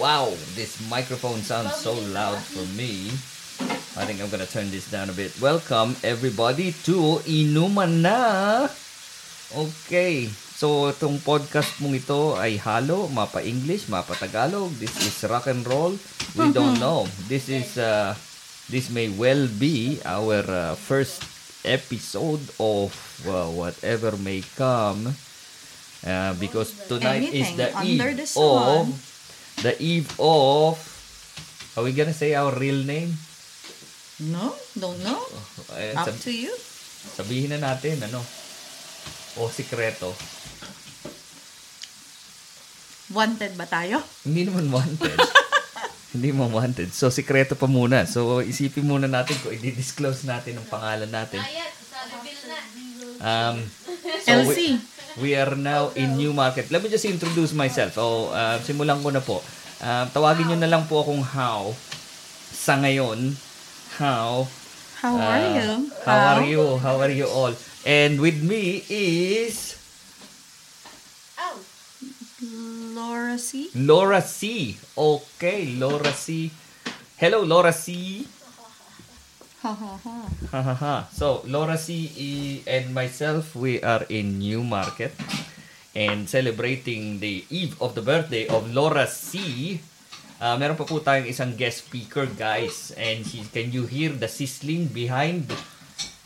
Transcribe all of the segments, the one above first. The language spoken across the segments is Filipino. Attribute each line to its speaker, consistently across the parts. Speaker 1: Wow, this microphone sounds so loud for me. I think I'm gonna turn this down a bit. Welcome everybody to Inuman Na! Okay, so itong podcast mong ito ay halo, mapa English, mapa Tagalog. This is rock and roll.
Speaker 2: Mm-hmm.
Speaker 1: We don't know. This is, uh, this may well be our uh, first episode of uh, whatever may come. Uh, because tonight is
Speaker 2: Anything
Speaker 1: the
Speaker 2: under
Speaker 1: eve
Speaker 2: the sun.
Speaker 1: of the eve of are we gonna say our real name?
Speaker 2: No, don't know.
Speaker 1: Eh,
Speaker 2: Up
Speaker 1: sab-
Speaker 2: to you.
Speaker 1: sabihin na natin ano. O sikreto.
Speaker 2: Wanted ba tayo?
Speaker 1: Hindi naman wanted. Hindi mo wanted. So, sikreto pa muna. So, isipin muna natin kung i-disclose natin ang pangalan natin. Um, so
Speaker 2: LC.
Speaker 1: We, we are now in New Market. Let me just introduce myself. So, uh, simulan ko na po. Uh, tawagin nyo na lang po akong How sa ngayon. How.
Speaker 2: How
Speaker 1: uh,
Speaker 2: are you?
Speaker 1: How are you? How are you all? And with me is
Speaker 2: Laura C.
Speaker 1: Laura C. Okay, Laura C. Hello, Laura C.
Speaker 2: Ha ha ha.
Speaker 1: Hahaha. so, Laura C E, and myself, we are in New Market and celebrating the eve of the birthday of Laura C. Ah, meron pa po tayong isang guest speaker, guys. And she, can you hear the sizzling behind?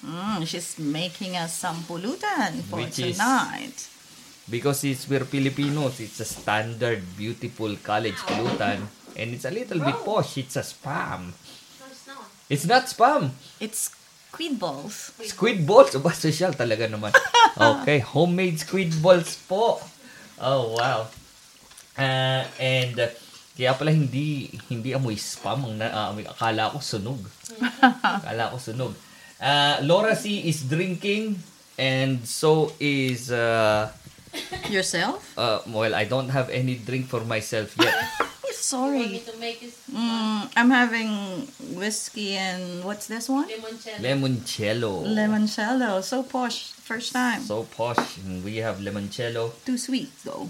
Speaker 2: Mm, she's making us some pulutan for
Speaker 1: Which is-
Speaker 2: tonight.
Speaker 1: Because it's, we're Filipinos, it's a standard, beautiful college glutan. And it's a little bit posh. It's a spam. Oh. It's not spam.
Speaker 2: It's squid balls.
Speaker 1: Squid balls? Aba, social talaga naman. Okay, homemade squid balls po. Oh, wow. Ah, and uh, kaya pala hindi hindi amoy spam ang naamoy. akala ko sunog. akala ko sunog. Ah, Laura C is drinking and so is uh,
Speaker 2: Yourself?
Speaker 1: uh, well, I don't have any drink for myself yet.
Speaker 2: I'm sorry.
Speaker 3: to make is
Speaker 2: Mm, I'm having whiskey and what's this one?
Speaker 3: limoncello.
Speaker 1: Lemoncello.
Speaker 2: Limoncello. So posh. First time.
Speaker 1: So posh. and We have limoncello.
Speaker 2: Too sweet though.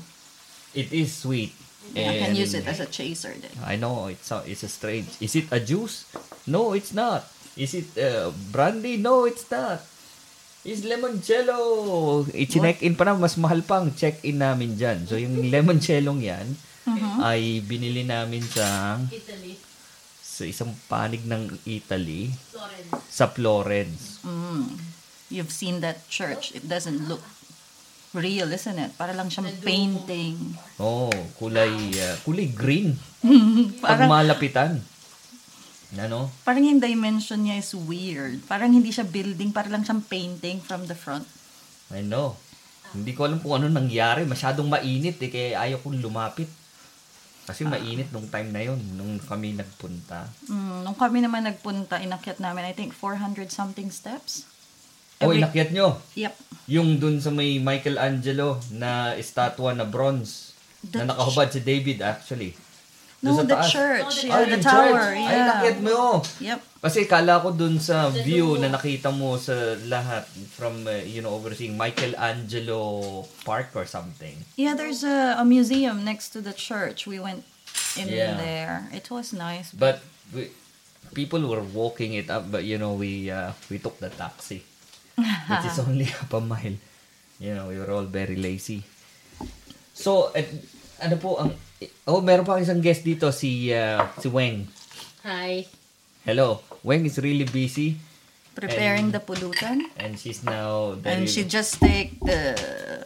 Speaker 1: It is sweet.
Speaker 2: I
Speaker 1: and-
Speaker 2: can use it as a chaser then.
Speaker 1: I know it's a, it's a strange. Is it a juice? No, it's not. Is it uh, brandy? No, it's not. It's limoncello. I-check in pa na mas mahal pa ang check-in namin diyan. So yung limoncello yan ay binili namin sa
Speaker 3: Italy.
Speaker 1: sa isang panig ng Italy
Speaker 3: Florence.
Speaker 1: sa Florence.
Speaker 2: Mm. You've seen that church. It doesn't look real, isn't it? Para lang siyang painting.
Speaker 1: Oh, kulay uh, kulay green. Pag
Speaker 2: Parang,
Speaker 1: malapitan. Ano?
Speaker 2: parang yung dimension niya is weird. Parang hindi siya building, para lang siyang painting from the front.
Speaker 1: I know. Hindi ko alam kung ano nangyari. Masyadong mainit eh, kaya ayaw kong lumapit. Kasi
Speaker 2: Ah.
Speaker 1: mainit nung time na yon nung kami nagpunta.
Speaker 2: Mm, nung kami naman nagpunta, inakyat namin, I think, 400 something steps.
Speaker 1: O,
Speaker 2: Every-
Speaker 1: inakyat nyo.
Speaker 2: Yep.
Speaker 1: Yung dun sa may Michelangelo na estatwa na bronze
Speaker 2: The
Speaker 1: na nakahubad si David actually. Dun sa
Speaker 2: No, the
Speaker 1: taas.
Speaker 2: church. yeah,
Speaker 3: No,
Speaker 1: Ah,
Speaker 2: the
Speaker 1: yung
Speaker 2: tower.
Speaker 1: church. Ay,
Speaker 2: Yeah.
Speaker 1: inakyat mo.
Speaker 2: Yep.
Speaker 1: Kasi kala ko dun sa
Speaker 3: Sa
Speaker 1: view
Speaker 3: dulo.
Speaker 1: na nakita mo sa lahat from, uh, you know, overseeing Michelangelo Park or something.
Speaker 2: Yeah, there's a, a museum next to the church. We went in
Speaker 1: Yeah.
Speaker 2: there. It was nice.
Speaker 1: But we, people were walking it up, but you know we uh, we took the taxi, which is only half a mile. You know we were all very lazy. So at, ano po ang oh meron pa isang guest dito si uh, si Weng.
Speaker 3: Hi.
Speaker 1: Hello, Weng is really busy
Speaker 2: Preparing the pulutan.
Speaker 1: and she's now very,
Speaker 2: And she just take the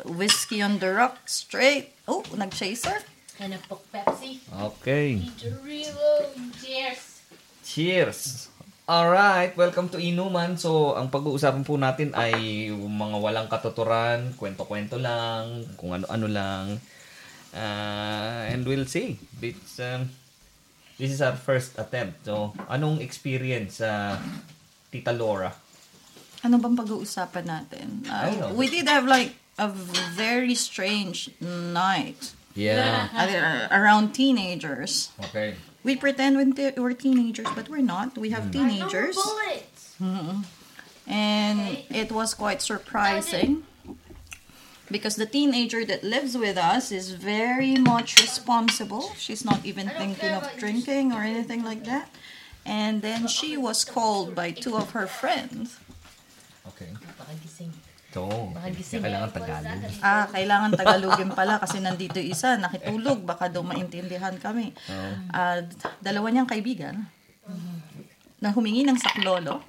Speaker 2: whiskey on the rock straight. Oh, nag-chaser?
Speaker 3: And a Coke Pepsi.
Speaker 1: okay.
Speaker 3: Dorito. Cheers.
Speaker 1: Cheers! Alright, welcome to Inuman. So, ang pag-uusapan po natin ay mga walang katuturan, kwento-kwento lang, kung ano-ano lang. Ah, and we'll see. It's, um, this is our first attempt. So, anong experience sa Tita Laura?
Speaker 2: Ano bang pag-uusapan natin? Uh,
Speaker 1: I don't know.
Speaker 2: we did have like a very strange night
Speaker 1: Yeah.
Speaker 2: uh, around teenagers.
Speaker 1: Okay.
Speaker 2: We pretend when te- we're teenagers, but we're not. We have
Speaker 3: Hmm.
Speaker 2: teenagers.
Speaker 3: bullets.
Speaker 2: And it was quite surprising. Because the teenager that lives with us is very much responsible. She's not even thinking of drinking or anything like that. And then she was called by two of her friends.
Speaker 1: Okay.
Speaker 3: Baka gising.
Speaker 1: Ito.
Speaker 3: Baka
Speaker 1: Kaya
Speaker 3: gising.
Speaker 1: kailangan Tagalog.
Speaker 2: Ah, kailangan Tagalogin pala kasi nandito yung isa, nakitulog, baka daw maintindihan kami.
Speaker 1: Oh.
Speaker 2: Ah, d- dalawa niyang kaibigan na humingi ng saklolo.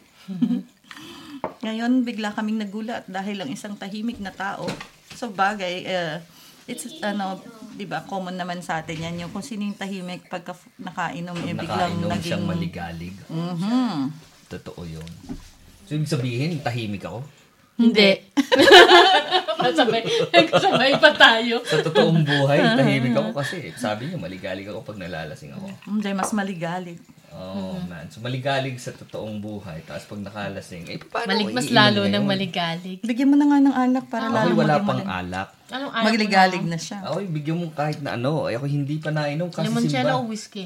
Speaker 2: Ngayon, bigla kaming nagulat dahil ang isang tahimik na tao. So bagay, eh, it's ano, 'di ba, common naman sa atin 'yan yung kung sino yung tahimik pagka f- nakainom eh biglang
Speaker 1: Nakainom
Speaker 2: naging
Speaker 1: siyang maligalig.
Speaker 2: Mhm.
Speaker 1: Totoo yun. So, ibig sabihin, tahimik ako?
Speaker 3: Hindi. Kasabay, kasabay pa tayo.
Speaker 1: Sa totoong buhay, tahimik ako kasi sabi niyo, maligalig ako pag nalalasing ako.
Speaker 2: Hindi Hmm, mas maligalig.
Speaker 1: Oh,
Speaker 3: Mm-hmm.
Speaker 1: man. So, maligalig sa totoong buhay. Tapos pag nakalasing, eh, paano
Speaker 3: Maligmas
Speaker 1: iinom
Speaker 3: lalo
Speaker 1: ngayon?
Speaker 3: ng maligalig.
Speaker 2: Bigyan mo na nga ng alak para
Speaker 1: Ako'y
Speaker 2: lalo
Speaker 1: Ah, wala
Speaker 2: maging
Speaker 1: pang
Speaker 2: mali-
Speaker 1: alak.
Speaker 3: Anong ayaw
Speaker 2: Magligalig na siya.
Speaker 1: Ako'y bigyan mo kahit na ano. Ay, ako hindi pa nainom
Speaker 3: mo na?
Speaker 1: kasi
Speaker 3: Limoncello o
Speaker 1: simba.
Speaker 3: whiskey?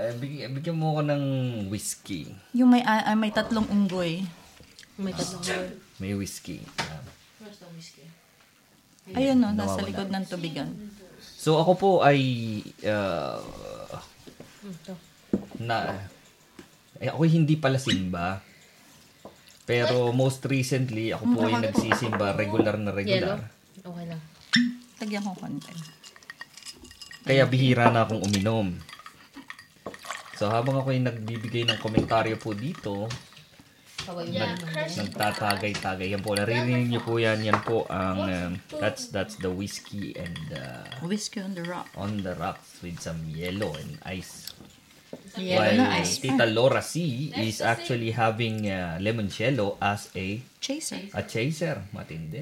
Speaker 1: Eh, bigyan, bigyan mo ako ng whiskey.
Speaker 2: Yung may, ah, ah, may tatlong unggoy.
Speaker 3: May tatlong word.
Speaker 1: May whiskey. Ah.
Speaker 3: Where's the whiskey?
Speaker 2: Ayun no, nasa
Speaker 1: nawawala.
Speaker 2: likod ng tubigan.
Speaker 1: So, ako po ay... ah,
Speaker 3: Ito.
Speaker 1: na... Eh, ako'y hindi pala simba. Pero most recently, ako po ay nagsisimba regular na
Speaker 3: Yellow?
Speaker 1: regular.
Speaker 3: Okay lang.
Speaker 2: Tagyan ko konti.
Speaker 1: Kaya bihira na akong uminom. So habang ako yung nagbibigay ng komentaryo po dito,
Speaker 3: Kaway
Speaker 1: nagtatagay-tagay yan po. Naririnig niyo po yan. Yan po ang um, that's that's the whiskey and uh,
Speaker 2: Whiskey on the rock.
Speaker 1: on the rocks with some yellow and ice.
Speaker 2: Yellow
Speaker 1: While
Speaker 2: na ice.
Speaker 1: Tita Laura C is actually having uh, limoncello as a
Speaker 2: Chaser.
Speaker 1: a chaser. Matindi.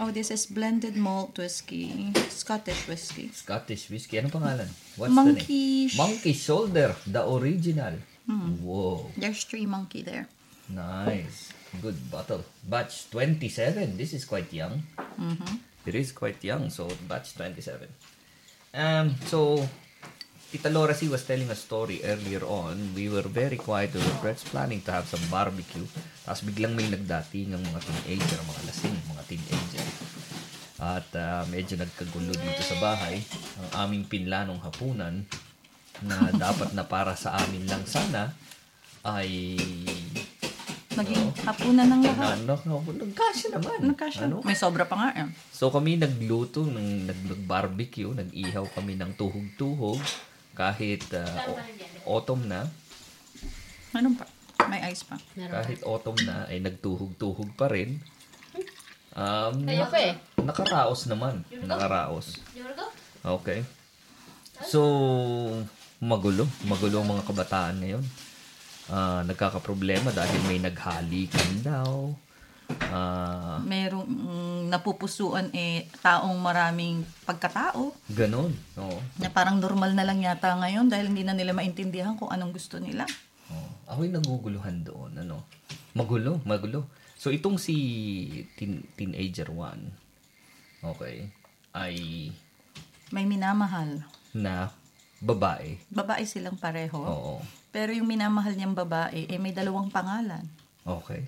Speaker 2: Oh, this is blended malt whiskey. Scottish whiskey.
Speaker 1: Scottish whiskey. Anong pangalan? What's the name?
Speaker 2: Monkey sh-
Speaker 1: Monkey Shoulder. The original.
Speaker 2: Hmm.
Speaker 1: Wow.
Speaker 2: There's three monkey there.
Speaker 1: Nice. Good bottle. Batch 27. This is quite young. It is quite young, so batch 27. Um, so, Tita Laura C was telling a story earlier on. We were very quiet. We were perhaps planning to have some barbecue. Tapos biglang may nagdating ang mga teenager, mga lasing, mga teenager. At ah, medyo nagkagulo dito sa bahay. Ang aming pinlanong hapunan na dapat na para sa amin lang sana ay Oh.
Speaker 2: Naging hapunan ng lahat.
Speaker 1: Nano, no, nagkasya naman.
Speaker 2: Nagkasya.
Speaker 1: Ano?
Speaker 2: May sobra pa nga eh.
Speaker 1: So kami nagluto, ng, nag, nag-barbecue, nag-ihaw kami ng tuhog-tuhog kahit ah, o- autumn na.
Speaker 2: Anong Ano pa? May ice pa.
Speaker 1: Kahit autumn na ay nagtuhog-tuhog pa rin. Um,
Speaker 3: Kayo pa eh.
Speaker 1: Nakaraos naman. Nakaraos. Okay. So, magulo. Magulo ang mga kabataan ngayon. Ah, nagkakaproblema dahil may naghalikan daw. Ah,
Speaker 2: Merong mm, napupusuan eh taong maraming pagkatao
Speaker 1: Ganon. Oo.
Speaker 2: na parang normal na lang yata ngayon dahil hindi na nila maintindihan kung anong gusto nila.
Speaker 1: Oo. Oh. Ako'y naguguluhan doon. Ano? Magulo, magulo. So, itong si teen, Teenager 1, okay, ay
Speaker 2: May minamahal.
Speaker 1: na babae.
Speaker 2: Babae silang pareho.
Speaker 1: Oo.
Speaker 2: Pero yung minamahal niyang babae, eh may dalawang pangalan.
Speaker 1: Okay.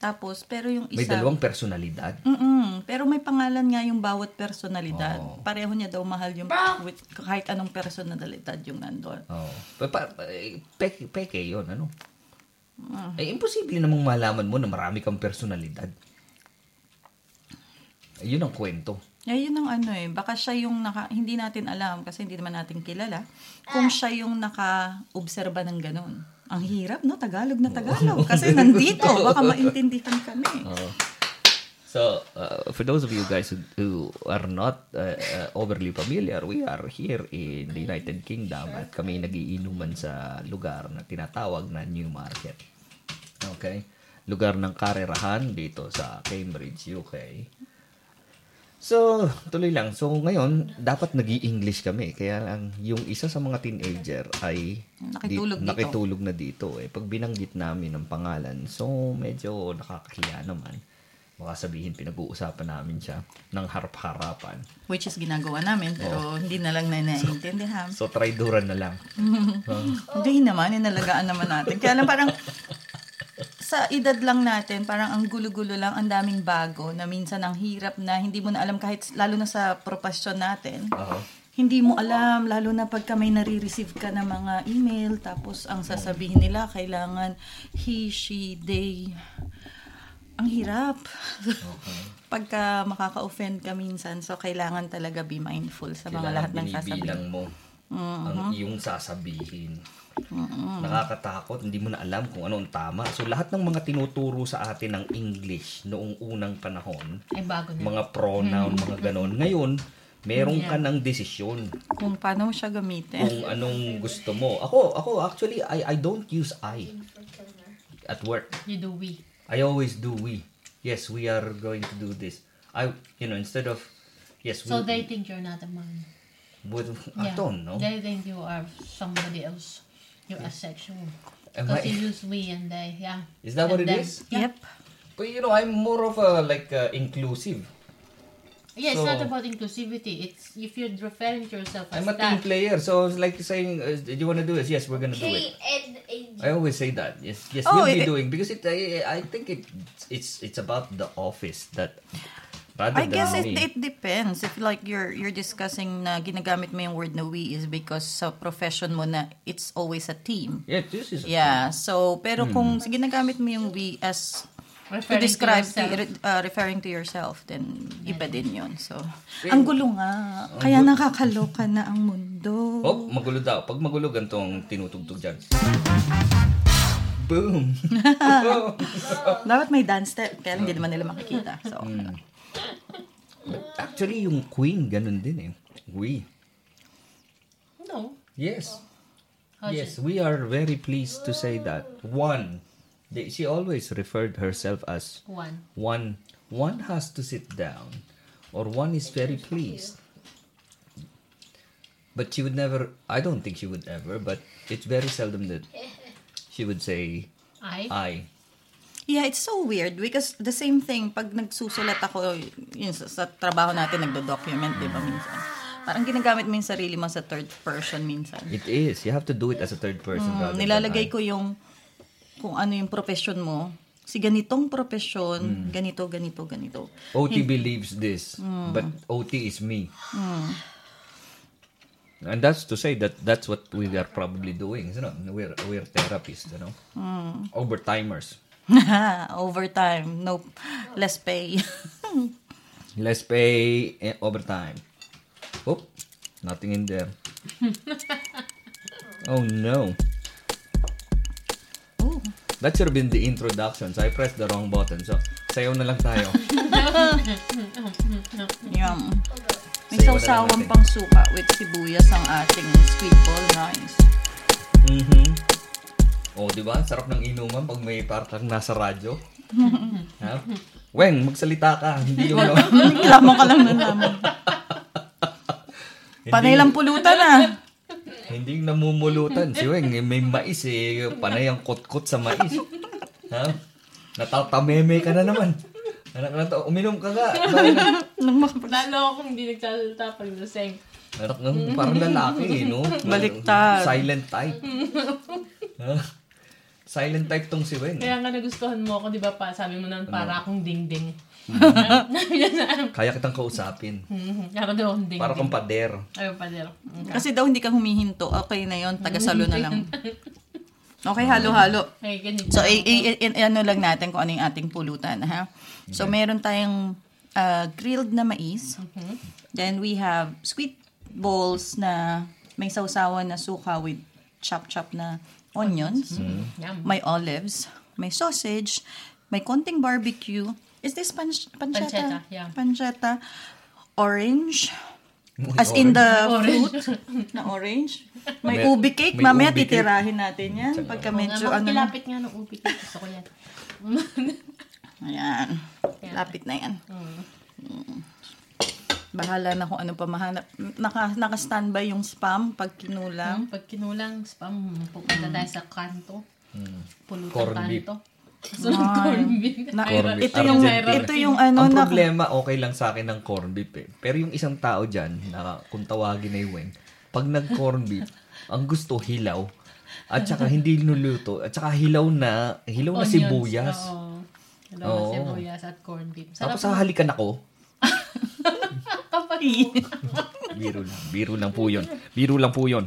Speaker 2: Tapos, pero yung isa...
Speaker 1: May dalawang personalidad.
Speaker 2: Mm-mm. Pero may pangalan nga yung bawat personalidad.
Speaker 1: Oo.
Speaker 2: Pareho niya daw mahal yung with kahit anong personalidad yung nandun.
Speaker 1: Oo. Pa, pa, eh, peke, peke yun, ano? Ay, imposible namang malaman mo na marami kang personalidad. Ayun ang kwento.
Speaker 2: Eh, yun ang ano eh. Baka siya yung naka... Hindi natin alam kasi hindi naman natin kilala. Kung siya yung naka-obserba ng ganun. Ang hirap, no? Tagalog na Tagalog. Kasi nandito. Baka maintindihan kami.
Speaker 1: So, uh, for those of you guys who, who are not uh, uh, overly familiar, we are here in the United Kingdom at kami nagiinuman sa lugar na tinatawag na New Market. Okay? Lugar ng karerahan dito sa Cambridge, UK. So, tuloy lang. So, ngayon, dapat nag english kami. Kaya lang, yung isa sa mga teenager ay
Speaker 2: Nakitulog dito.
Speaker 1: nakitulog na dito. Eh. Pag binanggit namin ang pangalan, so medyo nakakahiya naman. Baka sabihin, pinag-uusapan namin siya ng harap-harapan.
Speaker 2: Which is ginagawa namin. Pero hindi na lang na naiintindihan.
Speaker 1: So, trayduran na lang.
Speaker 2: Hindi naman, inalagaan naman natin. Kaya lang parang sa edad lang natin, parang ang gulo-gulo lang, ang daming bago na minsan ang hirap na hindi mo na alam kahit lalo na sa profession natin.
Speaker 1: Oo.
Speaker 2: Hindi mo alam, lalo na pagka may nare-receive ka ng mga email, tapos ang sasabihin nila, kailangan he, she, they. Ang hirap. pagka makaka-offend ka minsan, so kailangan talaga be mindful sa mga
Speaker 1: Kailangan
Speaker 2: lahat ng sasabihin. Mm-hmm.
Speaker 1: binibilang mo ang iyong sasabihin. Nakakatakot, hindi mo na alam kung ano ang tama. So lahat ng mga tinuturo sa atin ng English noong unang panahon,
Speaker 3: Ay, bago na.
Speaker 1: mga pronoun,
Speaker 2: Mm-hmm.
Speaker 1: mga ganon. Ngayon, meron ka ng desisyon
Speaker 2: Kung paano mo siya gamitin.
Speaker 1: kung anong gusto mo. Ako, ako actually, I, I don't use I at work.
Speaker 3: You do we.
Speaker 1: I always do we. Yes, we are going to do this. I, you know, instead of, yes, we,
Speaker 3: So they think you're not a man.
Speaker 1: would, I don't know.
Speaker 3: They think you are somebody else. You're asexual.
Speaker 1: Am
Speaker 3: Because
Speaker 1: I-
Speaker 3: you use we and they, yeah.
Speaker 1: Is that
Speaker 3: And
Speaker 1: what it
Speaker 3: them.
Speaker 1: is?
Speaker 2: Yep.
Speaker 1: But you know, I'm more of a like uh, inclusive.
Speaker 3: Yeah, it's
Speaker 1: So-
Speaker 3: not about inclusivity. It's if you're referring to yourself as
Speaker 1: I'm a team
Speaker 3: that.
Speaker 1: player, so it's like saying, uh, "Do you want to do this?" Yes, we're gonna do it. I always say that. Yes, yes,
Speaker 2: Oh,
Speaker 1: we'll be
Speaker 2: it-
Speaker 1: doing because it. I, I think it. It's it's about the office that rather
Speaker 2: I
Speaker 1: than
Speaker 3: Diba?
Speaker 2: guess it,
Speaker 1: me.
Speaker 2: it depends. If like you're you're discussing na ginagamit mo yung word na we is because sa profession mo na it's always a team.
Speaker 1: yeah, this is.
Speaker 2: Yeah. So, pero kung ginagamit mo yung we as to
Speaker 3: Referring to
Speaker 2: describe to
Speaker 3: yourself. Mm.
Speaker 2: uh, referring to yourself, then iba din yun. So, ang gulo nga. Kaya nakakaloka na ang mundo.
Speaker 1: Oh, magulo daw. Pag magulo, ganito ang tinutugtog dyan. Boom!
Speaker 2: Dapat may dance step. Kaya hindi naman nila makikita. So,
Speaker 1: Actually, yung queen, ganun din eh. We.
Speaker 3: No.
Speaker 1: Yes.
Speaker 2: Oh.
Speaker 3: How's
Speaker 1: yes, we are very pleased to say that. One. They, she always referred herself as
Speaker 3: One.
Speaker 1: one. One has to sit down, or one is very pleased. But she would never. I don't think she would ever. But it's very seldom that she would say
Speaker 3: I.
Speaker 1: I.
Speaker 2: Yeah, it's so weird because the same thing, pag nagsusulat ako yun, sa, sa trabaho natin, nagdo-document, di ba, minsan? Parang ginagamit mo yung sarili mo sa third person minsan.
Speaker 1: It is. You have to do it as a third person. rather
Speaker 2: Mm,
Speaker 1: than
Speaker 2: nilalagay
Speaker 1: I.
Speaker 2: ko yung kung ano yung profession mo. Si ganitong profession, ganito, ganito, ganito.
Speaker 1: OT believes this, but OT is me. And that's to say that that's what we are probably doing, you know. We're we're therapists, you know. Overtimers.
Speaker 2: Overtime, no, less pay.
Speaker 1: Let's pay eh, overtime. Oh, nothing in there. oh no.
Speaker 2: oh,
Speaker 1: That should have been the introduction. So I pressed the wrong button. So sayaw na lang tayo.
Speaker 2: yum. May
Speaker 1: Say, wala na
Speaker 2: sausawang
Speaker 1: natin.
Speaker 2: pang suka with sibuyas ang ating squid ball. Nice.
Speaker 1: mhm. Oh, di ba? Sarap ng inuman pag may parang nasa radyo. ha? Weng, magsalita ka. Hindi yung ano.
Speaker 2: Naglamang ka lang na naman. Panay lang pulutan ah.
Speaker 1: Hindi yung namumulutan. Si Weng, eh, may mais eh. Panay ang kot-kot sa mais. ha? Natatameme ka na naman. Anak na to, uminom ka ka.
Speaker 2: Nung mak-
Speaker 3: Lalo akong hindi nagsasalita pag lasing.
Speaker 1: Anak na, parang lalaki eh, no?
Speaker 2: Baliktad.
Speaker 1: Silent type. Ha? Silent type tong si Weng.
Speaker 3: Kaya nga nagustuhan mo ako, di ba? Pa, sabi mo naman, para akong dingding.
Speaker 1: Mm-hmm. Kaya kitang kausapin.
Speaker 3: Mhm. Ako daw akong dingding.
Speaker 1: Para kang pader.
Speaker 3: Ayun pa din. Okay.
Speaker 2: kasi daw hindi ka humihinto. Okay na yon tagasalo na lang. Okay, halo-halo.
Speaker 3: Okay, ganito.
Speaker 2: So, i- i- i- ano lang natin kung ano yung ating pulutan, ha? So, meron tayong uh, grilled na mais.
Speaker 3: Mm-hmm.
Speaker 2: Then, we have sweet balls na may sausawan na suka with chop-chop na onions.
Speaker 3: Yum.
Speaker 2: May olives. May sausage. May konting barbecue. Is this panch-
Speaker 3: Pancetta,
Speaker 2: pancetta?
Speaker 3: yeah.
Speaker 2: Pancetta. Orange. As in the
Speaker 3: Orange.
Speaker 2: fruit na orange. May
Speaker 1: May-
Speaker 2: ubi cake.
Speaker 1: may
Speaker 2: Mamaya
Speaker 1: ubi cake.
Speaker 2: titirahin natin yan. Pagka medyo ano na.
Speaker 3: Kilapit nga ng upit. Gusto ko yan.
Speaker 2: Ayan. Lapit na yan. Mm. Bahala na kung ano pa mahanap. Naka, naka-standby yung spam pag kinulang.
Speaker 3: Pag kinulang, spam, pupunta tayo sa kanto. Pulutan
Speaker 1: Corned Mm. beef.
Speaker 3: kanto. So, corned beef.
Speaker 2: Na,
Speaker 1: Corned beef.
Speaker 2: ito yung,
Speaker 1: Argentina.
Speaker 2: ito yung ano
Speaker 1: Ang
Speaker 2: na...
Speaker 1: problema, okay lang sa akin ng corn beef eh. Pero yung isang tao dyan, na, kung tawagin na yung Weng, pag nag-corn beef, ang gusto hilaw, At saka hindi nuluto. At saka hilaw na, hilaw na
Speaker 3: Onions,
Speaker 1: sibuyas.
Speaker 3: Oo. Alam
Speaker 1: Oo.
Speaker 3: na sibuyas at corned beef.
Speaker 1: Tapos
Speaker 3: Sarap
Speaker 1: sa halikan ako.
Speaker 3: kapag
Speaker 1: Biro lang. Biro lang po yun. Biro lang po yun.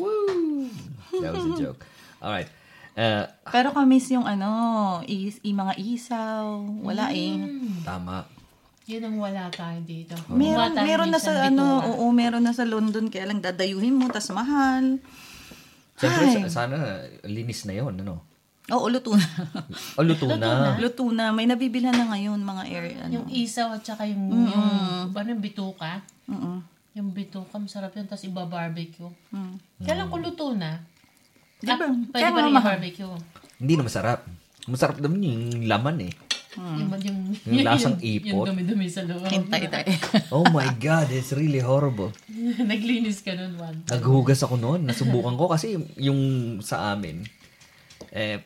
Speaker 1: Woo! That was a joke. Alright. Uh,
Speaker 2: Pero kamis yung ano, is, yung mga isaw, wala eh.
Speaker 1: tama.
Speaker 3: Yun ang wala tayo dito.
Speaker 2: Meron,
Speaker 3: Wala tayo
Speaker 2: meron na sa
Speaker 3: minsan
Speaker 2: ano,
Speaker 3: bituka.
Speaker 2: oo, meron na sa London, kaya lang dadayuhin mo, tas mahal.
Speaker 1: Siyempre, sa- sana linis na yon ano?
Speaker 2: Oo, luto na.
Speaker 1: O, luto na.
Speaker 2: luto na. May nabibilhan na ngayon mga area. Ano.
Speaker 3: Yung isaw at saka yung, yung ano yung bituka?
Speaker 2: Mm-mm.
Speaker 3: Yung bituka, masarap yun. Tapos iba-barbecue. Kaya lang ko luto na.
Speaker 2: Di ba?
Speaker 3: Ah, pwede
Speaker 2: Kaya
Speaker 3: ba rin
Speaker 2: mamahal.
Speaker 3: barbecue?
Speaker 1: Hindi na masarap. Masarap naman yung laman eh.
Speaker 3: Yung, yung,
Speaker 1: Yung lasang
Speaker 3: Yung
Speaker 1: ipot.
Speaker 3: dumi-dumi sa loob.
Speaker 2: Hintay-tay.
Speaker 1: Oh my God, it's really horrible.
Speaker 3: Naglinis ka nun, Juan.
Speaker 1: Naghugas ako noon. Nasubukan ko kasi yung sa amin, eh,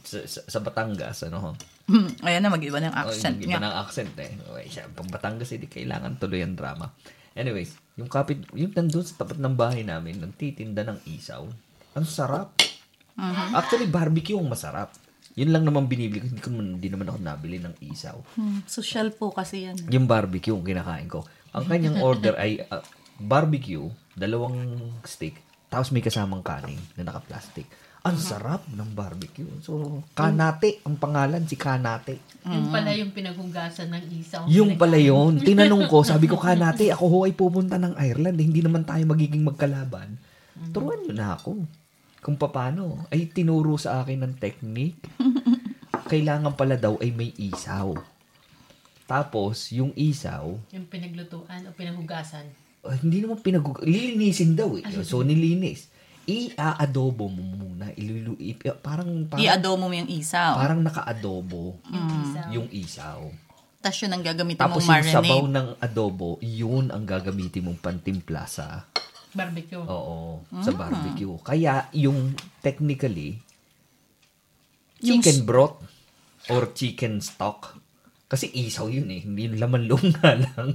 Speaker 1: sa, sa, sa Batangas, ano ho?
Speaker 2: Hmm, Ayan na, mag-iba ng
Speaker 1: Oh,
Speaker 2: accent
Speaker 1: yung iba
Speaker 2: niya.
Speaker 1: ng accent eh. Okay, siya, pag Batangas, hindi kailangan tuloy ang drama. Anyways, yung kapit, yung nandun sa tapat ng bahay namin, nagtitinda ng isaw. Ang sarap. Actually, barbecue ang masarap. Yun lang naman binibili ko. Hindi, ko naman, hindi naman ako nabili ng isaw.
Speaker 2: Hmm, social po kasi yan.
Speaker 1: Yung barbecue ang kinakain ko. Ang kanyang order ay ah, barbecue, dalawang steak, tapos may kasamang kanin na naka-plastic. Ang sarap ng barbecue. So, Kanate ang pangalan, si Kanate.
Speaker 3: Yung pala yung pinaghugasan ng isaw.
Speaker 1: Yung pala yun. Tinanong ko, sabi ko, kanate, ako ho ay pupunta ng Ireland. Hindi naman tayo magiging magkalaban. Turuan nyo na ako. Kung paano. Ay, tinuro sa akin ng technique. Kailangan pala daw ay may isaw. Tapos, yung isaw,
Speaker 3: Yung pinaglutuan o pinaghugasan.
Speaker 1: ah, hindi naman pinag... Lilinisin daw eh. So, nilinis. I-adobo mo muna. Ilulu... i- Parang... parang
Speaker 2: I-adobo mo yung isaw.
Speaker 1: parang naka-adobo
Speaker 3: Yung isaw.
Speaker 1: yung isaw.
Speaker 2: Tapos yun ang gagamitin
Speaker 1: Tapos
Speaker 2: mong
Speaker 1: yung sabaw
Speaker 2: marinade.
Speaker 1: ng adobo, yun ang gagamitin mong pantimpla sa,
Speaker 3: Barbecue.
Speaker 1: oo, sa
Speaker 3: Ah.
Speaker 1: barbecue. Kaya yung technically, chicken broth or chicken stock. Kasi isaw yun eh, hindi yung laman loob nga lang.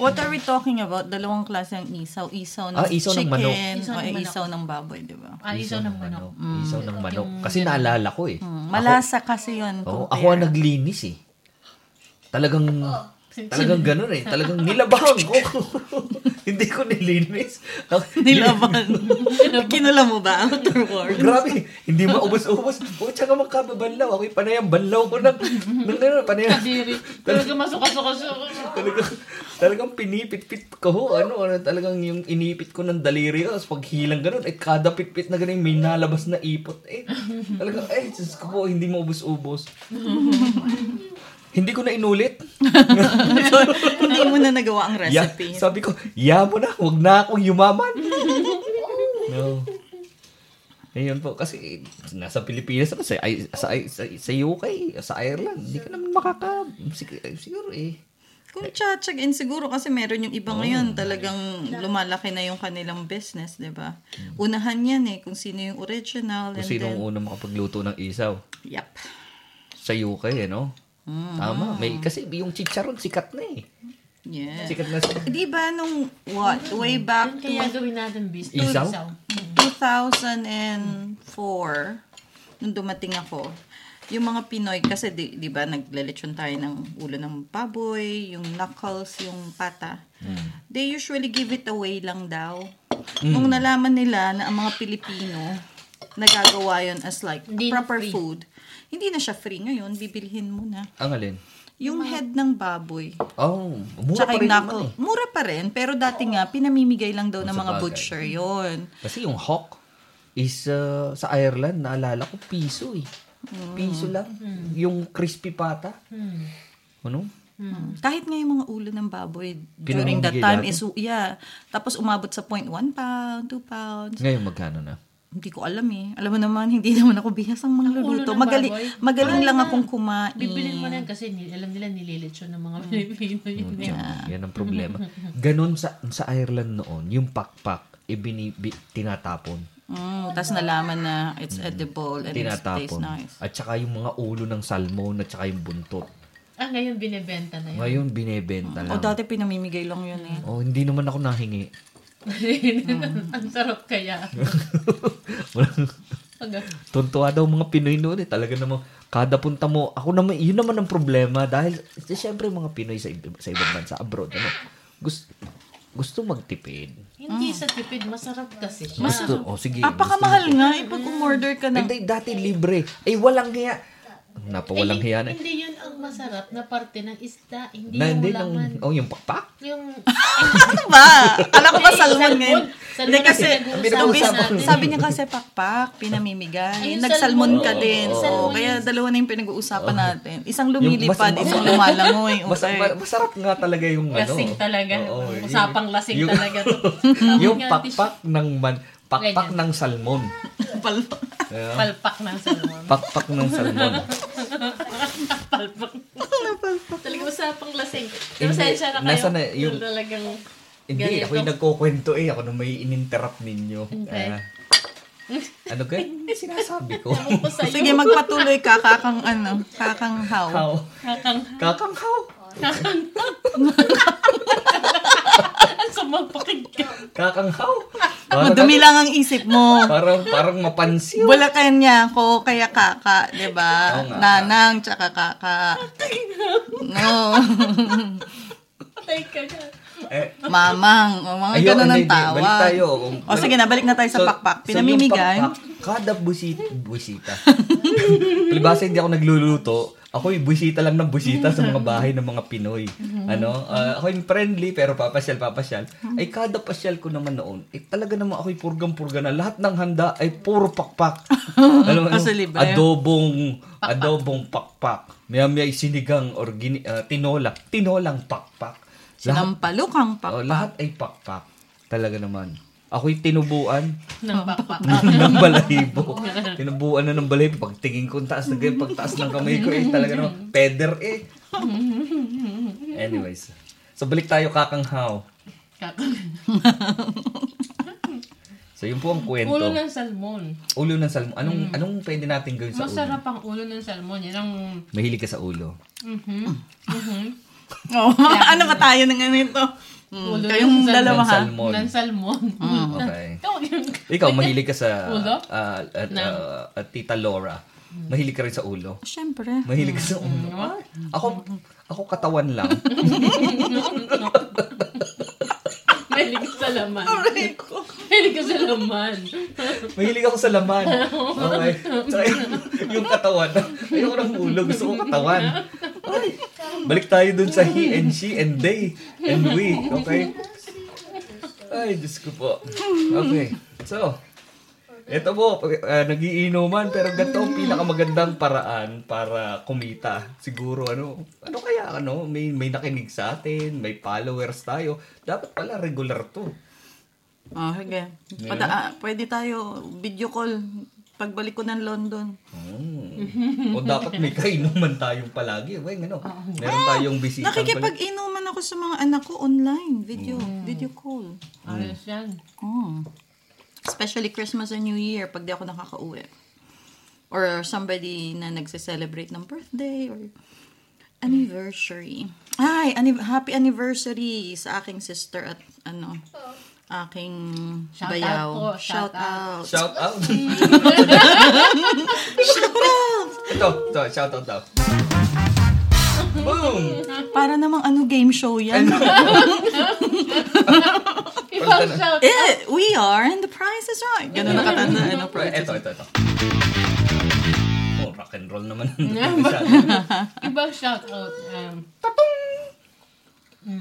Speaker 2: What are we talking about? Dalawang klase ang isaw. Isaw ng
Speaker 1: Ah, isaw ng
Speaker 2: chicken.
Speaker 1: manok.
Speaker 3: Isaw
Speaker 2: o
Speaker 3: ng manok.
Speaker 2: isaw ng baboy, di ba?
Speaker 3: Ah, isaw ng manok. Mm.
Speaker 1: Isaw ng manok. Kasi naalala ko eh. Ako-
Speaker 2: Hmm, Malasa kasi yun.
Speaker 1: Oo,
Speaker 2: compare.
Speaker 1: ako ang naglinis eh. Talagang, talagang ganun eh. Talagang nilabahan ko. Hindi ko nilinis.
Speaker 2: Nilaban. Kinula mo ba after war?
Speaker 1: Grabe, hindi maubos-ubos. O, tsaka magkababanlaw. Ako'y panay ang banlaw ko ng, ng gano'n, panay ang-
Speaker 3: Kadiri. Talaga masuka-suka-suka.
Speaker 1: Talagang, talagang pinipit-pit ko ho. Ano, ano, talagang yung inipit ko ng daliri ko. Tapos pag hilang ganun, eh, kada pit-pit na ganun, may nalabas na ipot. Eh, talagang, eh, Diyos ko po, hindi maubos-ubos. hindi ko na inulit.
Speaker 2: So, hindi mo na nagawa ang
Speaker 1: Ya,
Speaker 2: recipe.
Speaker 1: sabi ko, ya mo na, huwag na akong yumaman. no. Ayun po, kasi nasa Pilipinas ako, sa, ay- sa, ay- sa, sa UK, sa Ireland, hindi ka naman makaka, sig- siguro eh.
Speaker 2: Kung tsatsagin siguro kasi meron yung iba ngayon talagang lumalaki na yung kanilang business, di ba? Unahan yan eh, kung sino yung original.
Speaker 1: Kung
Speaker 2: and
Speaker 1: sino ang
Speaker 2: then,
Speaker 1: unang makapagluto ng isaw.
Speaker 2: Yep.
Speaker 1: Sa UK, eh, no?
Speaker 2: Mm.
Speaker 1: Tama.
Speaker 2: Ah.
Speaker 1: May, kasi yung chicharon, sikat na eh.
Speaker 2: Yeah.
Speaker 1: Sikat na siya.
Speaker 2: Di ba nung, what, way back
Speaker 3: Yun
Speaker 2: to
Speaker 3: Kaya gawin natin bis.
Speaker 1: Isaw?
Speaker 2: 2004, nung dumating ako, yung mga Pinoy, kasi di, di ba naglelechon tayo ng ulo ng baboy, yung knuckles, yung pata.
Speaker 1: Hmm.
Speaker 2: They usually give it away lang daw. Nung nalaman nila na ang mga Pilipino, nagagawa yun as like
Speaker 3: Hindi na
Speaker 2: proper
Speaker 3: free.
Speaker 2: food, hindi na siya free ngayon, bibilhin mo na.
Speaker 1: Ang alin?
Speaker 2: Yung head ng baboy,
Speaker 1: Oh, mura pa
Speaker 2: Tsaka yung
Speaker 1: rin
Speaker 2: knuckle.
Speaker 1: naman eh.
Speaker 2: Mura pa rin, pero dati nga, pinamimigay lang daw ng
Speaker 1: Sa
Speaker 2: mga
Speaker 1: bagay.
Speaker 2: butcher yon
Speaker 1: Kasi yung hawk is uh, sa Ireland, naalala ko, piso eh. Piso lang. Yung crispy pata.
Speaker 3: Hmm.
Speaker 1: Ano?
Speaker 3: Mm-hmm.
Speaker 2: Kahit nga yung mga ulo ng baboy during that
Speaker 1: Pinamimigay
Speaker 2: time
Speaker 1: dati?
Speaker 2: is, yeah. Tapos umabot sa point, 1 pound, 2 pounds.
Speaker 1: Ngayon, magkano na?
Speaker 2: Hindi ko alam eh. Alam mo naman, hindi naman ako bihas ang mga
Speaker 3: ulo
Speaker 2: luluto.
Speaker 3: ng
Speaker 2: Magaling,
Speaker 3: baboy?
Speaker 2: magaling lang akong kumain.
Speaker 3: Bibilin mo na yan kasi ni- alam nila nililitsyon ng mga Pilipino yun.
Speaker 1: Mm,
Speaker 3: eh.
Speaker 1: Yan, yan ang problema. Ganon sa sa Ireland noon, yung pakpak, ibinibi, tinatapon.
Speaker 2: Mm, Tapos nalaman na it's edible and it
Speaker 1: Mm.
Speaker 2: tastes
Speaker 1: Tinatapon.
Speaker 2: nice.
Speaker 1: At saka yung mga ulo ng salmon at saka yung buntot.
Speaker 3: Ah, ngayon binibenta na yun.
Speaker 1: Ngayon, binebenta lang.
Speaker 2: O dati Oh, pinamimigay lang yun eh.
Speaker 1: Oh, hindi naman ako nahingi. Mm.
Speaker 3: Ang sarap kaya.
Speaker 1: Walang- Mm.
Speaker 3: Pag-
Speaker 1: Tuntua daw mga Pinoy noon eh. Talaga namang kada punta mo, ako naman, yun naman ang problema dahil eh, syempre mga Pinoy sa, ib- sa ibang bansa, abroad, ano, gusto, gusto magtipid.
Speaker 3: Hindi sa tipid, masarap kasi siya.
Speaker 1: Gusto, oh sige.
Speaker 2: Apakamahal nga eh pag umorder ka ng...
Speaker 1: Hindi, dati libre. Ay, walang hiya. Napawalang
Speaker 3: Eh,
Speaker 1: hiya na. eh.
Speaker 3: Hindi yun ang masarap na parte ng isda. Hindi
Speaker 1: Na,
Speaker 3: yung
Speaker 1: hindi nang,
Speaker 3: laman.
Speaker 1: oh, yung pakpak.
Speaker 3: Yung...
Speaker 2: Ano ba? Alam ko ba salmon ngayon?
Speaker 3: Salmon
Speaker 2: Hindi
Speaker 3: ang
Speaker 2: kasi, sabi,
Speaker 3: pinag-uusapan natin.
Speaker 2: sabi niya kasi pakpak, pinamimigay.
Speaker 3: Ay, yung
Speaker 2: Nagsalmon ka
Speaker 3: salmon.
Speaker 2: din.
Speaker 3: Oo.
Speaker 2: Oo,
Speaker 3: Salmon
Speaker 2: kaya dalawa na yung pinag-uusapan natin. Isang
Speaker 1: Oh. Yung
Speaker 2: lumilipad,
Speaker 1: basa-
Speaker 2: isang lumalangoy.
Speaker 1: Mas, ma-
Speaker 2: Okay.
Speaker 1: masarap nga talaga yung ano.
Speaker 3: Lasing talaga.
Speaker 1: Oo, yun.
Speaker 3: Usapang lasing
Speaker 1: Yung-
Speaker 3: talaga to.
Speaker 1: yung
Speaker 3: Sabi nga,
Speaker 1: pakpak ng man, pakpak
Speaker 3: Ganyan.
Speaker 1: ng salmon.
Speaker 2: Palpak.
Speaker 3: tis- Palpak ng salmon.
Speaker 1: Pakpak ng salmon.
Speaker 3: Palpak. Talaga usapang lasing. Pero
Speaker 1: Hindi,
Speaker 3: saan siya na kayo?
Speaker 1: nasa na- yung-
Speaker 3: Yung talagang...
Speaker 1: Hindi,
Speaker 3: Ganito.
Speaker 1: ako yung nagkukwento eh. Ako na may in-interrupt ninyo.
Speaker 3: Okay.
Speaker 1: Ah. ano ka? Sinasabi ko.
Speaker 3: Ako sa'yo.
Speaker 2: Sige, magpatuloy ka. Kakang ano, kakang how.
Speaker 1: How?
Speaker 3: Kakang...
Speaker 1: Kakang how?
Speaker 3: Kakang... Ang sumampakig ka.
Speaker 1: Kakang how? Ano?
Speaker 2: Madumi Ano, lang ang isip mo.
Speaker 1: Parang, parang mapansin.
Speaker 2: Bulakan niya ako, kaya kaka, di ba?
Speaker 1: Oo nga.
Speaker 2: Nanang, tsaka kaka. No.
Speaker 3: Patay ka ka.
Speaker 1: Eh,
Speaker 2: Mamang. O, mga
Speaker 1: Ayun,
Speaker 2: ganun ang
Speaker 1: hindi, hindi.
Speaker 2: tawag.
Speaker 1: Balik tayo.
Speaker 2: O sige na, balik na tayo sa pakpak.
Speaker 1: so yung
Speaker 2: Pinamimigay.
Speaker 1: pakpak, kada busi, busita. Palibasa hindi ako nagluluto. Ako yung busita lang ng busita sa mga bahay ng mga Pinoy.
Speaker 2: Mm-hmm.
Speaker 1: Ano? Ah, ako yung friendly pero papasyal, papasyal. Ay kada pasyal ko naman noon, eh talaga naman ako yung purgang-purga na. Lahat ng handa ay puro pakpak. Alam mo, yung
Speaker 2: Kasi Ah, libre.
Speaker 1: adobong, adobong pakpak. Maya maya sinigang or gini, ah, tinola. Tinolang pakpak. Lahat
Speaker 2: Sinampalukang pak.
Speaker 1: Oh, lahat ay pakpak. Talaga naman. Ako'y tinubuan
Speaker 3: Nang pakpak.
Speaker 1: ng balahibo. tinubuan na ng balahibo. Pagtingin ko, ang taas na ganyan. Pagtaas ng kamay ko, eh, talaga naman. Peder eh. Anyways. So, balik tayo kakanghaw.
Speaker 3: Kakang...
Speaker 1: So, yun po ang kwento. Ulo
Speaker 3: Ulo
Speaker 1: ng,
Speaker 3: ng salmon.
Speaker 1: salmon. Anong, anong pwede natin gawin sa ulo?
Speaker 3: Masarap ang ulo ng salmon. Yan ang...
Speaker 1: Mahilig ka sa ulo.
Speaker 3: Mhm. Mhm.
Speaker 2: Oh, ano ba tayo ng ano ito? Mm,
Speaker 3: Ulo
Speaker 2: kayong
Speaker 3: ng
Speaker 2: dalawa ha.
Speaker 1: Salmon.
Speaker 3: mm-hmm, Ng salmon.
Speaker 1: Mm. Okay.
Speaker 3: Tawag yun.
Speaker 1: Ikaw, mahilig ka sa
Speaker 3: Mm. Ulo?
Speaker 1: ah, at, ah, at Tita Laura. Mahilig ka rin sa ulo.
Speaker 2: Siyempre.
Speaker 1: Mahilig ka sa ulo.
Speaker 3: Mm.
Speaker 1: Ako, ako katawan lang.
Speaker 3: Mahilig ka sa laman. Mahilig ka sa laman.
Speaker 1: Mahilig ako sa laman. Okay. Tsaka yung, yung katawan. Ayoko ng ulo. Gusto ko katawan. Ay, balik tayo dun sa he and she and they and we. Okay? Ay, Diyos ko po. Okay. So, ito po, uh, nagiinuman pero ganito ang pinakamagandang paraan para kumita. Siguro ano, ano kaya ano, may may nakinig sa atin, may followers tayo. Dapat pala regular to.
Speaker 2: Oh, sige. Pada, ah, pwede tayo video call pagbalik ko ng London.
Speaker 1: Mm. o dapat may kainuman tayong palagi. Weng, ano? Meron tayong bisita.
Speaker 2: Nakikipag-inuman ako sa mga anak ko online. Video. Video call.
Speaker 1: Hmm.
Speaker 3: Ayos yan.
Speaker 2: Oh. Especially Christmas and New Year pag di ako nakakauwi. Or somebody na nagse-celebrate ng birthday or anniversary. Ay, anniv- happy anniversary sa aking sister at ano, aking
Speaker 3: Shout
Speaker 2: bayaw.
Speaker 3: out po, shout
Speaker 2: shout out.
Speaker 1: Shout out.
Speaker 2: Shout out!
Speaker 1: ito, ito, shout out daw. Boom!
Speaker 2: Para namang ano game show yan.
Speaker 3: Ibang shout.
Speaker 2: eh, we are and the price is right. Ganun nakatanda. Ano, price is
Speaker 1: Ito, ito, ito. Oh, rock and roll naman.
Speaker 3: Ibang shout out. Um,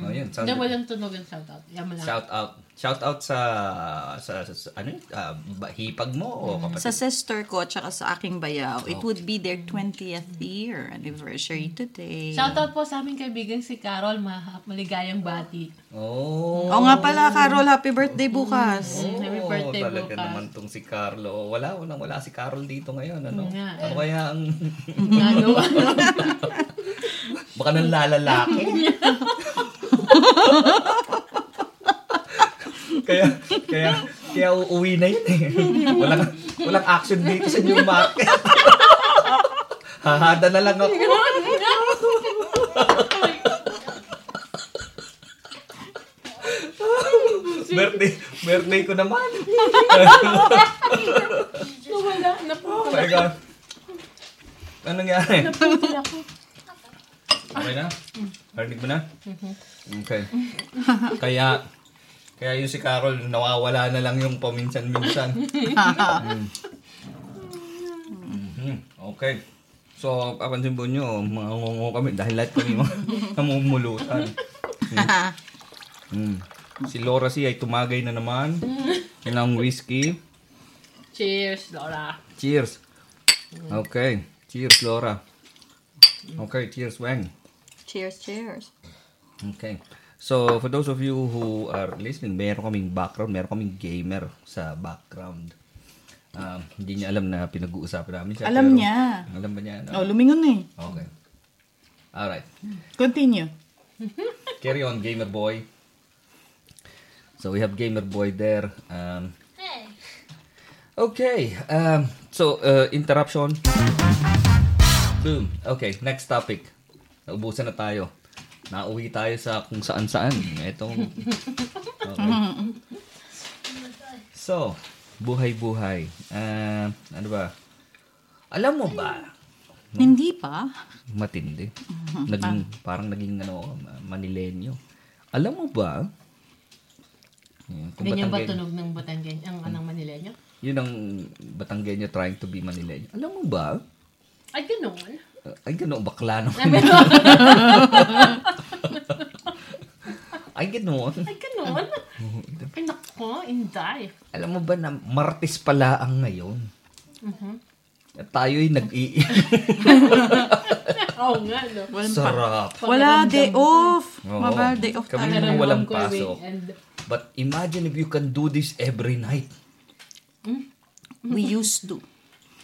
Speaker 1: oh, yun, sound
Speaker 3: na walang tunog ang shout out. Yan mo lang.
Speaker 1: Shout out. Shout out sa, sa, sa, sa- ano yun? Ah, ba- hipag mo o
Speaker 3: Mm,
Speaker 1: kapatid?
Speaker 2: Sa sister ko at saka sa aking bayaw, it would be their 20th year anniversary today.
Speaker 3: Shout out po sa aming kaibigan si Carol. Ma maligayang bati.
Speaker 1: Oh.
Speaker 2: Oo nga pala, Carol, happy birthday bukas.
Speaker 3: Mm, Happy
Speaker 1: Oo,
Speaker 3: birthday
Speaker 1: talaga
Speaker 3: bukas.
Speaker 1: naman tong si Carlo. Wala, wala, wala si Carl dito ngayon. Ano,
Speaker 3: Mm, nga.
Speaker 1: ano kaya ang...
Speaker 3: Ano? ano?
Speaker 1: Baka nang lalalaki. kaya, kaya, kaya uuwi na yun eh. Walang, walang action dito sa new market. Hahada na lang ako. Birthday, Birthday ko naman.
Speaker 3: Nawala,
Speaker 1: Oh
Speaker 3: naputol.
Speaker 1: my God. Ano nangyari?
Speaker 3: Naputol ako.
Speaker 1: Okay na? Narinig mo na? Okay. Kaya, kaya yung si Carol, nawawala na lang yung paminsan-minsan. Mm. Mhm. Okay. So, kapansin po nyo, mga ngungo kami dahil lahat kami mga namumulutan. Mm. Si Laura si ay tumagay na naman. Ilang whiskey.
Speaker 3: Cheers, Lola.
Speaker 1: Cheers. Okay. Cheers, Laura. Okay, cheers, Weng.
Speaker 2: Cheers, cheers.
Speaker 1: Okay. So, for those of you who are listening, meron kaming background, meron kaming gamer sa background. Um, hindi niya alam na pinag-uusapan namin siya.
Speaker 2: Alam
Speaker 1: pero-
Speaker 2: niya.
Speaker 1: Alam ba niya? ano?
Speaker 2: Oh, lumingon na eh.
Speaker 1: Okay. Alright.
Speaker 2: Continue.
Speaker 1: Carry on, gamer boy. So, we have gamer boy there. Um, Okay. Um, so, uh, interruption. Boom. Okay, next topic. Naubusan na tayo. Nauwi tayo sa kung saan-saan. Ito. Okay. So, buhay-buhay. Ah, ano ba? Alam mo ba?
Speaker 2: Hindi pa.
Speaker 1: Matindi.
Speaker 3: Mm-hmm.
Speaker 1: Naging,
Speaker 3: Ah.
Speaker 1: parang naging ano, manilenyo. Alam mo ba? Ayan, kung
Speaker 3: Ganyan ba
Speaker 1: Batanggen-
Speaker 3: tunog ng Batanggen? Ang anang Manileño?
Speaker 1: yun ang Batanggenyo trying to be Manileño. Alam mo ba?
Speaker 3: Ay, ganun.
Speaker 1: uh, Ay, ganoon, bakla no. Ay, ganoon.
Speaker 3: Ay, ganun. Ay, nako, inday.
Speaker 1: Alam mo ba na Martes pala ang ngayon?
Speaker 3: Mm-hmm.
Speaker 1: At tayo'y nag-i...
Speaker 3: Oo nga, no.
Speaker 1: Sarap.
Speaker 2: Wala day off.
Speaker 1: Oo.
Speaker 2: Mabal day off
Speaker 1: Kami
Speaker 2: tayo.
Speaker 1: naman walang
Speaker 3: Ko,
Speaker 1: pasok.
Speaker 3: weekend.
Speaker 1: But imagine if you can do this every night.
Speaker 2: We used to.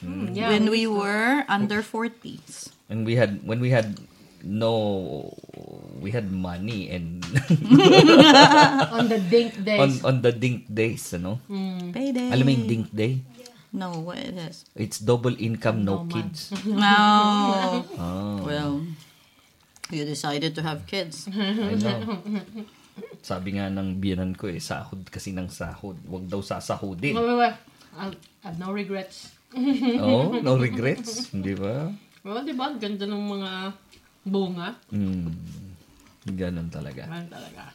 Speaker 3: hmm, Yeah.
Speaker 2: When we were under 40s.
Speaker 1: And we had, when we had no, we had money and
Speaker 3: on the dink
Speaker 1: on,
Speaker 3: days.
Speaker 1: on the dink days, ano?
Speaker 2: Payday.
Speaker 1: Alam mo yung dink day?
Speaker 2: No, what it is.
Speaker 1: It's double income, no kids.
Speaker 2: No.
Speaker 1: Oh.
Speaker 2: Well, you decided to have kids.
Speaker 1: I
Speaker 2: Hmm.
Speaker 1: know. Sabi nga ng biyanan ko eh, sahod kasi ng sahod. Huwag daw sasahudin.
Speaker 3: Wait, wait, wait. I'll- I've no regrets.
Speaker 1: Oo, no regrets. Di ba?
Speaker 3: Well, di ba? Ang Ganda ng mga bunga.
Speaker 1: Mm, ganun talaga.
Speaker 3: Ano talaga?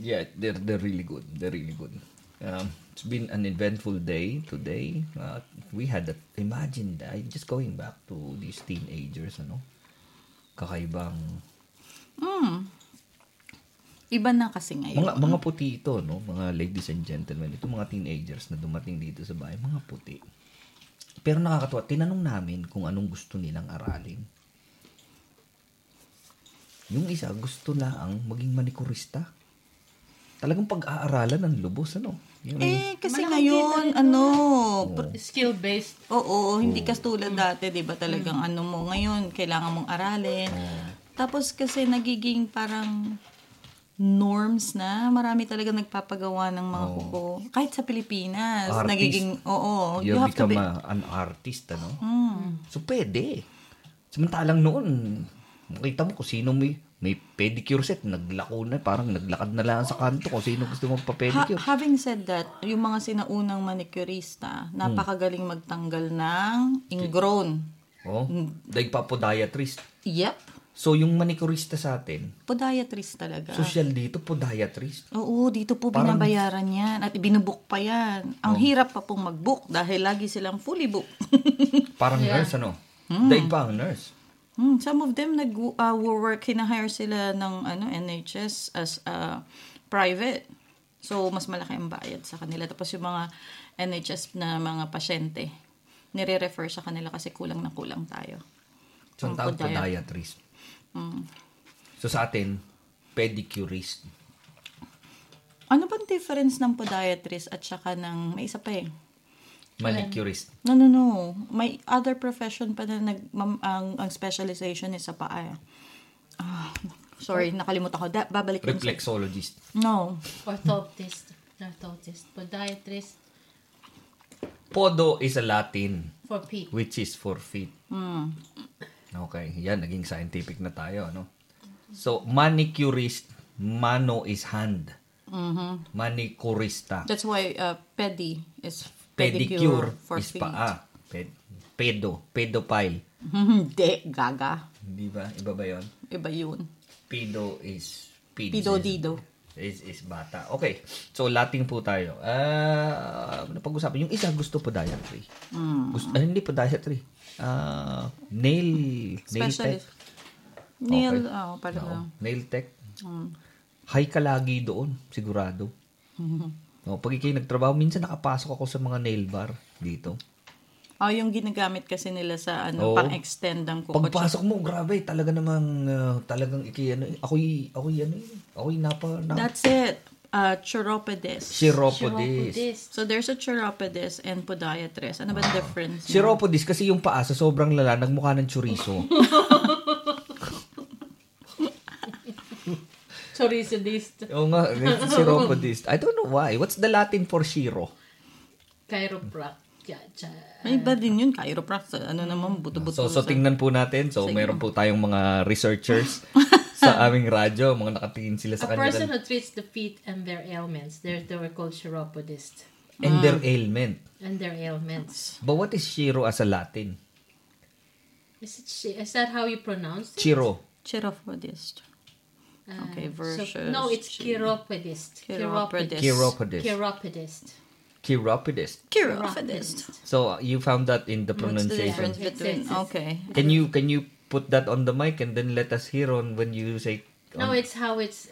Speaker 1: Yeah, they're, they're really good. They're really good. Um, it's been an eventful day today. Uh, we had that, imagine that, just going back to these teenagers, ano? Kakaibang,
Speaker 2: Mm. Iba na kasi ngayon.
Speaker 1: mga, mga puti ito, no? Mga ladies and gentlemen, ito mga teenagers na dumating dito sa bahay, mga puti. Pero nakakatuwa, tinanong namin kung anong gusto nilang aralin. Yung isa, gusto lang maging manikurista. Talagang pag-aaralan ng lubos, ano? Yung,
Speaker 2: Eh, kasi ngayon, ano, pr-
Speaker 3: Skill-based.
Speaker 2: Oo, hindi
Speaker 1: Mm.
Speaker 2: ka tulad dati, 'di ba? Talagang ano mo ngayon, kailangan mong aralin. Tapos kasi nagiging parang norms na, marami talaga nagpapagawa ng mga kuko. Kahit sa Pilipinas,
Speaker 1: Oh. Artist.
Speaker 2: nagiging oo, Oh, you,
Speaker 1: you
Speaker 2: have to
Speaker 1: become
Speaker 2: be
Speaker 1: a- an artist, ano?
Speaker 2: Mm.
Speaker 1: So, pwede. Samantalang noon, makita mo kung sino may, may pedicure set, naglako na, parang naglakad na lang sa kanto kung sino gusto
Speaker 2: Ha-
Speaker 1: magpa-pedicure.
Speaker 2: having said that, yung mga sinaunang
Speaker 1: Mm.
Speaker 2: manicurista, napakagaling magtanggal ng ingrown.
Speaker 1: Oh, dahil pa podiatrist.
Speaker 2: Yep,
Speaker 1: So, yung manicurista sa atin,
Speaker 2: podiatrist talaga.
Speaker 1: social dito podiatrist.
Speaker 2: Oo, dito po
Speaker 1: Parang-
Speaker 2: binabayaran yan at binubuk pa yan. Ang hirap pa pong mag-book dahil lagi silang fully book.
Speaker 1: Parang nurse, ano? Dahil pa ang nurse.
Speaker 2: Hmm, some of them nag-work, hinahire sila ng ano NHS as uh, private. So, mas malaki ang bayad sa kanila. Tapos yung mga NHS na mga pasyente, nire-refer sa kanila kasi kulang na kulang tayo.
Speaker 1: So, ang tawag podiatrist.
Speaker 2: Hmm.
Speaker 1: So, sa atin, pedicurist.
Speaker 2: Ano bang difference ng podiatrist at saka ng, may isa pa eh,
Speaker 1: Manicurist.
Speaker 2: No, no, no. May other profession pa na nag, mam- ang, ang specialization is sa paa. eh. Ah, sorry, nakalimutan ko. Da, babalik ko. sa-
Speaker 1: Reflexologist.
Speaker 2: No.
Speaker 3: Orthoptist. Orthoptist. Podiatrist
Speaker 1: Podo is a Latin.
Speaker 3: for feet.
Speaker 1: which is for feet. Okay, yan, naging scientific na tayo, ano? So, manicurist, mano is hand.
Speaker 2: Mhm.
Speaker 1: Manicurista.
Speaker 2: That's why uh, pedi is
Speaker 1: Pedicure
Speaker 2: for
Speaker 1: is
Speaker 2: feet.
Speaker 1: paa. Ped- pedo. Pedophile.
Speaker 2: Hindi, Mm-hmm. gaga.
Speaker 1: Di ba? Iba ba yun?
Speaker 2: Iba yun.
Speaker 1: Pedo is... Pedo.
Speaker 2: Pidodido.
Speaker 1: Is, is bata. Okay. So, Latin po tayo. Ah, napag-usapan. Yung isa gusto podiatry. Gusto, ah, hindi podiatry. Ah, nail, nail tech.
Speaker 2: Specialist.
Speaker 1: Okay.
Speaker 2: Nail, oh, parang
Speaker 1: Oo, nail tech.
Speaker 3: Mm.
Speaker 1: High ka lagi doon, sigurado. No, pag ikay nagtrabaho, minsan nakapasok ako sa mga nail bar dito.
Speaker 2: Oh, yung ginagamit kasi nila sa
Speaker 1: Oo.
Speaker 2: ano, pang-extend ang kuko.
Speaker 1: Pagpasok mo, grabe, talaga namang, ah, talagang ikay, ano, ako'y, ako'y, ano, eh, ako'y napa, na,
Speaker 2: That's it. Uh, chiropodist.
Speaker 1: Chiropodis.
Speaker 2: so there's a chiropodist and podiatrist. Ano ba ang difference? niya?
Speaker 1: Chiropodis kasi yung paa sa sobrang lala, nagmukha ng chorizo.
Speaker 3: Choricidist.
Speaker 1: Oo nga, chiropodist. I don't know why. What's the Latin for shiro?
Speaker 3: Chiropractic.
Speaker 2: May iba din yun, chiropractor. Ano naman,
Speaker 1: So,
Speaker 2: buto-buto.
Speaker 1: so tingnan po natin. So, meron po tayong mga researchers sa aming radyo. Mga nakatingin sila
Speaker 3: A
Speaker 1: sa
Speaker 3: person
Speaker 1: kanila.
Speaker 3: who treats the feet and their ailments. They're, they were called chiropodist.
Speaker 1: And their
Speaker 2: Ah.
Speaker 1: ailment.
Speaker 3: And their ailments.
Speaker 1: But what is shiro as a Latin?
Speaker 3: Is, it, chi- is that how you pronounce it?
Speaker 1: Chiro.
Speaker 2: Chiropodist.
Speaker 3: Ah,
Speaker 2: okay,
Speaker 3: so-
Speaker 2: versus
Speaker 3: no, it's
Speaker 2: chi-
Speaker 3: chiropodist.
Speaker 2: Chiropodist.
Speaker 1: Chiropodist.
Speaker 3: Chiropodist.
Speaker 1: Chiropodist.
Speaker 2: Chiropodist.
Speaker 1: So, uh, you found that in the
Speaker 2: What's the difference
Speaker 1: pronunciation.
Speaker 3: It's-
Speaker 2: between...
Speaker 3: it's-
Speaker 2: Okay.
Speaker 1: Can you can you put that on the mic and then let us hear on when you say
Speaker 3: No, it's how it's.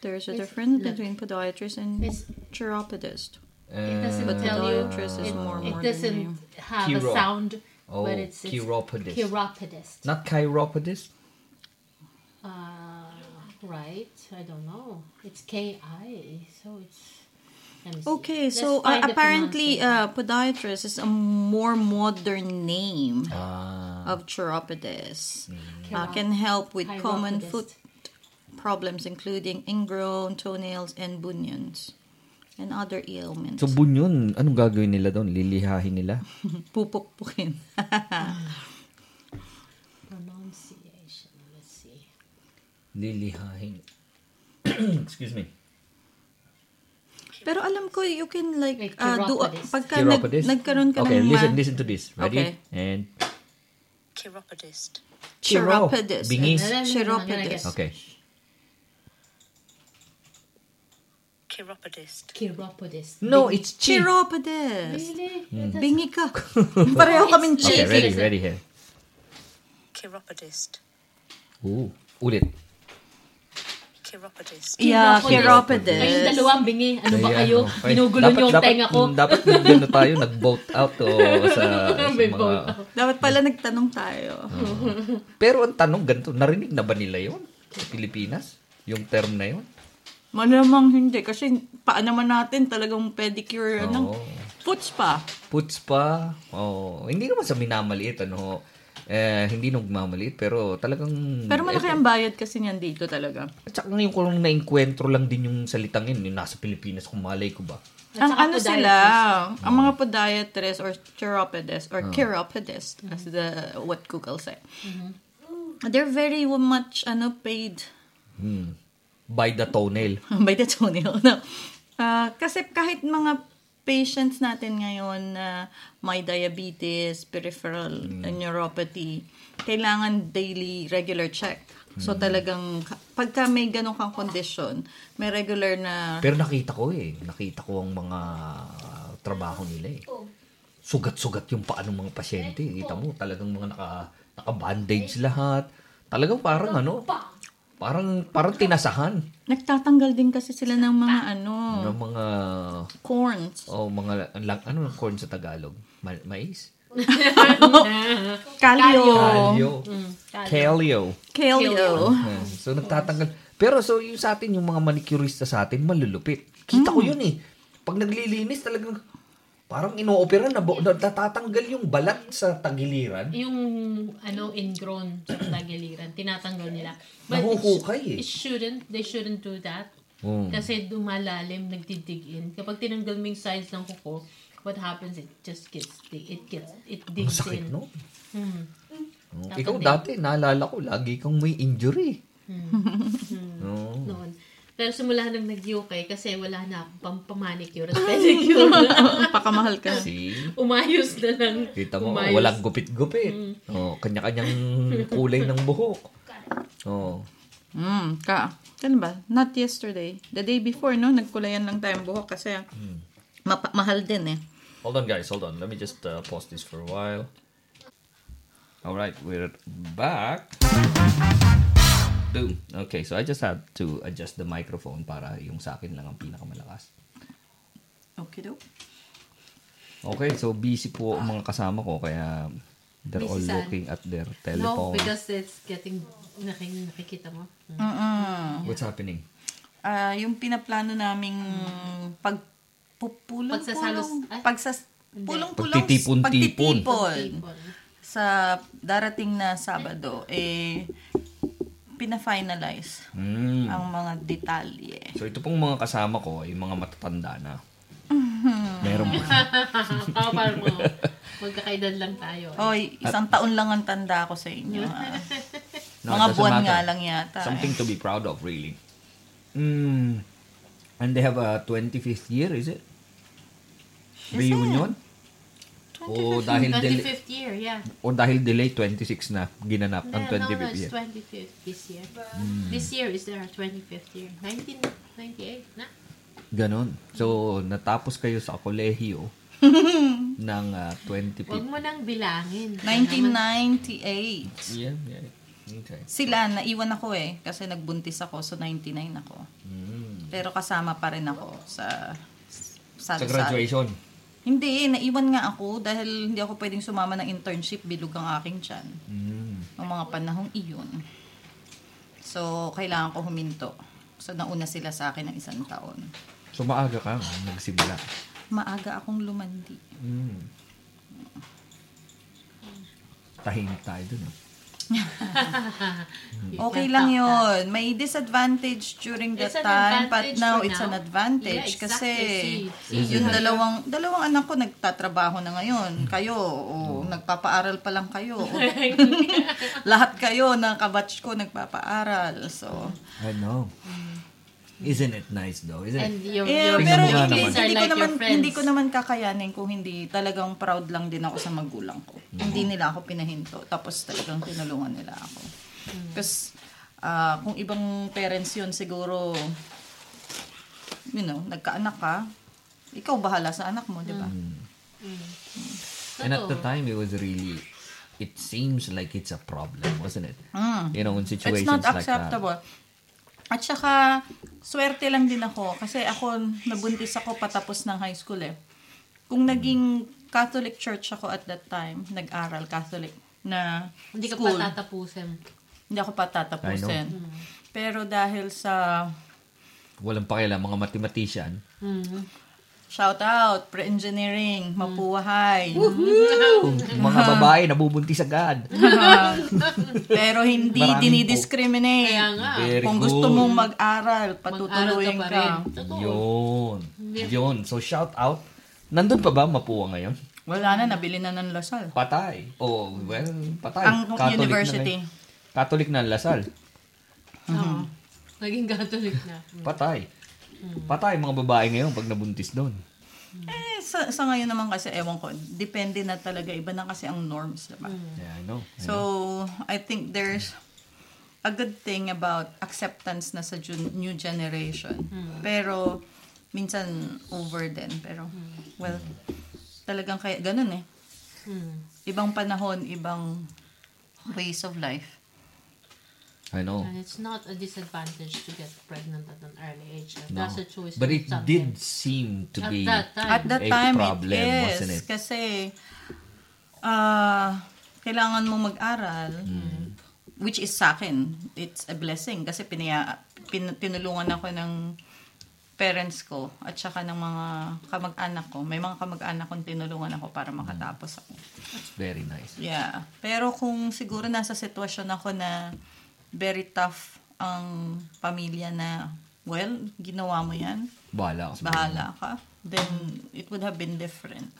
Speaker 2: There's a
Speaker 3: It's-
Speaker 2: difference
Speaker 3: no.
Speaker 2: between podiatrist and
Speaker 3: It's-
Speaker 2: chiropodist.
Speaker 3: It doesn't
Speaker 1: uh,
Speaker 3: tell you.
Speaker 2: podiatrist is
Speaker 3: it,
Speaker 2: more
Speaker 3: it
Speaker 2: modern
Speaker 3: doesn't
Speaker 2: name.
Speaker 3: have
Speaker 1: Chiro.
Speaker 3: a sound,
Speaker 1: Oh,
Speaker 3: but it's, it's
Speaker 1: chiropodist.
Speaker 3: chiropodist.
Speaker 1: not chiropodist?
Speaker 3: Uh, right? I don't know. It's K I, so it's. let me see.
Speaker 2: Okay,
Speaker 3: Let's
Speaker 2: so uh,
Speaker 3: find the
Speaker 2: apparently
Speaker 3: pronunciation.
Speaker 2: uh, podiatrist is a more modern name
Speaker 1: Ah.
Speaker 2: of chiropodist. Uh, can help with common
Speaker 3: Chiropodist.
Speaker 2: foot problems including ingrown toenails and bunions and other ailments.
Speaker 1: So, bunyon, anong gagawin nila doon? Lilihahin nila?
Speaker 2: Pupukpukin.
Speaker 3: pronunciation. Let's see.
Speaker 1: Lilihahin. Excuse me.
Speaker 2: Pero alam ko, you can like,
Speaker 3: Like
Speaker 2: uh, do, a-
Speaker 3: chiropodist.
Speaker 2: pagka nag,
Speaker 1: Chiropodist?
Speaker 2: nagkaroon ka
Speaker 1: Okay,
Speaker 2: ng
Speaker 1: listen,
Speaker 2: ma-
Speaker 1: listen to this. Ready?
Speaker 2: Okay.
Speaker 1: And
Speaker 4: chiropodist,
Speaker 1: Chirop.
Speaker 2: chiropodist.
Speaker 1: Bingis.
Speaker 2: and Chiropodist.
Speaker 1: Okay.
Speaker 4: chiropodist,
Speaker 3: Chiropodist.
Speaker 1: No, it's Hmm. chiro.
Speaker 2: Chiropodist.
Speaker 3: Really? It doesn't-
Speaker 2: Bingi ka. Pareho kaming
Speaker 3: It's
Speaker 1: Okay,
Speaker 2: cheese.
Speaker 3: cheese.
Speaker 1: ready,
Speaker 3: Listen.
Speaker 1: ready here.
Speaker 4: chiropodist,
Speaker 1: Ooh. Ulit.
Speaker 4: chiropodist,
Speaker 2: Yeah,
Speaker 3: Chiropodist. Kayong
Speaker 2: chiropodist.
Speaker 3: dalawang bingi. Ano ba kayo?
Speaker 1: okay.
Speaker 3: Ginugulo niyo yung tenga ko.
Speaker 1: mm, Dapat nag-ano tayo, nag-vote out o sa, sa
Speaker 3: May
Speaker 1: mga...
Speaker 3: vote
Speaker 2: Dapat pala nagtanong tayo.
Speaker 1: Pero ang tanong ganito, narinig na ba nila yun sa Pilipinas? Yung term na yun?
Speaker 2: Malamang hindi. Kasi paa naman natin talagang pedicure,
Speaker 1: Oo.
Speaker 2: ano, foot spa.
Speaker 1: Puts pa. Oh, hindi naman sa minamaliit, ano. Eh, hindi nung mamaliit, pero talagang... Eh,
Speaker 2: Pero malaki ang bayad kasi niyan dito talaga.
Speaker 1: At saka ngayon ko lang naengkwentro lang din yung salitang yun. Yung nasa Pilipinas, kung malay ko ba.
Speaker 2: Ang
Speaker 3: saka
Speaker 2: ano sila, ang mga podiatrist or chiropodist or chiropodist as the what Google say. They're very much ano paid
Speaker 1: Hmm. By the toenail.
Speaker 2: by the toenail. No. Ah, kasi kahit mga patients natin ngayon na may diabetes, peripheral neuropathy, kailangan daily regular check. So talagang ka- pagka may ganun kang condition, may regular na
Speaker 1: Pero nakita ko eh. Nakita ko ang mga trabaho nila eh. Sugat-sugat yung paa ng mga pasyente. Kita mo, talagang mga naka, naka-bandage lahat. Talagang parang ano, parang, parang tinasahan
Speaker 2: nagtatanggal din kasi sila ng mga ano,
Speaker 1: ng mga,
Speaker 2: corns.
Speaker 1: oh, mga, lang, ano ang corn sa Tagalog? Ma- mais?
Speaker 2: Oh. Kalyo.
Speaker 1: Kalyo. Kalyo.
Speaker 2: Kalyo.
Speaker 1: Yeah, So, nagtatanggal. Pero so, yung sa atin, yung mga manicurista sa atin, malulupit. Kita ko yun eh. Pag naglilinis, talagang parang inoopera na, bo- na natatanggal yung balat sa tagiliran.
Speaker 3: Yung ano ingrown sa tagiliran, tinatanggal nila.
Speaker 1: Nahuhukay eh.
Speaker 3: it, sh- it shouldn't, they shouldn't do that.
Speaker 1: Mm.
Speaker 3: Kasi dumalalim, nagtidig in. Kapag tinanggal mo yung sides ng kuko, what happens, it just gets, di- it gets, it digs
Speaker 1: Sakit,
Speaker 3: in.
Speaker 1: no?
Speaker 3: Mm.
Speaker 1: Oh,
Speaker 3: Dapat
Speaker 1: Ikaw
Speaker 3: din.
Speaker 1: dati, naalala ko, lagi kang may injury. No.
Speaker 3: Noon. Pero simula nang nag-UK kasi wala na akong pang pamanicure at pedicure na.
Speaker 2: Pakamahal ka.
Speaker 1: See?
Speaker 3: Umayos na lang.
Speaker 1: Kita mo,
Speaker 3: Umayos.
Speaker 1: walang gupit-gupit. Oh, kanya-kanyang kulay ng buhok. Oh.
Speaker 2: Mm, ka. Kailan ba? Not yesterday. The day before, no? Nagkulayan lang tayong buhok kasi mapa- mahal din eh.
Speaker 1: Hold on, guys. Hold on. Let me just uh, pause this for a while. All right, we're back. Boom. Okay, so I just had to adjust the microphone para yung sa akin lang ang pinakamalakas.
Speaker 2: Okay do.
Speaker 1: Okay, so busy po ang mga kasama ko kaya they're all
Speaker 3: Busy saan?
Speaker 1: looking at their
Speaker 3: No,
Speaker 1: telephone.
Speaker 3: because it's getting, naking, nakikita mo.
Speaker 1: What's happening?
Speaker 2: Ah, yung pinaplano naming pagpupulong
Speaker 3: Pagsasalos-
Speaker 2: pulong
Speaker 3: ay.
Speaker 2: pagsas pulong-pulong
Speaker 1: Pagtitipon-tipon.
Speaker 2: pagtitipon
Speaker 3: People.
Speaker 2: sa darating na Sabado eh pina-finalize
Speaker 1: Mm.
Speaker 2: ang mga detalye.
Speaker 1: So ito pong mga kasama ko ay mga matatanda na. Meron po.
Speaker 3: Oo, parang mga magkakaidan lang tayo.
Speaker 2: Oy, isang taon lang ang tanda ko sa inyo. ah.
Speaker 1: No, it
Speaker 2: mga
Speaker 1: doesn't
Speaker 2: buwan
Speaker 1: matter.
Speaker 2: nga lang yata. eh.
Speaker 1: Something to be proud of, really. Mm. And they have a 25th year, is it? Reunion? O dahil, deli-
Speaker 3: 25th year, yeah.
Speaker 1: o dahil delay, 26 na ginanap ang
Speaker 3: No, no,
Speaker 1: 25th
Speaker 3: it's
Speaker 1: year. Hmm.
Speaker 3: 25th this year. This year is their 25th year. 1998 na.
Speaker 1: Ganon. So, natapos kayo sa kolehiyo ng ah, 25th.
Speaker 3: Huwag mo nang bilangin.
Speaker 2: 1998.
Speaker 1: Yeah, yeah. Okay.
Speaker 2: Sila, naiwan ako eh. Kasi nagbuntis ako, so 99 ako.
Speaker 1: Mm.
Speaker 2: Pero kasama pa rin ako sa...
Speaker 1: Sa
Speaker 2: salo-salo.
Speaker 1: graduation.
Speaker 2: Hindi, naiwan nga ako dahil hindi ako pwedeng sumama ng internship bilog ang aking tiyan.
Speaker 1: Mm.
Speaker 2: Noong mga panahong iyon. So, kailangan ko huminto. So, nauna sila sa akin ng isang taon.
Speaker 1: So, maaga ka nagsimula.
Speaker 2: Maaga akong lumandi.
Speaker 1: Mm. Tahimik tayo dun. ah.
Speaker 2: Okay lang yun. May disadvantage during that
Speaker 3: It's an
Speaker 2: time, but
Speaker 3: advantage
Speaker 2: now
Speaker 3: for
Speaker 2: it's an
Speaker 3: now.
Speaker 2: advantage
Speaker 3: Yeah,
Speaker 2: kasi
Speaker 3: exactly. See, see,
Speaker 2: yung
Speaker 3: you have-
Speaker 2: dalawang dalawang anak ko nagtatrabaho na ngayon. Kayo, o nagpapaaral pa lang kayo. o lahat kayo ng kabatch ko nagpapaaral. So,
Speaker 1: I know. Isn't it nice though? Isn't
Speaker 3: And
Speaker 1: it?
Speaker 3: your,
Speaker 2: eh,
Speaker 3: your,
Speaker 2: pero
Speaker 1: Tingnan mo nga naman.
Speaker 2: hindi, hindi ko naman
Speaker 3: your friends.
Speaker 2: hindi ko naman kakayanin kung hindi talagang proud lang din ako sa magulang ko. Hindi nila ako pinahinto tapos talagang tinulungan nila ako.
Speaker 3: Mm.
Speaker 2: Kasi kung ibang parents 'yun siguro you know, nagkaanak ka, ikaw bahala sa anak mo, di ba?
Speaker 1: And at the time, it was really. It seems like it's a problem, wasn't it? You know, in situations
Speaker 2: Mm. It's not
Speaker 1: like that.
Speaker 2: acceptable. At saka, swerte lang din ako. Kasi ako, nabuntis ako patapos ng high school eh. Kung naging Catholic church ako at that time, nag-aral Catholic na
Speaker 3: Hindi ka Mm.
Speaker 2: school,
Speaker 3: pa tatapusin.
Speaker 2: hindi ako patatapusin. Pero dahil sa
Speaker 1: Walang pakialam mga mathematician. Hmm.
Speaker 3: Mm.
Speaker 2: shout out, pre-engineering,
Speaker 3: Mm.
Speaker 2: mapuwahay.
Speaker 1: mga babae nabubuntis agad.
Speaker 2: Pero hindi
Speaker 1: Maraming po.
Speaker 2: dinidiscriminate.
Speaker 3: Kaya nga.
Speaker 1: Very
Speaker 2: Kung gusto
Speaker 1: good.
Speaker 2: mong mag-aral,
Speaker 3: Mag-aral ka
Speaker 2: patutuloy
Speaker 3: pa
Speaker 2: ka.
Speaker 3: rin. Totoo.
Speaker 1: Yun. Yun. So shout out. Nandun pa ba Mapua ngayon?
Speaker 2: Wala na, nabili na ng Lasal.
Speaker 1: Patay. Oh, well, patay.
Speaker 2: Ang
Speaker 1: na
Speaker 2: university.
Speaker 1: ngayon. Catholic na Lasal.
Speaker 2: Mm-hmm.
Speaker 3: Oo. Naging Catholic na.
Speaker 1: Patay. Patay mga babae ngayon pag nabuntis doon.
Speaker 2: Eh, sa, sa ngayon naman kasi, ewan ko, depende na talaga. Iba na kasi ang norms, diba?
Speaker 1: Yeah, I know. I know.
Speaker 2: So, I think there's a good thing about acceptance na sa jun- new generation. Pero, minsan over din. Pero, well, talagang kaya, ganun eh.
Speaker 3: Mm.
Speaker 2: Ibang panahon, ibang ways of life.
Speaker 1: I know.
Speaker 3: And it's not a disadvantage to get pregnant at an early age. If
Speaker 1: No.
Speaker 3: That's a choice.
Speaker 1: But it
Speaker 3: it's something.
Speaker 1: did seem to
Speaker 3: At
Speaker 1: be
Speaker 3: that time.
Speaker 2: At that
Speaker 1: a
Speaker 2: time,
Speaker 1: problem,
Speaker 2: it is.
Speaker 1: wasn't it?
Speaker 2: Kasi, ah, kailangan mo mag-aral, which is sa akin, it's a blessing. Kasi pinaya, pin, tinulungan ako ng parents ko at saka ng mga kamag-anak ko. May mga kamag-anak kong tinulungan ako para makatapos ako.
Speaker 1: Very nice.
Speaker 2: Yeah. Pero kung siguro nasa sitwasyon ako na very tough ang pamilya na, well, ginawa mo yan,
Speaker 1: Bahala ako sa
Speaker 2: bahala ka, then it would have been different.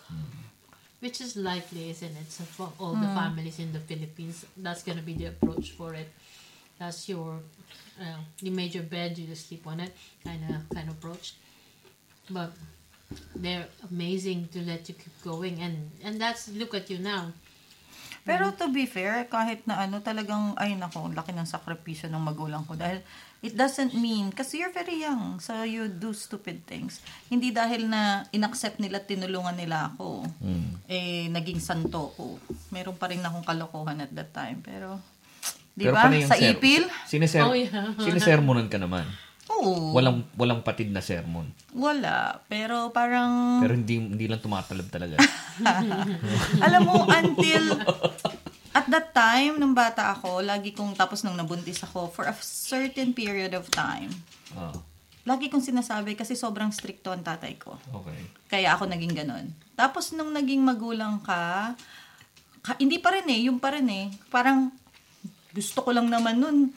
Speaker 3: Which is likely, isn't it? So for all the families in the Philippines, that's gonna be the approach for it. That's your, uh, you made your bed, you just sleep on it, kind of kind of approach. But they're amazing to let you keep going, and and that's look at you now.
Speaker 2: Pero to be fair, kahit na ano talagang, ay nako, ang laki ng sakripisyo ng magulang ko. Dahil it doesn't mean, kasi you're very young, so you do stupid things. Hindi dahil na inaccept nila, at tinulungan nila ako,
Speaker 1: Hmm.
Speaker 2: eh, naging santo ko. Meron pa rin akong kalokohan at that time. Pero, di
Speaker 1: Pero
Speaker 2: ba?
Speaker 1: paano yung
Speaker 2: Sa
Speaker 1: ser-
Speaker 2: ipil?
Speaker 1: Sineser,
Speaker 3: Oh, yeah.
Speaker 1: sinesermonan ka naman.
Speaker 2: Oo.
Speaker 1: Walang walang patid na sermon.
Speaker 2: Wala. Pero parang,
Speaker 1: Pero hindi hindi lang tumatalab talaga.
Speaker 2: alam mo, until, at that time, nung bata ako, lagi kong, tapos nung nabuntis ako, for a certain period of time,
Speaker 1: oh,
Speaker 2: Lagi kong sinasabi kasi sobrang stricto ang tatay ko.
Speaker 1: okay.
Speaker 2: Kaya ako naging ganun. Tapos nung naging magulang ka, ka- hindi pa rin eh, yung pa rin eh. Parang gusto ko lang naman nun.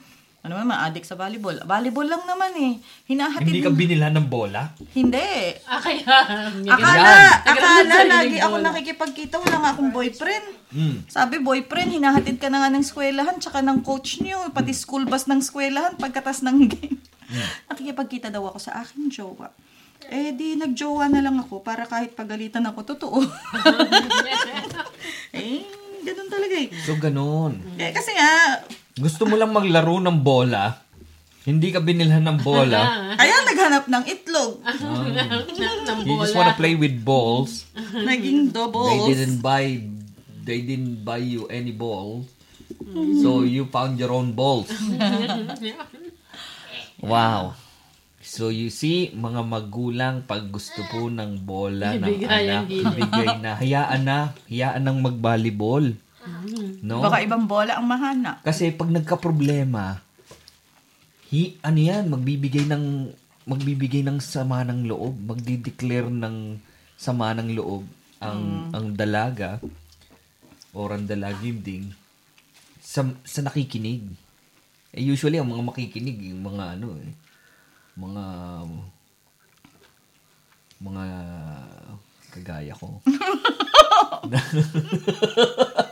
Speaker 2: Ano naman, ma-addict sa volleyball. Volleyball lang naman eh. Hinahatid
Speaker 1: Hindi ka binila ng bola?
Speaker 2: Hindi.
Speaker 3: Ah, kaya,
Speaker 2: Akala,
Speaker 3: Yan.
Speaker 2: akala,
Speaker 3: Nagkaroon ng
Speaker 2: lagi
Speaker 3: sariling
Speaker 2: ako
Speaker 3: bola.
Speaker 2: nakikipagkita, wala nga akong boyfriend. Sabi, boyfriend, hinahatid ka na nga ng eskwelahan, tsaka ng coach niyo, pati school bus ng eskwelahan, pagkatas ng game. Nakikipagkita daw ako sa aking jowa. Eh di, nagjowa na lang ako para kahit pagalitan ako, totoo. eh, ganun talaga eh.
Speaker 1: So, ganun.
Speaker 2: Eh, kasi nga,
Speaker 1: Gusto mo lang maglaro ng bola, hindi ka binilhan ng bola,
Speaker 2: kaya naghanap ng itlog.
Speaker 3: ng
Speaker 1: you just wanna
Speaker 3: bola.
Speaker 1: play with balls,
Speaker 2: Naging
Speaker 1: they
Speaker 2: doubles.
Speaker 1: didn't buy, they didn't buy you any ball, so you found your own balls. wow. So you see, mga magulang, pag gusto po ng bola ng
Speaker 3: Ibigay ang
Speaker 1: anak,
Speaker 3: gilid.
Speaker 1: ibigay na. Hayaan na. Hayaan ng mag-volleyball. No?
Speaker 2: Baka ibang bola ang mahana.
Speaker 1: Kasi pag nagka-problema, hi, ano yan, magbibigay ng magbibigay ng sama ng loob, magdideclare ng sama ng loob ang ang dalaga or ang dalagimding sa, sa nakikinig. Eh, usually, ang mga makikinig, yung mga ano eh, mga mga kagaya ko.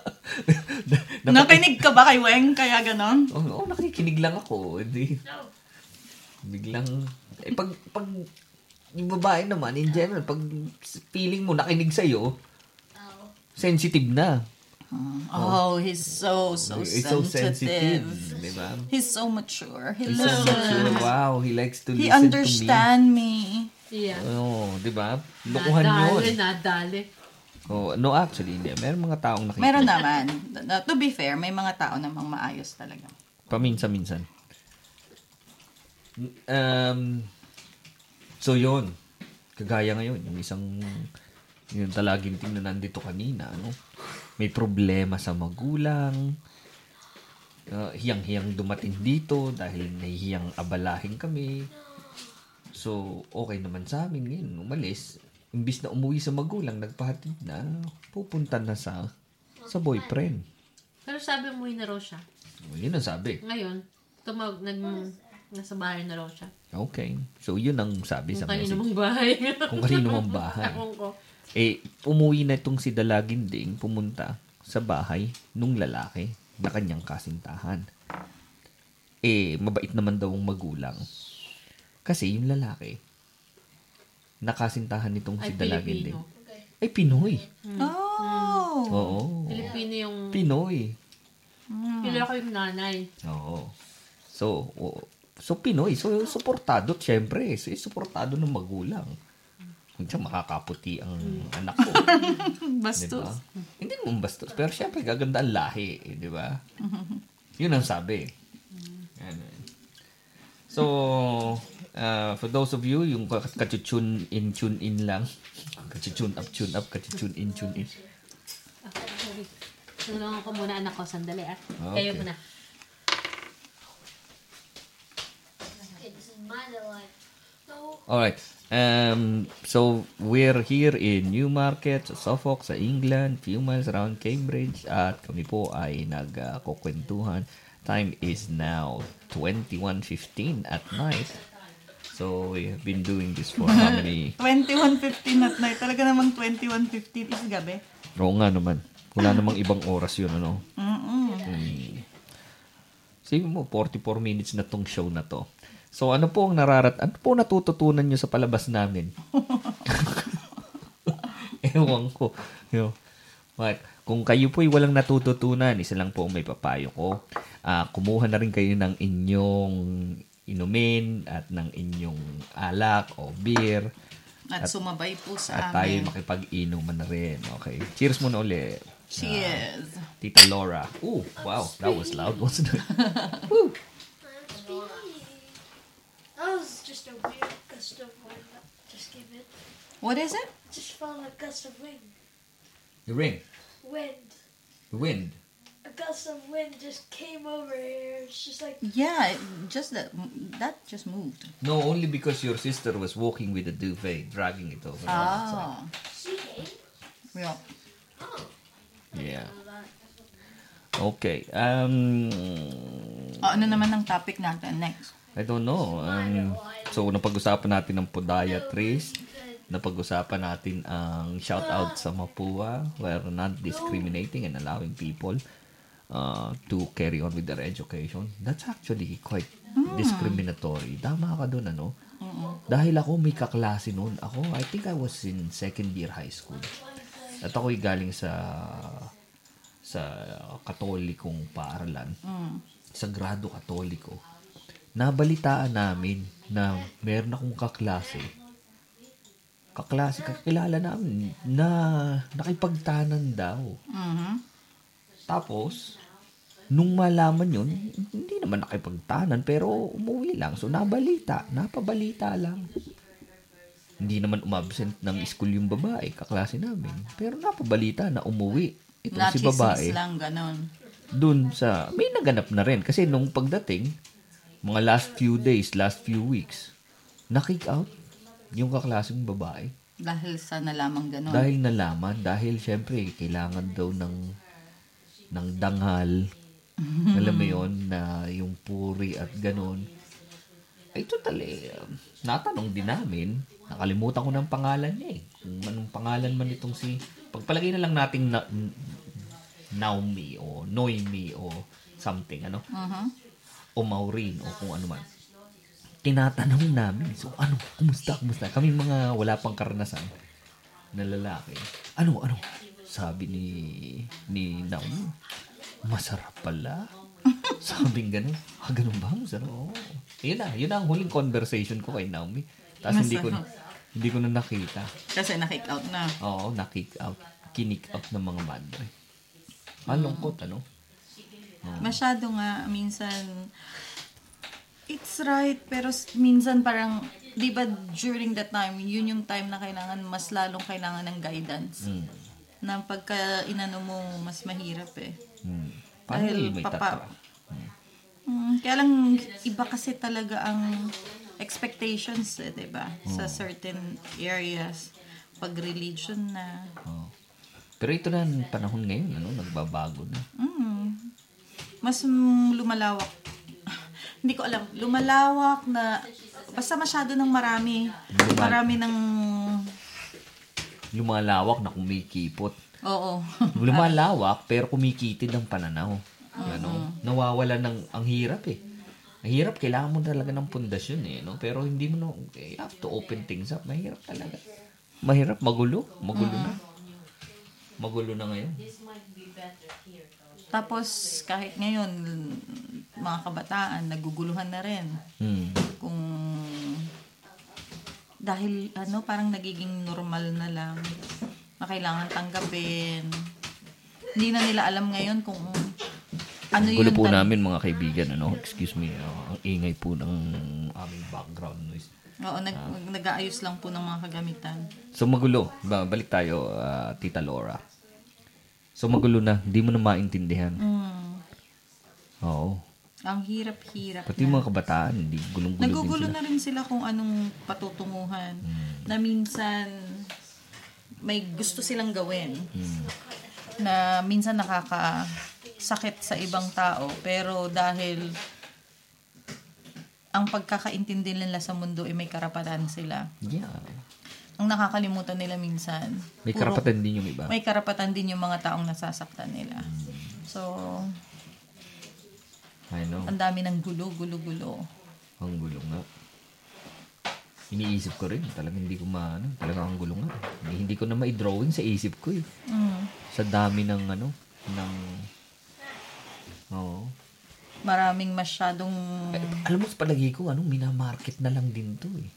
Speaker 1: Na-
Speaker 2: Nakinig ka ba kay Weng? Kaya ganon?
Speaker 1: Oo, oh, nakikinig lang ako. Hindi. Biglang, eh, pag, pag, yung babae naman, in general, pag feeling mo nakinig sa'yo, sensitive na. Eh,
Speaker 2: Oh, he's so, so
Speaker 1: It's so sensitive,
Speaker 2: sensitive.
Speaker 1: di ba?
Speaker 2: He's so mature. He
Speaker 1: So,
Speaker 2: listens.
Speaker 1: wow, he likes to listen to me.
Speaker 2: He understand me.
Speaker 3: Yeah.
Speaker 1: Oo, di ba? Lokohan
Speaker 3: Nadali,
Speaker 1: yun.
Speaker 3: nadali.
Speaker 1: Oh, no, actually, hindi. Meron mga taong nakikinig.
Speaker 2: Meron naman. Na- To be fair, may mga tao namang maayos talaga.
Speaker 1: Paminsan-minsan. Um, so, yon Kagaya ngayon, yung isang yung talaging team na nandito kanina, ano? May problema sa magulang. Uh, hiyang-hiyang dumating dito dahil nahihiyang abalahin kami. So, okay naman sa amin ngayon. Umalis. Imbis na umuwi sa magulang, nagpahatid na, pupunta na sa sa boyfriend.
Speaker 3: Pero sabi mo na raw siya.
Speaker 1: O, yun ang sabi.
Speaker 3: Ngayon, tumawag, nag, nasa bahay na raw siya.
Speaker 1: Okay. So, yun ang sabi sa
Speaker 3: Kung kanino
Speaker 1: message.
Speaker 3: mong bahay.
Speaker 1: Kung kanino mang bahay.
Speaker 3: Ewan ko.
Speaker 1: Eh, umuwi na itong si Dalaginding pumunta sa bahay nung lalaki na kanyang kasintahan. Eh, mabait naman daw ang magulang. Kasi yung lalaki, nakasintahan nitong si
Speaker 3: Ay,
Speaker 1: Dalaginding.
Speaker 3: Pilipino.
Speaker 1: Ay, Pinoy.
Speaker 2: Oh!
Speaker 1: Oo.
Speaker 3: Pilipino yung...
Speaker 1: Pinoy.
Speaker 3: Pila ko yung nanay.
Speaker 1: Oo. So, o- so Pinoy, so suportado syempre, so suportado ng magulang. Hindi siya makakaputi ang anak ko, di
Speaker 2: Bastos.
Speaker 1: ba? Hindi naman bastos, pero syempre gaganda ang lahi, eh, di ba? Yun ang sabi. Ano. So, uh, for those of you, yung ka- kachuchun in, tune in lang. Kachuchun up, tune up, kachuchun in, tune in.
Speaker 3: Sorry. Tulungan ko muna anak ko. Sandali ah.
Speaker 1: Okay.
Speaker 3: Kayo muna.
Speaker 5: Okay, this is my life. No.
Speaker 1: All right. Um, so we're here in Newmarket, sa Suffolk, sa England, few miles around Cambridge at kami po ay nagkukwentuhan. Time is now 21:15 at night. So we have been doing this for how many?
Speaker 2: 21.15 at night. Talaga namang 21.15 is gabi.
Speaker 1: Oo nga naman. Wala namang ibang oras 'yun ano.
Speaker 2: Mm-mm.
Speaker 1: Sabi mo, 44 minutes na tong show na to. So ano po ang nararat, ano po natututunan nyo sa palabas namin? Ewan ko. Yo. But, kung kayo po'y walang natututunan, isa lang po ang may papayo ko. Ah, kumuha na rin kayo ng inyong inumin at ng inyong alak o beer
Speaker 2: At sumabay po sa
Speaker 1: at tayo
Speaker 2: amin.
Speaker 1: makipag-inuman na rin. Okay. Cheers muna uli.
Speaker 2: Cheers!
Speaker 1: Tita Laura. Ooh, wow. That was loud, wasn't it?
Speaker 5: That was just a weird gust of wind that just came in.
Speaker 2: What is it?
Speaker 5: Just felt like a gust of wind.
Speaker 1: The ring.
Speaker 5: Wind.
Speaker 1: The wind.
Speaker 5: A gust of wind just came over here. It's just like
Speaker 2: Yeah, it- just that, that just moved.
Speaker 1: No, only because your sister was walking with a duvet, dragging it over. outside.
Speaker 2: Ah,
Speaker 5: she came.
Speaker 2: yeah.
Speaker 1: Yeah. Okay. Um,
Speaker 2: Ah, ano naman ang topic natin next?
Speaker 1: I don't know. Um, so, napag-usapan natin ang podiatrist. Napag-usapan natin ang shout-out sa Mapua. We're not discriminating and allowing people uh, to carry on with their education. That's actually quite discriminatory. Tama ka dun, ano? Dahil ako may kaklase noon. Ako, I think I was in second year high school. At ako'y galing sa sa katolikong paaralan, sa grado katoliko, nabalitaan namin na meron akong kaklase, kaklase, kakilala namin, na nakipagtanan daw.
Speaker 2: Mm-hmm.
Speaker 1: Tapos, nung malaman yun, hindi naman nakipagtanan, pero umuwi lang. So, nabalita, napabalita lang. Hindi naman umabsent ng school yung babae, kaklase namin. Pero napabalita na umuwi. Itong si babae
Speaker 2: lang, ganun.
Speaker 1: dun sa, may naganap na rin. Kasi nung pagdating, mga last few days, last few weeks, na-kick out yung kaklaseng babae.
Speaker 2: Dahil sa nalamang ganun.
Speaker 1: Dahil nalaman, dahil syempre, kailangan daw ng, ng danghal. Alam mo yun, na yung puri at ganun. Ay, totally, um, natanong din namin, nakalimutan ko ng pangalan niya eh. Kung anong pangalan man itong si, pagpalagay na lang natin na, n- Naomi o Noemi o something, ano?
Speaker 2: Mhm.
Speaker 1: o Maureen o kung ano man. Tinatanong namin, so ano, kumusta, kumusta? Kami mga wala pang karanasan na lalaki. Ano, ano? Sabi ni, ni Naomi, masarap pala. Sabing ganun. Ah, ganun ba? Masarap. Oo. Yun na, yun na ang huling conversation ko kay Naomi. Tapos hindi ko, hindi ko na nakita.
Speaker 2: Kasi na-kick out na.
Speaker 1: Oo, na-kick out. Kinick out ng mga madre. Malungkot, ano?
Speaker 2: Masyado nga, minsan, it's right, pero s- minsan parang, di ba during that time, yun yung time na kailangan, mas lalong kailangan ng guidance. Na pagka inano mo, mas mahirap eh.
Speaker 1: Hmm. Paano
Speaker 2: Dahil
Speaker 1: may
Speaker 2: papa-
Speaker 1: tatra?
Speaker 2: Mm, kaya lang, iba kasi talaga ang expectations eh, di ba? Sa certain areas. Pag religion na,
Speaker 1: Oo. Oh. Pero ito na ang panahon ngayon, ano, nagbabago na.
Speaker 2: Mm. Mas mm, lumalawak. Hindi ko alam. Lumalawak na... Basta masyado ng marami. Marami ng...
Speaker 1: Lumalawak na kumikipot.
Speaker 2: Oo.
Speaker 1: Lumalawak pero kumikitid ang pananaw. Ano, nawawala ng ang hirap eh. Ang hirap, kailangan mo talaga ng pundasyon eh. No? Pero hindi mo, na- eh, you have to open things up. Mahirap talaga. Mahirap, magulo. Magulo na. Magulo na ngayon.
Speaker 2: Tapos kahit ngayon, mga kabataan, naguguluhan na rin.
Speaker 1: Hmm.
Speaker 2: Kung... Dahil ano, parang nagiging normal na lang. Na kailangan tanggapin. Hindi na nila alam ngayon kung ano
Speaker 1: Ang
Speaker 2: yun.
Speaker 1: gulo po
Speaker 2: tal-
Speaker 1: namin mga kaibigan, ano, excuse me, ah, ang ingay po ng aming background noise.
Speaker 2: Oo, nag,
Speaker 1: Ah.
Speaker 2: nag-aayos lang po ng mga kagamitan.
Speaker 1: So magulo, Ba- balik tayo ah, Tita Laura. So magulo na, hindi mo na maintindihan.
Speaker 2: Mm.
Speaker 1: Oo.
Speaker 2: Ang hirap-hirap.
Speaker 1: Pati yung mga kabataan, hindi gulong-gulo din
Speaker 2: Nagugulo
Speaker 1: sila. Hmm.
Speaker 2: na rin sila kung anong patutunguhan. Na minsan, may gusto silang gawin.
Speaker 1: Hmm.
Speaker 2: Na minsan nakakasakit sa ibang tao. Pero dahil ang pagkakaintindi nila sa mundo ay may karapatan sila.
Speaker 1: Yeah.
Speaker 2: Ang nakakalimutan nila minsan.
Speaker 1: May
Speaker 2: puro-
Speaker 1: karapatan din yung iba.
Speaker 2: may
Speaker 1: Hmm.
Speaker 2: karapatan din yung mga taong nasasaktan nila. So,
Speaker 1: I know.
Speaker 2: Ang dami ng gulo, gulo, gulo.
Speaker 1: Ang gulo nga. Iniisip ko rin. Talagang hindi ko maano. Talagang ang gulo nga. Hindi, hindi ko na ma-drawing sa isip ko eh.
Speaker 2: Mm.
Speaker 1: Sa dami ng ano, ng... Oo.
Speaker 2: Maraming masyadong...
Speaker 1: Eh, alam mo sa palagi ko, ano, minamarket na lang din to eh.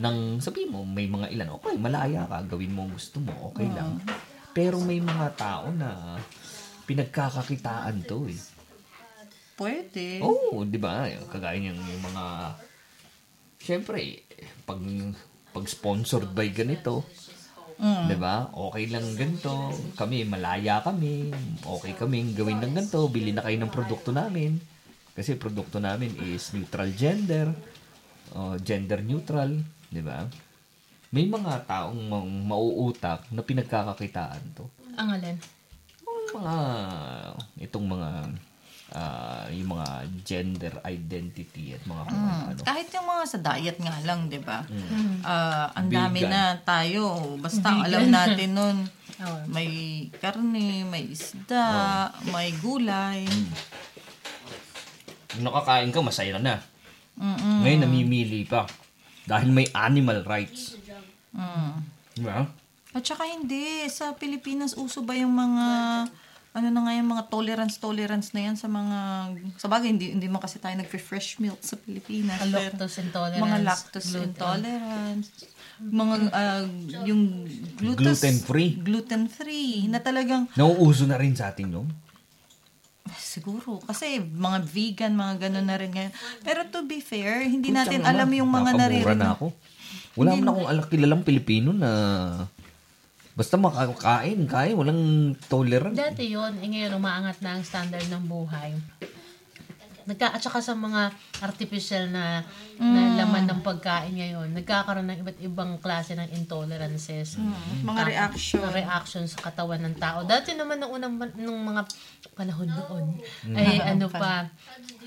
Speaker 1: Nang sabi mo, may mga ilan, okay, malaya ka, gawin mo ang gusto mo, okay lang. Pero may mga tao na pinagkakakitaan to eh.
Speaker 2: Pwede.
Speaker 1: Oo, oh, di ba? Kagaya niyang yung mga... Siyempre, pag, pag sponsored by ganito,
Speaker 2: Mm.
Speaker 1: di ba? Okay lang ganito. Kami, malaya kami. Okay kami gawin ng ganito. Bili na kayo ng produkto namin. Kasi produkto namin is neutral gender. O, gender neutral. Di ba? May mga taong mang- mauutak na pinagkakakitaan to
Speaker 3: Ang alin?
Speaker 1: mga itong mga ah, yung mga gender identity at mga
Speaker 2: Mm.
Speaker 1: kung ano.
Speaker 2: Kahit yung mga sa diet nga lang, di ba? Ah, ang
Speaker 1: Mm.
Speaker 2: dami
Speaker 1: Vegan.
Speaker 2: na tayo. Basta ang alam natin nun,
Speaker 3: Oo.
Speaker 2: may karne, may isda,
Speaker 1: Oh.
Speaker 2: may gulay.
Speaker 1: Mm. Yung nakakain ka, masaya na.
Speaker 2: Mm-mm.
Speaker 1: Ngayon, namimili pa. Dahil may animal rights.
Speaker 2: Mm.
Speaker 1: Diba?
Speaker 2: At saka hindi, sa Pilipinas uso ba yung mga ano na nga yung mga tolerance tolerance na yan sa mga sa bagay hindi hindi mo kasi tayo nagfe-fresh milk sa Pilipinas.
Speaker 3: Ang
Speaker 2: Pero-
Speaker 3: lactose intolerance.
Speaker 2: mga lactose
Speaker 3: gluten.
Speaker 2: intolerance, mga ah, yung gluten
Speaker 1: Gluten-free.
Speaker 2: gluten free na talagang
Speaker 1: Nauuso na rin sa atin yun.
Speaker 2: Ah, siguro kasi mga vegan mga ganun na rin ngayon. Pero to be fair, hindi natin
Speaker 1: Putang
Speaker 2: alam
Speaker 1: ina,
Speaker 2: yung mga
Speaker 1: napamura
Speaker 2: naririnig.
Speaker 1: na ako. Wala mo na akong alak kilalang Pilipino na basta makakain, kain, walang tolerant.
Speaker 3: Dati yun, eh, ngayon umaangat na ang standard ng buhay. Nagka, at saka sa mga artificial na, na laman ng pagkain ngayon, nagkakaroon ng iba't ibang klase ng intolerances.
Speaker 2: Mga
Speaker 3: Ah,
Speaker 2: reaction.
Speaker 3: Mga reaction sa katawan ng tao. Dati naman ng unang ban- nung mga panahon noon,
Speaker 1: Mm.
Speaker 3: ay ano pa,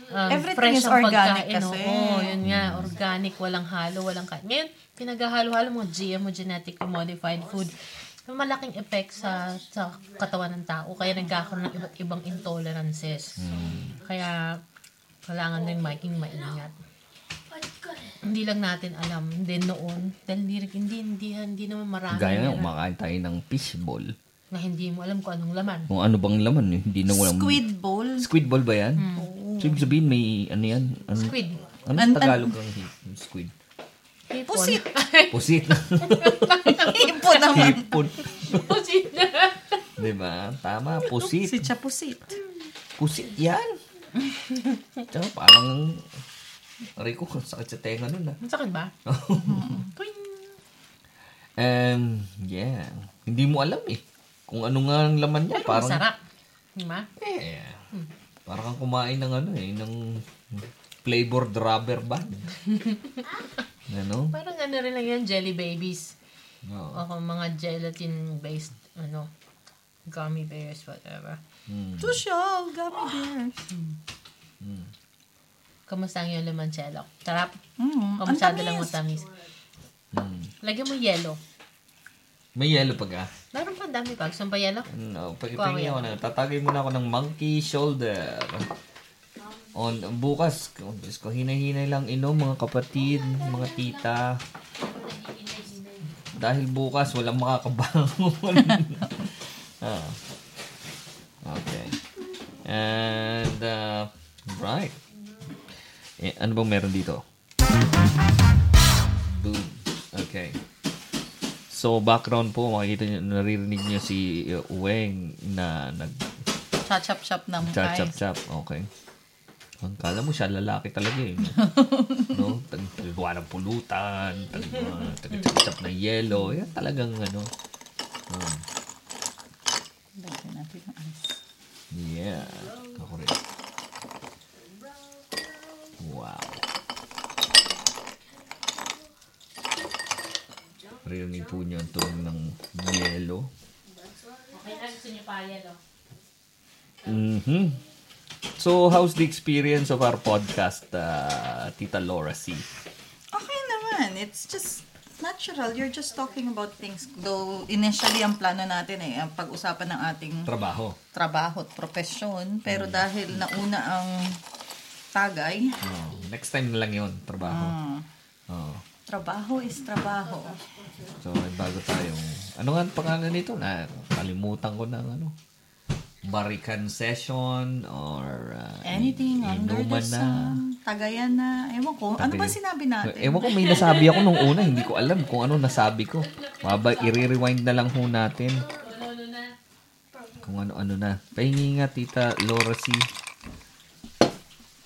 Speaker 3: um,
Speaker 2: Everything is
Speaker 3: fresh ang
Speaker 2: organic
Speaker 3: pagkain.
Speaker 2: kasi.
Speaker 3: Oo, yun nga, organic, walang halo, walang kain. Ngayon, pinaghahalo-halo mga GMO, genetically modified food. May Malaking effect sa sa katawan ng tao. Kaya nagkakaroon ng iba't ibang intolerances.
Speaker 1: Mm.
Speaker 3: Kaya, kailangan din maging maingat hindi lang natin alam din noon dahil hindi hindi hindi, hindi naman marami
Speaker 1: Gaya nga,
Speaker 3: na-
Speaker 1: umakain tayo ng fishball.
Speaker 3: na hindi mo alam kung anong laman.
Speaker 1: Kung ano bang laman, eh, hindi na walang...
Speaker 2: Squid bowl.
Speaker 1: Squid ball ba yan? So, ibig sabihin may ano yan? Ano,
Speaker 3: Squid.
Speaker 1: Ano
Speaker 2: An-
Speaker 1: sa Tagalog ng hi- squid?
Speaker 3: Hipon.
Speaker 2: Pusit.
Speaker 1: Pusit.
Speaker 2: Ipo naman.
Speaker 1: Hipon.
Speaker 3: Pusit.
Speaker 1: Diba? Tama,
Speaker 2: Si
Speaker 1: pusit.
Speaker 2: Chapusit.
Speaker 1: Pusit yan. Tsaka parang... Aray ko, sakit sa tenga nun ah.
Speaker 3: Ang sakit ba? Kuing.
Speaker 1: Um, yeah. Hindi mo alam eh. Kung ano nga ang laman niya.
Speaker 3: Pero
Speaker 1: parang,
Speaker 3: masarap. Di ba?
Speaker 1: Eh, parang kang kumain ng ano eh, ng flavored rubber band. ano?
Speaker 3: Parang ano rin lang yan, jelly babies.
Speaker 1: Oo.
Speaker 3: O kung mga gelatin-based, ano, gummy bears, whatever.
Speaker 2: Social, gummy bears.
Speaker 3: Kamusta ang iyong limoncello? Sarap.
Speaker 2: Mm, ang
Speaker 3: Kamusta lang
Speaker 2: tamis.
Speaker 3: matamis.
Speaker 1: Mm.
Speaker 3: Lagyan mo yellow.
Speaker 1: May yellow pag ah.
Speaker 3: Meron pa ang dami pa. Gusto mo ba yellow?
Speaker 1: No, pag
Speaker 3: Ikaw,
Speaker 1: ipingin oh, ako na, tatagay muna ako ng monkey shoulder. On bukas, kung Diyos ko, hinahinay lang inom mga kapatid, mga tita. Dahil bukas, walang makakabangon. ah. Okay. And, uh, right. Eh, ano bang meron dito? Boom. Okay. So, background po, makikita nyo, naririnig nyo si uh, Weng na
Speaker 2: Chachap-chap ng pies.
Speaker 1: nag-chap-chap-chap. Okay. Ang kala mo siya, lalaki talaga eh. no? Tagpulwa ng pulutan, tag-chap-chap ng yelo. Yan talagang ano. Ah,
Speaker 2: Lagyan natin ng ice.
Speaker 1: yeah. Ako rin. Wow. Naririnig po niyo ang tunog ng yelo.
Speaker 3: Okay na, gusto niyo pa yellow.
Speaker 1: Mhm. So, how's the experience of our podcast, uh, Tita Laura C?
Speaker 2: Okay naman. It's just natural. You're just talking about things. Though, initially, ang plano natin eh, ang pag-usapan ng ating
Speaker 1: Trabaho.
Speaker 2: trabaho at profesyon. Pero dahil nauna ang tagay,
Speaker 1: Oh, next time na lang yun, trabaho.
Speaker 2: ah,
Speaker 1: Oh.
Speaker 2: trabaho is trabaho.
Speaker 1: So, ay, bago tayong... Ano nga ang pangalan nito? Na, kalimutan ko ng ano. Barikan session or... uh,
Speaker 2: Anything under the
Speaker 1: inuman na.
Speaker 2: sun. Tagayan na. Ewan ko. Ano ba sinabi natin?
Speaker 1: Eh, Ewan ko, may nasabi ako nung una. Hindi ko alam kung ano nasabi ko. Baba, i-rewind na lang ho natin. Kung ano-ano na. Pahingi nga, Tita Laura C.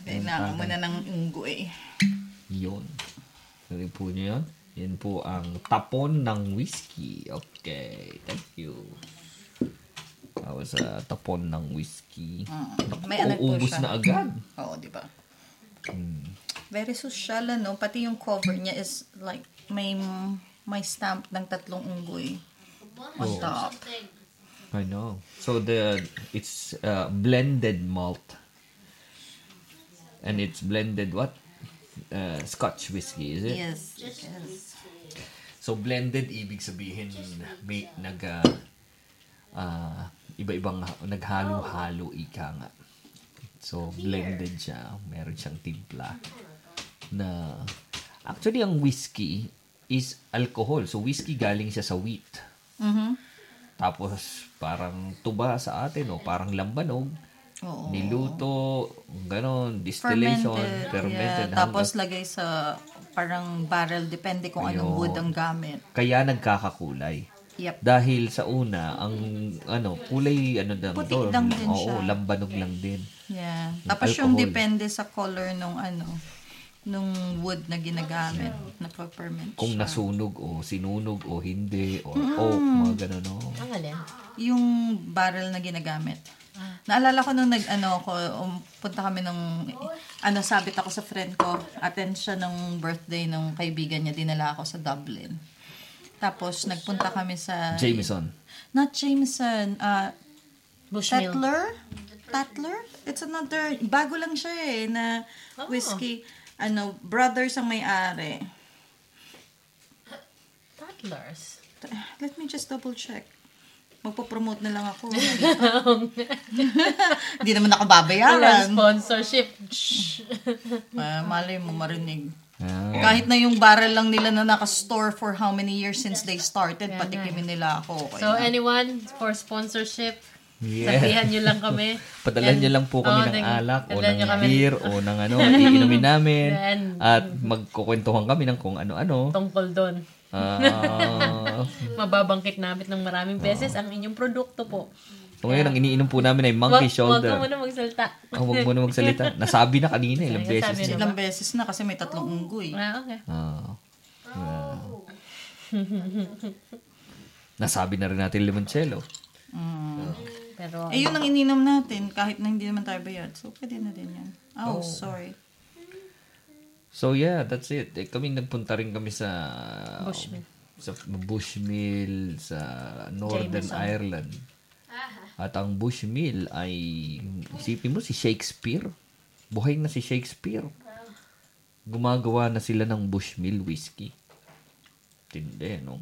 Speaker 2: Kailangan mo na ng unggo eh.
Speaker 1: Yun. Narinig po niyo yun? Yan po ang tapon ng whiskey. Okay, thank you. That was a tapon ng whiskey.
Speaker 2: Ah,
Speaker 1: Naku,
Speaker 2: may alag po
Speaker 1: uubos
Speaker 2: siya.
Speaker 1: na Hmm. agad.
Speaker 2: Oo, di ba? Very social, ano? Pati yung cover niya is like, may may stamp ng tatlong unggoy. On top.
Speaker 1: I know. So the it's uh, blended malt. And it's blended what? Uh, Scotch whiskey, is it?
Speaker 2: Yes, yes.
Speaker 1: So blended ibig sabihin may nag ah, iba-ibang
Speaker 2: Oh.
Speaker 1: naghalo-halo ika nga. So blended siya, meron siyang timpla na actually ang whiskey is alcohol. So whiskey galing siya sa wheat.
Speaker 2: Mhm.
Speaker 1: Tapos parang tuba sa atin o parang lambanog.
Speaker 2: Oo.
Speaker 1: Niluto, ganon, distillation, fermented.
Speaker 2: yeah. Tapos lagay sa parang barrel, depende kung anong
Speaker 1: Ayun.
Speaker 2: wood ang gamit.
Speaker 1: kaya nagkakakulay.
Speaker 2: Yep.
Speaker 1: Dahil sa una, ang ano, kulay ano lang
Speaker 2: Puti
Speaker 1: to,
Speaker 2: lang din
Speaker 1: Oo,
Speaker 2: siya.
Speaker 1: lambanog lang din.
Speaker 2: Yeah.
Speaker 1: Yung
Speaker 2: Tapos yung
Speaker 1: alcohol.
Speaker 2: depende sa color nung ano, nung wood na ginagamit na peppermint.
Speaker 1: Kung
Speaker 2: siya.
Speaker 1: nasunog o sinunog o hindi o oak, mga ganun o.
Speaker 3: Ang alin?
Speaker 2: yung barrel na ginagamit. Naalala ko nung nag ano ako, um, punta kami ng ano sabit ako sa friend ko, attend siya ng birthday ng kaibigan niya, dinala ako sa Dublin. Tapos nagpunta kami sa
Speaker 1: Jameson.
Speaker 2: Not Jameson, uh,
Speaker 3: Bushmilk.
Speaker 2: Tatler? Tatler? It's another, bago lang siya eh, na whiskey. Ano, brothers ang may-ari.
Speaker 3: Tatlers.
Speaker 2: Eh, Let me just double check. Magpo-promote na lang ako. Hindi naman ako
Speaker 3: Walang
Speaker 2: babayaran.
Speaker 3: sponsorship. Shh.
Speaker 2: Ah, malay mo, marinig.
Speaker 1: Ah,
Speaker 2: Kahit na yung barrel lang nila na naka-store for how many years since they started, patikimin nila ako.
Speaker 3: so, anyone for sponsorship,
Speaker 1: yeah.
Speaker 3: sabihan nyo lang kami.
Speaker 1: Padalhan
Speaker 3: And-
Speaker 1: niyo lang po kami ng
Speaker 3: Oo, nag-
Speaker 1: alak o
Speaker 3: padalhan
Speaker 1: ng
Speaker 3: nyo kami
Speaker 1: beer o ng ano, iinumin namin
Speaker 3: Then,
Speaker 1: at magkukwentuhan kami ng kung ano-ano.
Speaker 3: Tungkol doon.
Speaker 1: Ah,
Speaker 3: Mababangkit namin ng maraming beses ang inyong produkto po.
Speaker 1: so ngayon, ang iniinom po namin ay monkey
Speaker 3: Huwag
Speaker 1: shoulder.
Speaker 3: ka muna magsalta.
Speaker 1: Ah, Huwag mo na magsalita. Nasabi na kanina, ilang
Speaker 3: Ayun,
Speaker 1: beses
Speaker 3: sabi
Speaker 1: na.
Speaker 3: na.
Speaker 2: Ilang beses na kasi may tatlong unggoy.
Speaker 3: Ah, okay.
Speaker 1: Ah. Ah. Nasabi na rin natin limoncello.
Speaker 3: Pero,
Speaker 2: Mm. Eh, yun ang ininom natin kahit na hindi naman tayo bayad. So, pwede na din yan. Oh, sorry.
Speaker 1: So yeah, that's it. Eh, kami nagpunta rin kami sa
Speaker 3: Bushmill.
Speaker 1: sa Bushmill sa Northern
Speaker 3: Jameson.
Speaker 1: Ireland. At ang Bushmill ay isipin mo si Shakespeare. Buhay na si Shakespeare. Gumagawa na sila ng Bushmill whiskey. Tindi, no?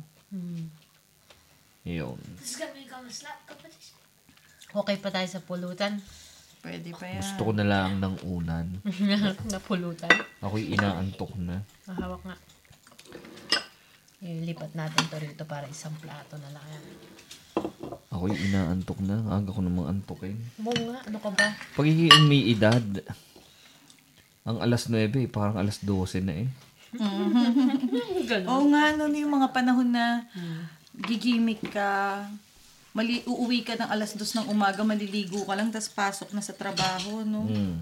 Speaker 1: Yun.
Speaker 5: This is gonna become a slap competition.
Speaker 3: okay pa tayo sa pulutan.
Speaker 2: Pwede pa yan.
Speaker 1: Gusto ko na lang ng unan.
Speaker 3: na pulutan.
Speaker 1: Ako'y inaantok na.
Speaker 3: Mahawak nga. Ilipat natin to rito para isang plato na lang yan.
Speaker 1: Ako'y inaantok na. Aga ko namang antokin.
Speaker 3: Bunga, ano ka ba?
Speaker 1: Pagiging may edad, ang alas 9, eh, parang alas 12 na eh.
Speaker 2: Oo nga, no, yung mga panahon na gigimik ka, mali, uuwi ka ng alas dos ng umaga, maliligo ka lang, tas pasok na sa trabaho, no?
Speaker 1: Mm.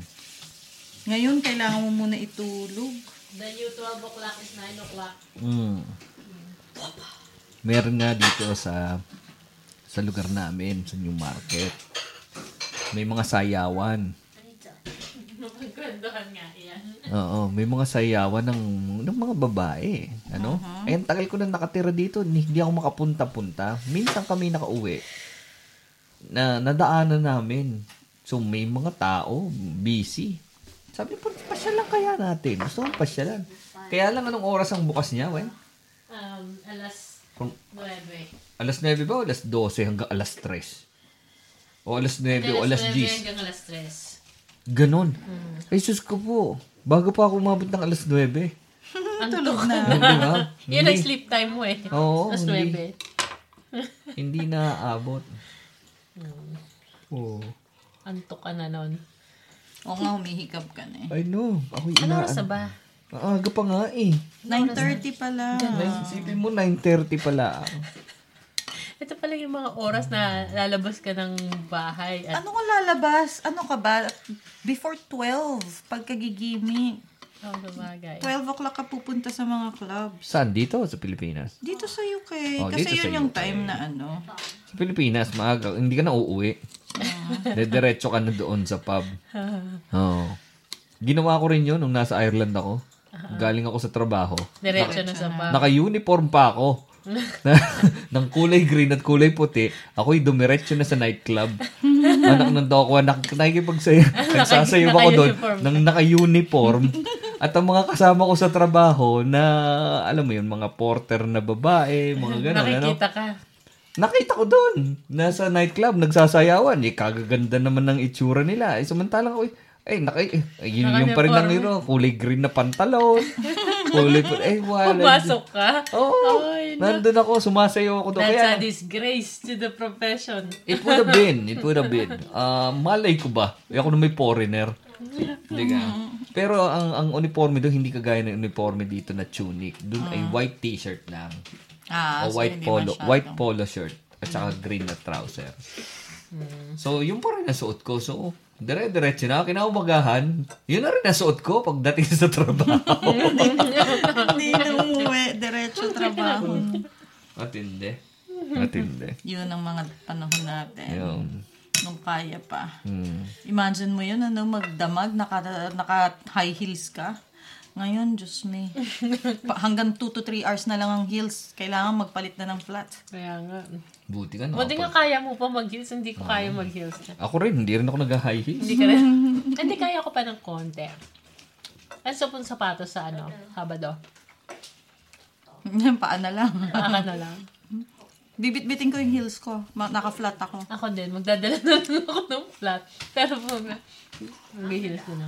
Speaker 2: Ngayon, kailangan mo muna itulog.
Speaker 3: The new 12 o'clock is 9 o'clock.
Speaker 1: Mm. Meron nga dito sa sa lugar namin, sa New Market. May mga sayawan.
Speaker 3: Kwentuhan nga yan.
Speaker 1: Oo, may mga sayawan ng, ng mga babae. Ano?
Speaker 3: Uh-huh.
Speaker 1: Eh, ang tagal ko na nakatira dito. ni- Hindi ako makapunta-punta. Minsan kami nakauwi. Na, nadaanan namin. So, may mga tao busy. Sabi ko, pasyalan kaya natin. Gusto kong pasyalan. Kaya lang anong oras ang bukas niya, wen?
Speaker 3: um, alas
Speaker 1: Kung
Speaker 3: 9.
Speaker 1: alas 9 ba o alas 12 hanggang alas 3? O alas 9 o alas
Speaker 3: 9
Speaker 1: 10?
Speaker 3: hanggang alas 3.
Speaker 1: Ganon. Ay, sus ko po. Bago pa ako umabot ng alas 9.
Speaker 3: Ang tulog na.
Speaker 1: Hindi ba?
Speaker 3: Yun ang sleep time mo eh.
Speaker 1: Oo,
Speaker 3: Tapos
Speaker 1: hindi.
Speaker 3: 9.
Speaker 1: Hindi na aabot. Oh.
Speaker 3: Antok ka na nun.
Speaker 2: O nga, humihikab ka na
Speaker 1: I
Speaker 2: eh.
Speaker 1: know. Ako'y
Speaker 3: Ano
Speaker 1: ina...
Speaker 3: oras na ba?
Speaker 1: Maaga pa nga eh.
Speaker 2: 9.30 pala.
Speaker 3: Ah.
Speaker 1: Nais- Isipin mo, 9.30 pala. ako.
Speaker 3: Ito pala yung mga oras na lalabas ka ng bahay. At,
Speaker 2: Ano ko lalabas? Ano ka ba? Before 12, pagkagigimi.
Speaker 3: oh, sabagay.
Speaker 2: 12 o'clock ka pupunta sa mga clubs.
Speaker 1: Saan? Dito sa Pilipinas?
Speaker 2: Dito sa UK.
Speaker 1: Oh, dito
Speaker 2: kasi
Speaker 1: sa
Speaker 2: yun yung
Speaker 1: UK.
Speaker 2: time na ano.
Speaker 1: Sa Pilipinas, maaga. Hindi ka na uuwi.
Speaker 3: Ah.
Speaker 1: Dediretso ka na doon sa pub. Oo. Ginawa ko rin yun nung nasa Ireland ako.
Speaker 3: Ah.
Speaker 1: Galing ako sa trabaho.
Speaker 3: Diretso na sa pa.
Speaker 1: Naka-uniform pa ako. Na- ng kulay green at kulay puti, ako'y dumiretso na sa nightclub. Anak ng doko, anak, nakikipagsayo. Nagsasayo ako doon
Speaker 3: naka-uniform.
Speaker 1: ng naka-uniform. At ang mga kasama ko sa trabaho na, alam mo yun, mga porter na babae, mga gano'n. ano?
Speaker 3: Nakikita ka.
Speaker 1: Nakita ko doon, nasa nightclub, nagsasayawan. Eh, kagaganda naman ng itsura nila. Eh, samantalang ako, eh, ay, naka, eh, yun, yung pa rin ang yun, oh, kulay green na pantalon. kulay, pu- eh, wala.
Speaker 3: Pumasok ka.
Speaker 1: Oo,
Speaker 3: Ay,
Speaker 1: nandun ako, sumasayaw ako doon.
Speaker 3: That's a
Speaker 1: Kaya,
Speaker 3: disgrace to the profession.
Speaker 1: it would have been, it would have been. Ah, malay ko ba? Eh, Ako na may foreigner. Hindi ka. Pero ang, ang uniforme doon, hindi kagaya ng uniforme dito na tunic. Doon ay
Speaker 3: Ah.
Speaker 1: white t-shirt lang.
Speaker 2: Ah,
Speaker 1: o
Speaker 2: so
Speaker 1: white
Speaker 2: hindi
Speaker 1: polo,
Speaker 2: masyado.
Speaker 1: white polo shirt at saka green na trouser. So, yun pa rin ang suot ko. So, dire-diretso na. Kinaumagahan, yun na rin ang suot ko pagdating sa trabaho.
Speaker 2: Hindi na umuwi. Diretso trabaho.
Speaker 1: Matindi. Matindi.
Speaker 2: Yun ang mga panahon natin.
Speaker 1: Yun.
Speaker 2: Nung kaya pa.
Speaker 1: Mm.
Speaker 2: Imagine mo yun, ano, magdamag, naka, naka high heels ka. Ngayon, Diyos me. Pa- hanggang 2 to 3 hours na lang ang heels. Kailangan magpalit na ng flat.
Speaker 3: Kaya nga.
Speaker 1: Buti ka na.
Speaker 3: Buti nga kaya mo pa mag-heels. Hindi ko
Speaker 1: Mm.
Speaker 3: kaya mag-heels na.
Speaker 1: Ako rin, hindi rin ako nag-high heels.
Speaker 3: Hindi ka rin. Hindi kaya ko pa ng konti. Ano sa pong sapatos sa ano? Habado.
Speaker 2: Paa na lang.
Speaker 3: Paaka na ano lang.
Speaker 2: Bibit-bitin ko yung heels ko. Ma- naka-flat ako.
Speaker 3: Ako din. Magdadala na lang ako ng flat. Pero pag mag-heels na.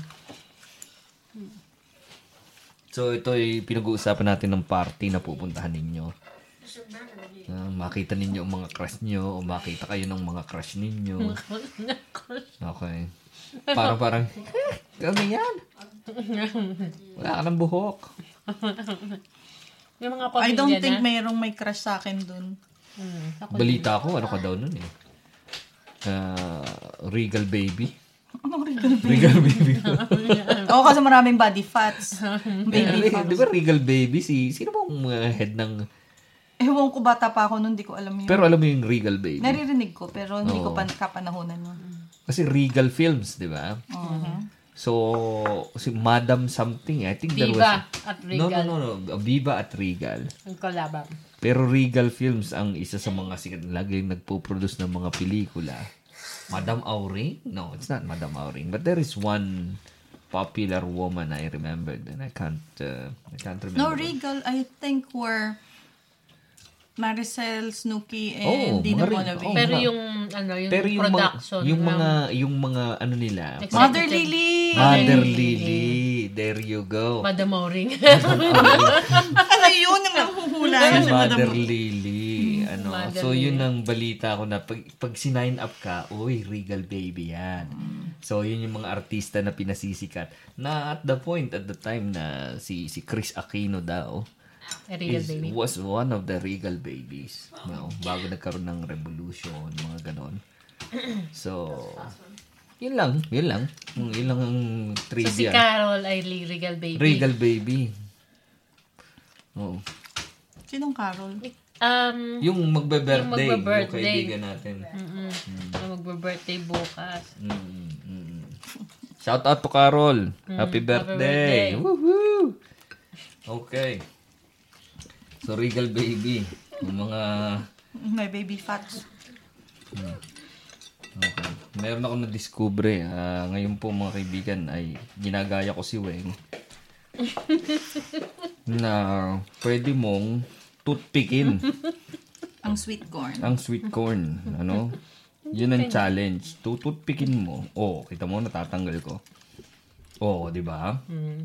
Speaker 1: So, ito ay pinag-uusapan natin ng party na pupuntahan ninyo. Ah, makita ninyo ang mga crush nyo o makita kayo ng mga crush ninyo. Okay. Parang parang, ano yan? Wala ka ng buhok.
Speaker 3: May mga
Speaker 2: I
Speaker 3: pamilya
Speaker 2: don't think
Speaker 3: na.
Speaker 2: mayroong may crush sa akin dun.
Speaker 3: Hmm, ako din.
Speaker 1: Balita ko, ano ka daw nun eh. Ah, regal baby.
Speaker 3: Oh
Speaker 2: Anong regal baby?
Speaker 1: Regal baby.
Speaker 2: Oo, kasi maraming body fats.
Speaker 1: Eh,
Speaker 2: Baby
Speaker 1: Di
Speaker 2: fats.
Speaker 1: ba regal baby? Si, sino bang mga head ng...
Speaker 2: Ewan ko, bata pa ako nun, di ko alam yun.
Speaker 1: Pero alam mo yung regal baby.
Speaker 2: Naririnig ko, pero hindi ko
Speaker 1: Oo.
Speaker 2: pa kapanahonan yun.
Speaker 1: Kasi regal films, di ba?
Speaker 3: Mm-hmm.
Speaker 2: Mhm.
Speaker 1: So, si Madam something, I think there was...
Speaker 3: Viva diba at
Speaker 1: No, no,
Speaker 3: Regal.
Speaker 1: no, no. Viva at Regal.
Speaker 3: Ang kalaban.
Speaker 1: Pero Regal Films ang isa sa mga sikat lagi nagpo-produce ng mga pelikula. Madam Auring? No, it's not Madam Auring. But there is one popular woman I remembered and I can't uh, I can't remember.
Speaker 2: No, Regal, I think were Maricel, Snooki,
Speaker 1: Oh,
Speaker 2: and Dina
Speaker 1: mga Regal.
Speaker 2: Bonavie.
Speaker 1: Oh.
Speaker 3: Pero
Speaker 1: nga.
Speaker 3: yung, ano, yung
Speaker 1: Pero yung mga
Speaker 3: production. um,
Speaker 1: yung
Speaker 3: ng-
Speaker 1: mga yung mga ano nila.
Speaker 3: Executive.
Speaker 2: Mother Lily!
Speaker 1: Mother Lily. There you go.
Speaker 3: Madam Mauring.
Speaker 2: Ano yun ang
Speaker 1: Si
Speaker 2: nahuhulayan ng
Speaker 1: Mother
Speaker 2: madam?
Speaker 1: Lily. Ano?
Speaker 3: Mm, Mother
Speaker 1: so, yun
Speaker 3: Lily.
Speaker 1: ang balita ko na pag, pag sinign up ka, uy, Regal Baby yan.
Speaker 3: Mm.
Speaker 1: So, yun yung mga artista na pinasisikat. Na at the point, at the time na si, si Chris Aquino daw,
Speaker 3: Regal
Speaker 1: is-
Speaker 3: baby. Oh,
Speaker 1: was one of the Regal Babies. No? Bago nagkaroon ng revolution, mga ganon. So, yun lang, yun lang. Yun lang ang
Speaker 3: So si
Speaker 1: trivia.
Speaker 3: Carol ay li- Regal baby.
Speaker 1: Regal Baby. Oh. Oo.
Speaker 2: Sinong Carol?
Speaker 3: Um,
Speaker 1: Yung magbe-birthday.
Speaker 3: Yung
Speaker 1: Yung,
Speaker 3: magbe-birthday.
Speaker 1: kaibigan natin.
Speaker 3: mm, na magbe-birthday bukas.
Speaker 1: Mm, mm, mm. Shout out to Carol. happy birthday.
Speaker 3: Mm-hmm. birthday.
Speaker 1: Woohoo! Okay. So, Regal Baby. Yung mga...
Speaker 2: May baby fats.
Speaker 1: Okay. Meron ako na-discover eh. Ah, ngayon po mga kaibigan ay ginagaya ko si Weng. na pwede mong toothpickin
Speaker 2: Ang sweet corn.
Speaker 1: ang sweet corn. Ano? Yun ang challenge. Tututpikin mo. Oh, kita mo, natatanggal ko. Oh, di ba?
Speaker 3: Mm.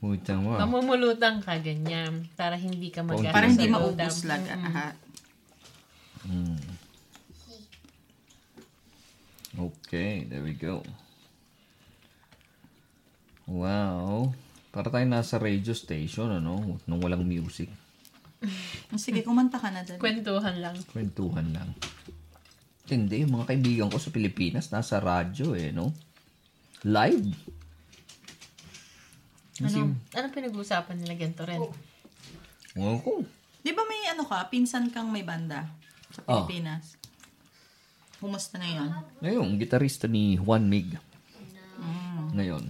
Speaker 1: Puta mo. ah.
Speaker 3: Mamumulutan ka, ganyan. Para hindi ka
Speaker 1: Konti.
Speaker 3: mag
Speaker 2: Para hindi maubos lang. Aha.
Speaker 1: Okay, there we go. Wow. Para tayo nasa radio station, ano? Nung walang music.
Speaker 2: Sige, kumanta ka na dali.
Speaker 3: Kwentuhan lang.
Speaker 1: Kwentuhan lang. Hindi, yung mga kaibigan ko sa Pilipinas, nasa radyo eh, no? Live.
Speaker 3: Ano, anong pinag-uusapan nila ganito rin?
Speaker 1: Oh. Wow ko.
Speaker 2: Di ba may ano ka, pinsan kang may banda sa
Speaker 1: Oh.
Speaker 2: Pilipinas? Kumusta na yun?
Speaker 1: Ngayon, gitarista ni Juan Mig. Ngayon.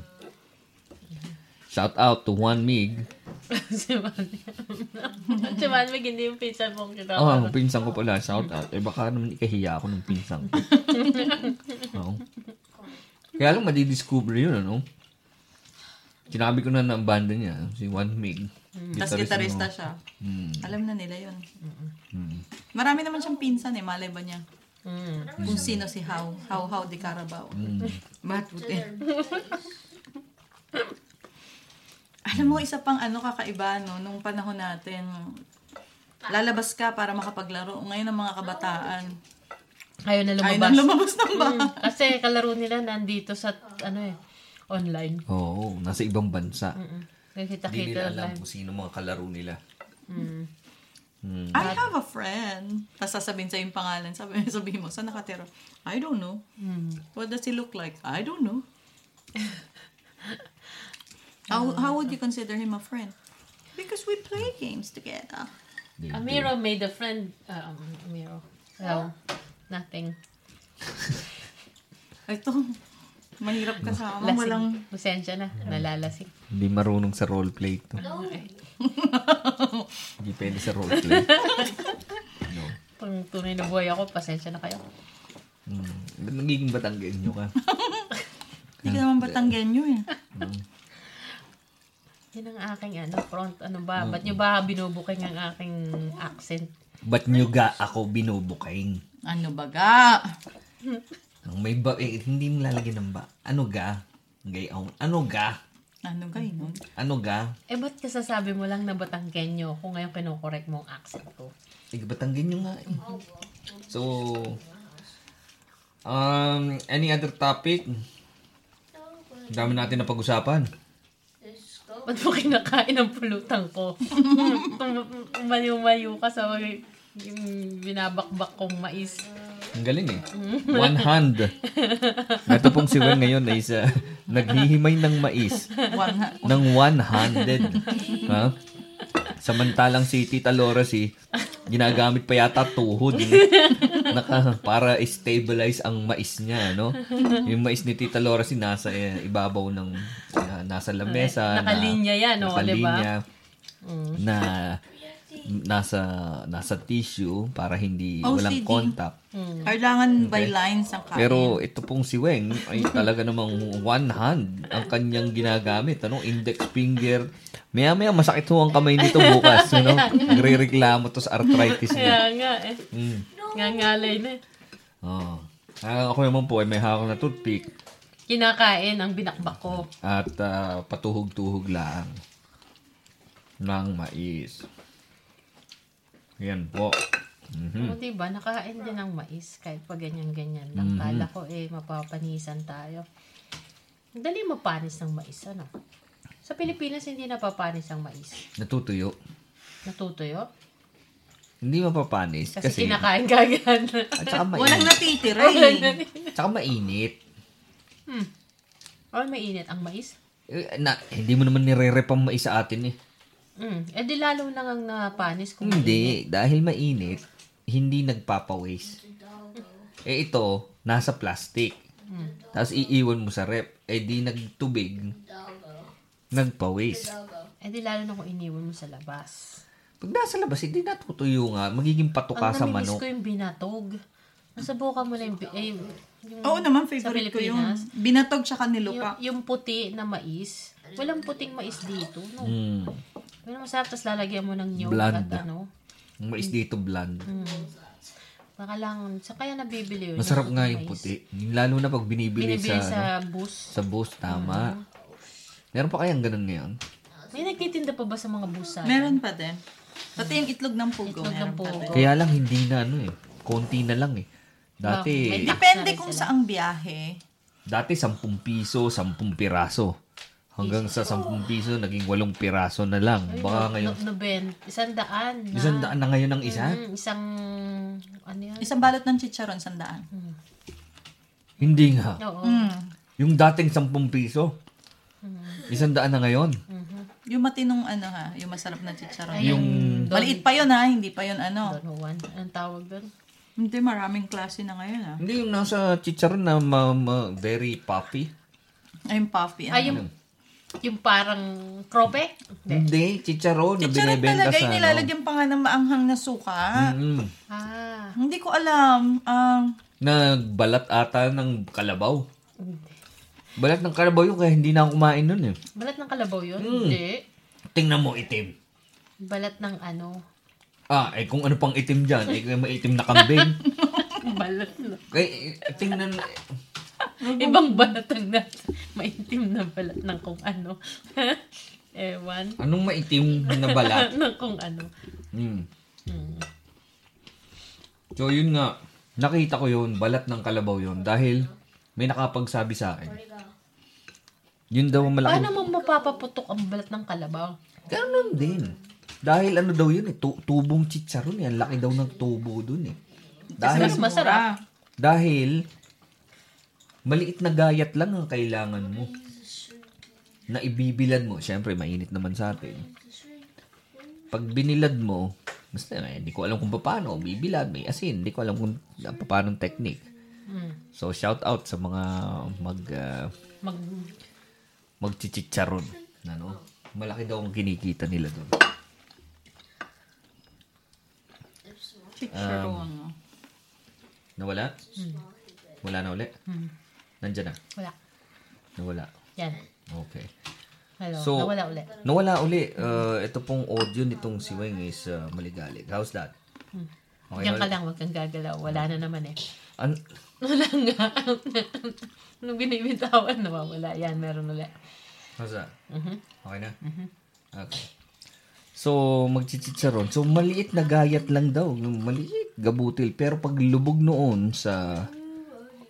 Speaker 1: Shout out to Juan Mig.
Speaker 3: si Manwig. si Manwig, hindi yung pinsan mong kita.
Speaker 1: Oh, ang pinsan ko pala. Shout out. Eh, baka naman ikahiya ako ng pinsan ko. Oo. Kaya lang madidiscover yun, ano? Sinabi ko na ng banda niya, si Juan Mig.
Speaker 2: Tapos Mm. gitarista siya. Alam na nila yun. Marami naman siyang pinsan eh, malay ba niya?
Speaker 3: Mm.
Speaker 2: Kung sino si How, How How de Carabao. Matuti. Alam mo, isa pang ano kakaiba, no, nung panahon natin, lalabas ka para makapaglaro. Ngayon ang mga kabataan,
Speaker 3: Ayaw na
Speaker 2: ay
Speaker 3: lumabas. Mm.
Speaker 2: nang lumabas ng bahay.
Speaker 3: Kasi kalaro nila nandito sa, ano eh, online.
Speaker 1: Oo, nasa ibang bansa.
Speaker 3: Mm. Nagkita-kita
Speaker 1: Hindi nila alam
Speaker 3: online.
Speaker 1: kung sino mga kalaro nila.
Speaker 3: Mm.
Speaker 2: I have a friend. Tapos sasabihin sa'yo yung pangalan. Sabi, sabihin mo, saan nakatira? I don't know.
Speaker 3: Hmm.
Speaker 2: What does he look like? I don't know. how,
Speaker 3: Ah.
Speaker 2: how would you consider him a friend? Because we play games together.
Speaker 1: Hindi.
Speaker 3: Amiro made a friend. Um, Amiro. Well, nothing.
Speaker 2: Ito, mahirap kasama.
Speaker 3: Lasing.
Speaker 2: Walang,
Speaker 3: Pasensya na. Nalalasing.
Speaker 1: Hindi marunong sa roleplay to. Hindi pwede sa roleplay. no.
Speaker 3: Kung tunay na buhay ako, pasensya na kayo.
Speaker 1: Mm. Ba't nagiging Batanggenyo ka?
Speaker 2: hindi ka naman Batanggenyo eh.
Speaker 3: Yan ang aking ano, front. Ano
Speaker 1: Mm.
Speaker 3: ba? Ba't nyo ba binubuking ang aking accent?
Speaker 1: Ba't nyo ga ako binubukain?
Speaker 2: Ano baga?
Speaker 1: Ang may ba, eh, hindi mo lalagyan ng ba. Ano ga? Gayaw. Ano ga?
Speaker 2: Ano kayo nun?
Speaker 1: Ano ga?
Speaker 3: Eh, ba't kasasabi mo lang na Batanggenyo kung ngayon kinokorek mo ang accent ko?
Speaker 1: Eh, Batanggenyo nga eh. So, um, any other topic? Ang Dami natin na pag-usapan.
Speaker 3: Ba't mo kinakain ang pulutan ko? Mayo-mayo ka sa mga- yung binabakbak kong mais.
Speaker 1: Ang galing eh. One hand. Ito pong si Wen ngayon na isa naghihimay ng mais
Speaker 2: One, ha-
Speaker 1: ng one-handed. ha? Samantalang si Tita Laura si ginagamit pa yata tuhod. eh. Naka, para stabilize ang mais niya, no? Yung mais ni Tita Laura si nasa eh, ibabaw ng ah, nasa lamesa. na-
Speaker 3: Nakalinya yan, oh,
Speaker 1: nakalinya
Speaker 3: Mm.
Speaker 1: na nasa nasa tissue para hindi walang
Speaker 2: OCD.
Speaker 1: contact.
Speaker 3: Hmm.
Speaker 2: Kailangan by lines ang kain.
Speaker 1: Pero ito pong si Weng ay talaga namang one hand ang kanyang ginagamit. Ano? Index finger. Maya-maya masakit ho ang kamay nito bukas. Ano? Nagre-reklamo to sa arthritis niya.
Speaker 3: Kaya nga eh.
Speaker 1: Mm.
Speaker 3: Ngangalay na eh.
Speaker 1: Oo. Ah, ako naman po ay may hawak na toothpick
Speaker 3: Kinakain ang binakbak ko.
Speaker 1: at ah, patuhog-tuhog lang ng mais. Yan po.
Speaker 3: O diba, nakain din ng mais kahit pa ganyan-ganyan lang. Kala ko eh, mapapanisan tayo. Dali mapanis ng mais, ano? Sa Pilipinas, hindi napapanis ang mais.
Speaker 1: Natutuyo.
Speaker 3: Natutuyo.
Speaker 1: Hindi mapapanis kasi,
Speaker 3: Kasi, kinakain ka agad.
Speaker 1: at saka
Speaker 2: Walang
Speaker 1: mainit.
Speaker 2: natitira eh.
Speaker 1: Tsaka mainit.
Speaker 3: Ay, mainit ang mais.
Speaker 1: Eh, Na, hindi mo naman nire-rep ang mais sa atin eh.
Speaker 3: Mm. Eh, di lalo lang ang napanis kung
Speaker 1: Hindi, dahil mainit, hindi nagpapawaste. Eh ito, nasa plastic. Tapos iiwan mo sa rep. Eh di nagtubig. Nagpawaste.
Speaker 3: mainit. Eh, di lalo na kung iniwan mo sa labas.
Speaker 1: Pag nasa labas, hindi natutuyo nga. Magiging patuka sa
Speaker 3: ang namimiss
Speaker 1: manok.
Speaker 3: ko yung binatog. Nasa buka mo na yung, bi- eh, yung,
Speaker 2: Oo naman,
Speaker 3: Sa
Speaker 2: favorite ko yung
Speaker 3: Pilipinas?
Speaker 2: binatog siya kanilupa.
Speaker 3: yung, yung puti na mais. Walang puting mais dito. No?
Speaker 1: Hmm.
Speaker 3: Yun ang masarap, tapos lalagyan mo ng yogurt
Speaker 1: Bland.
Speaker 3: at ano.
Speaker 1: Ang mais dito bland.
Speaker 3: Hmm. Baka lang, sa kaya nabibili yun.
Speaker 1: Masarap nga yung
Speaker 3: mais.
Speaker 1: puti. Lalo na pag binibili,
Speaker 3: Binibili
Speaker 1: sa, ano,
Speaker 3: sa Ah. bus.
Speaker 1: sa bus, tama. Meron pa kayang ganun ngayon?
Speaker 3: May nagtitinda pa ba sa mga busa?
Speaker 2: Meron pa din. Pati yung itlog ng pugo,
Speaker 3: Itlog ng
Speaker 2: meron pa
Speaker 3: pugo.
Speaker 2: din.
Speaker 1: Kaya lang hindi na ano eh. Konti na lang eh. Dati,
Speaker 3: Bakit? May-
Speaker 2: Depende kung saang biyahe.
Speaker 1: dati 10 piso, 10 piraso. Hanggang sa 10 piso, naging 8 piraso na lang. Baka ngayon,
Speaker 3: No, noben, isang daan na.
Speaker 1: isang daan na ngayon ang isa.
Speaker 3: Mm, isang, ano yan?
Speaker 2: Isang balot ng chicharon, sandaan.
Speaker 1: Hindi nga.
Speaker 3: Oo.
Speaker 2: Mm.
Speaker 1: Yung dating 10 piso, isang daan na ngayon.
Speaker 2: Yung matinong ano ha, yung masarap na chicharon.
Speaker 1: Yung,
Speaker 2: Maliit pa yun ha, hindi pa yun ano.
Speaker 3: Don Juan. Anong tawag doon?
Speaker 2: Hindi, maraming klase na ngayon ha.
Speaker 1: hindi yung nasa chicharon na ma- ma- very puffy.
Speaker 2: Ay, yung puffy. Ano?
Speaker 3: Ay, yung, yung parang krope?
Speaker 1: Hindi, chicharon na
Speaker 2: chicharon
Speaker 1: binibenta
Speaker 2: talaga,
Speaker 1: sa
Speaker 2: yung
Speaker 1: ano.
Speaker 2: nilalagyan pa nga ng maanghang na suka.
Speaker 1: Mm,
Speaker 3: Ah.
Speaker 2: Hindi ko alam. Ah,
Speaker 1: nagbalat ata ng kalabaw. Balat ng kalabaw yun kaya hindi na ako kumain nun eh.
Speaker 3: Balat ng kalabaw yun? Hindi.
Speaker 1: Tingnan mo, itim.
Speaker 3: Balat ng ano?
Speaker 1: Ah, eh kung ano pang itim dyan, eh kaya may itim na kambing.
Speaker 3: balat na.
Speaker 1: kaya eh, tingnan,
Speaker 3: Ibang balat ang na. Maitim na balat ng kung ano. Ewan.
Speaker 1: anong maitim na balat?
Speaker 3: ng kung ano.
Speaker 1: Mm. So yun nga, nakita ko yun, balat ng kalabaw yun. Dahil may nakapagsabi sa akin. Yun daw ang malaki.
Speaker 3: Paano mo mapapaputok ang balat ng kalabaw?
Speaker 1: Ganun din. Dahil ano daw yun eh, tu- tubong chicharon eh. Ang laki daw ng tubo dun eh. Dahil,
Speaker 3: Mas masarap.
Speaker 1: dahil, maliit na gayat lang ang kailangan mo. Na ibibilad mo. Siyempre, mainit naman sa atin. Pag binilad mo, basta eh, hindi ko alam kung paano. Bibilad, may asin. Hindi ko alam kung ah, paano ang technique. So, shout out sa mga mag... ah,
Speaker 3: Mag...
Speaker 1: magchichicharon. Ano? Malaki daw ang kinikita nila doon.
Speaker 2: Chicharon. no?
Speaker 1: Um, Nawala? Wala na uli? Nandyan na?
Speaker 3: Wala.
Speaker 1: Nawala.
Speaker 3: Yan.
Speaker 1: Okay.
Speaker 3: Hello.
Speaker 1: So-
Speaker 3: nawala ulit.
Speaker 1: Nawala uli. Uh, ito pong audio nitong si Weng is uh, maligalig. How's that? Okay,
Speaker 3: Diyan ka
Speaker 1: wala-
Speaker 3: lang, wag kang gagalaw. Wala na naman eh.
Speaker 1: An-
Speaker 3: Wala nga. Nung binibitawan, nawawala. Yan, meron ulit.
Speaker 1: how's that? Okay na? Okay. So, magchichicharon. So, maliit na gayat lang daw. Yung Maliit, gabutil. Pero pag lubog noon sa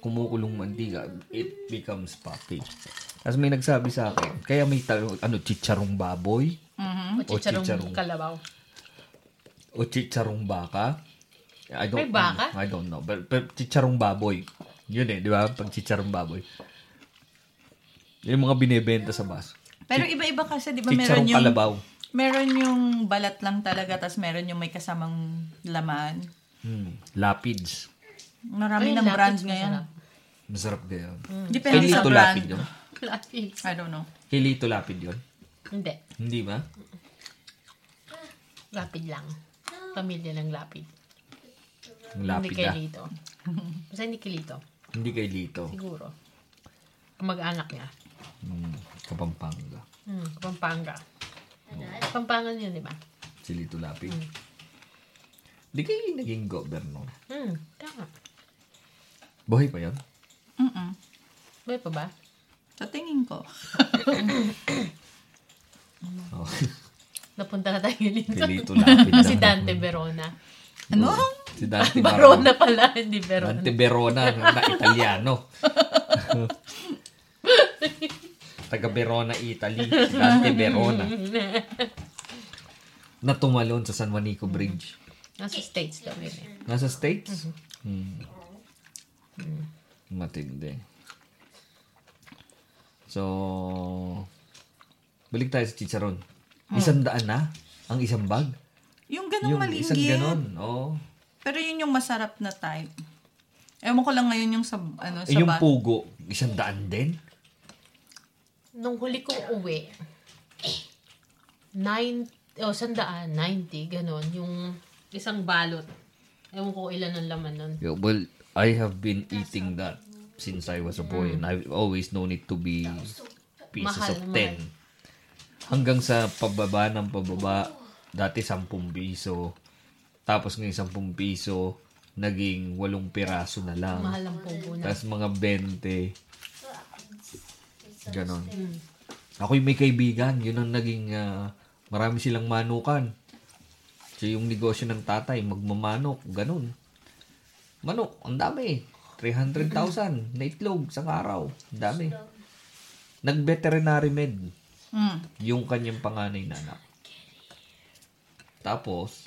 Speaker 1: kumukulong mantika, it becomes puffy. Tapos may nagsabi sa akin, kaya may tanong, ano, chicharong baboy?
Speaker 3: O chicharong
Speaker 1: chicharong.
Speaker 3: kalabaw.
Speaker 1: O chicharong baka? I don't
Speaker 3: May baka?
Speaker 1: Know. I don't know. But, but chicharong baboy. Yun eh, di ba? Pag chicharong baboy. Yun Yung mga binebenta sa bus.
Speaker 2: Pero iba-iba kasi, di ba meron
Speaker 1: Chicharong
Speaker 2: yung...
Speaker 1: kalabaw.
Speaker 2: Meron yung balat lang talaga, tapos meron yung may kasamang laman.
Speaker 1: Hmm. Lapids.
Speaker 2: Marami
Speaker 3: Ayun,
Speaker 2: ng
Speaker 3: lapis
Speaker 2: brands
Speaker 3: masarap.
Speaker 2: ngayon.
Speaker 1: Masarap din yun.
Speaker 3: Hmm.
Speaker 2: Depende sa
Speaker 1: Hilito
Speaker 2: brand.
Speaker 1: lapid yun.
Speaker 3: Lapis.
Speaker 2: I don't know.
Speaker 1: Hilito lapid yun.
Speaker 3: Hindi.
Speaker 1: Hindi ba?
Speaker 3: Lapid lang. Pamilya ng lapid.
Speaker 1: Ang
Speaker 3: Hindi
Speaker 1: lapid
Speaker 3: kay
Speaker 1: na.
Speaker 3: Lito. Basta hindi kay Lito.
Speaker 1: Hindi kay Lito.
Speaker 3: Siguro. Ang Mag-anak niya.
Speaker 1: Hmm. Kapampanga.
Speaker 3: Hmm, Pampanga. Pampangan yun, di ba?
Speaker 1: Si Lito Lapid. Hindi kayo naging governor.
Speaker 3: Hmm, tama.
Speaker 1: Buhay pa yan?
Speaker 2: Mm-mm.
Speaker 3: Buhay pa ba?
Speaker 2: Sa tingin ko.
Speaker 1: Oh.
Speaker 3: Napunta na tayo kay
Speaker 1: kay Lito
Speaker 3: Lito.
Speaker 1: Lapid.
Speaker 3: si
Speaker 1: na.
Speaker 3: Dante Verona.
Speaker 2: Ano?
Speaker 1: Si Dante Barona.
Speaker 3: Barona pala, hindi Verona.
Speaker 1: Dante Verona na Italiano. Taga Verona, Italy. Si Dante Verona. Na tumalon sa San Juanico Bridge.
Speaker 3: Nasa States daw yun eh.
Speaker 1: Nasa States? Mm. Matindi. So, balik tayo sa chicharon.
Speaker 2: Hmm.
Speaker 1: Isang daan na ang isang bag.
Speaker 2: Yung ganong
Speaker 1: isang
Speaker 2: malinggit.
Speaker 1: ganon. Oo.
Speaker 2: Pero yun yung masarap na type. Ewan ko lang ngayon yung sa, ano, sa
Speaker 1: Eh, yung
Speaker 2: bat-
Speaker 1: pugo, isang daan din.
Speaker 3: Nung huli kong uwi, nine, oh, sandaan, 90, ganon, yung isang balot. Ewan ko ilan ang laman nun.
Speaker 1: Yeah, well, I have been eating that since I was a boy and I've always known it to be pieces
Speaker 3: Mahal
Speaker 1: of
Speaker 3: naman.
Speaker 1: 10. hanggang sa pababa ng pababa. Dati 10 piso. Tapos ngayon 10 piso, naging 8 piraso na lang.
Speaker 3: Mahal ang pogo na.
Speaker 1: Tapos mga 20. Ganon. Ako'y may kaibigan. Yun ang naging ah, marami silang manukan. So yung negosyo ng tatay, magmamanok. Ganon. Manok, ang dami. 300,000 na itlog sa araw. Ang dami. Nag-veterinary med
Speaker 2: Mm.
Speaker 1: yung kanyang panganay na anak. Tapos,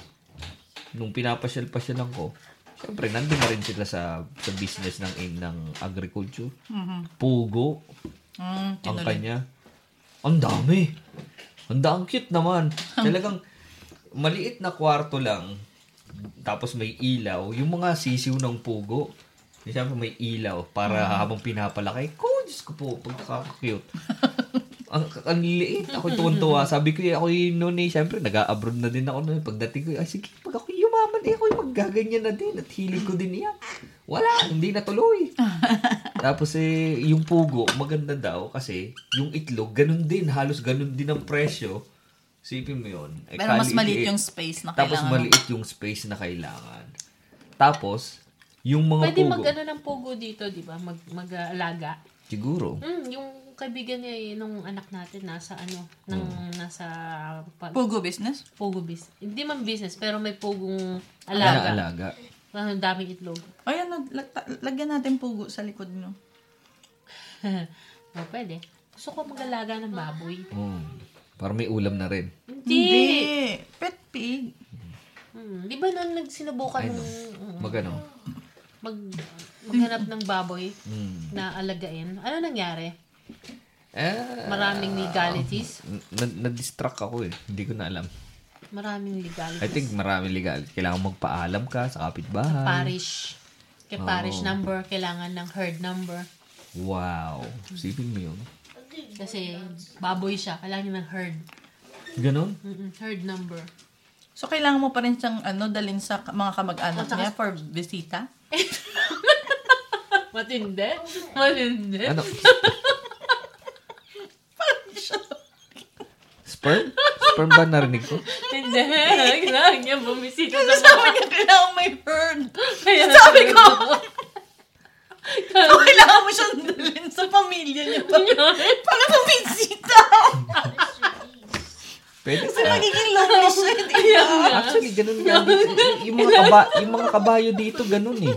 Speaker 1: nung pinapasyal-pasyalan ko, syempre, nandun na rin sila sa, sa business ng, ng agriculture.
Speaker 2: Mhm.
Speaker 1: Pugo, ang
Speaker 2: Mm, tinuloy.
Speaker 1: kanya. Ang dami. Ang da- ang cute naman. Talagang maliit na kwarto lang. Tapos may ilaw. Yung mga sisiw ng pugo. Yung Siyempre may ilaw para habang pinapalaki. Ko, Diyos ko po, pagkaka-cute. ang, ang liit. Ako tuwan-tuwa. Sabi ko, ako yun noon eh. Siyempre, nag-abroad na din ako noon. Pagdating ko, ay sige, pag ako yumaman eh, ako maggaganyan na din at hilig ko din yan. Wala, hindi natuloy. Tapos eh, yung pugo, maganda daw kasi yung itlog, ganun din, halos ganun din ang presyo. Sipin mo yun. Eh,
Speaker 2: Pero mas
Speaker 1: kali-
Speaker 2: maliit
Speaker 1: eh,
Speaker 2: yung space na
Speaker 1: Tapos
Speaker 2: kailangan.
Speaker 1: maliit yung space na kailangan. Tapos, yung mga
Speaker 3: Pwede
Speaker 1: pugo,
Speaker 3: mag ano ng pogo dito, di ba? Mag, mag-alaga.
Speaker 1: siguro,
Speaker 3: Mm, yung kaibigan niya eh, nung anak natin nasa ano, nang nasa pag,
Speaker 2: Pugo business?
Speaker 3: pogo business. Hindi man business, pero may pogong
Speaker 1: alaga.
Speaker 3: alaga. Ah,
Speaker 1: alaga.
Speaker 3: Ang daming itlog.
Speaker 2: O Oh, yan, no, lagta- lagyan natin pugo sa likod nyo.
Speaker 3: o, Oh, pwede. Gusto ko mag-alaga ng baboy.
Speaker 1: Mm. Para may ulam na rin.
Speaker 3: Hindi.
Speaker 2: Pet pig.
Speaker 3: Mm, di ba nang nagsinubukan
Speaker 1: I
Speaker 3: nung
Speaker 1: know. Magano.
Speaker 3: mag, maghanap ng baboy
Speaker 1: Mm.
Speaker 3: na alagain? Ano nangyari?
Speaker 1: Eh,
Speaker 3: Maraming legalities.
Speaker 1: na- na-distract ako eh. Hindi ko na alam.
Speaker 3: Maraming legalities.
Speaker 1: I think um, marami legal. Kailangan magpaalam ka sa kapitbahay.
Speaker 3: Parish. Kay parish
Speaker 1: oh.
Speaker 3: number, kailangan ng herd number.
Speaker 1: Wow. Sipin mo yun.
Speaker 3: Kasi baboy siya, kailangan niya ng herd.
Speaker 1: Ganon?
Speaker 3: Mm-mm, herd number.
Speaker 2: So, kailangan mo pa rin siyang ano, dalin sa ka- mga kamag-anak
Speaker 3: O, saka-
Speaker 2: niya for bisita?
Speaker 3: Matindi? Matindi?
Speaker 1: Ano? Sperm? Sperm ba narinig ko?
Speaker 3: Hindi. Kailangan niya bumisita sa
Speaker 2: Sabi niya, kailangan may herd.
Speaker 3: Kaya
Speaker 2: Sabi ko, so, kailangan mo siyang dalin sa pamilya niya pa- para bumisita.
Speaker 1: Pwede
Speaker 2: Kasi
Speaker 1: ka.
Speaker 2: magiging lonely siya. hindi ba?
Speaker 1: Actually, ganun nga. dito. Yung mga, kaba- yung mga kabayo dito, ganun eh.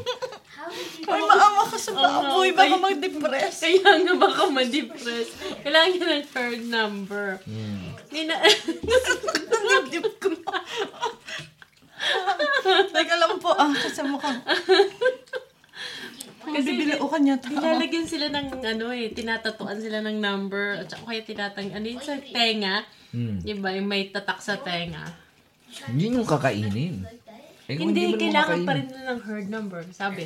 Speaker 2: Ay, maama ka sa baboy. Baka mag-depress.
Speaker 3: Kaya nga baka ma-depress. Kailangan niya ng herd number. Hindi na...
Speaker 2: Nilip ko na. Teka lang po, ah, kasi mukhang... Kasi bilao ka niya. Tama.
Speaker 3: Nilalagyan sila ng ano eh, tinatatuan sila ng number at saka kaya tinatang ano yun sa tenga.
Speaker 1: Mm.
Speaker 3: Diba, yung may tatak sa tenga.
Speaker 1: Yun yung kakainin. Eh, kung
Speaker 3: hindi,
Speaker 1: mo naman
Speaker 3: kailangan pa
Speaker 1: makainin.
Speaker 3: rin ng herd number. Sabi,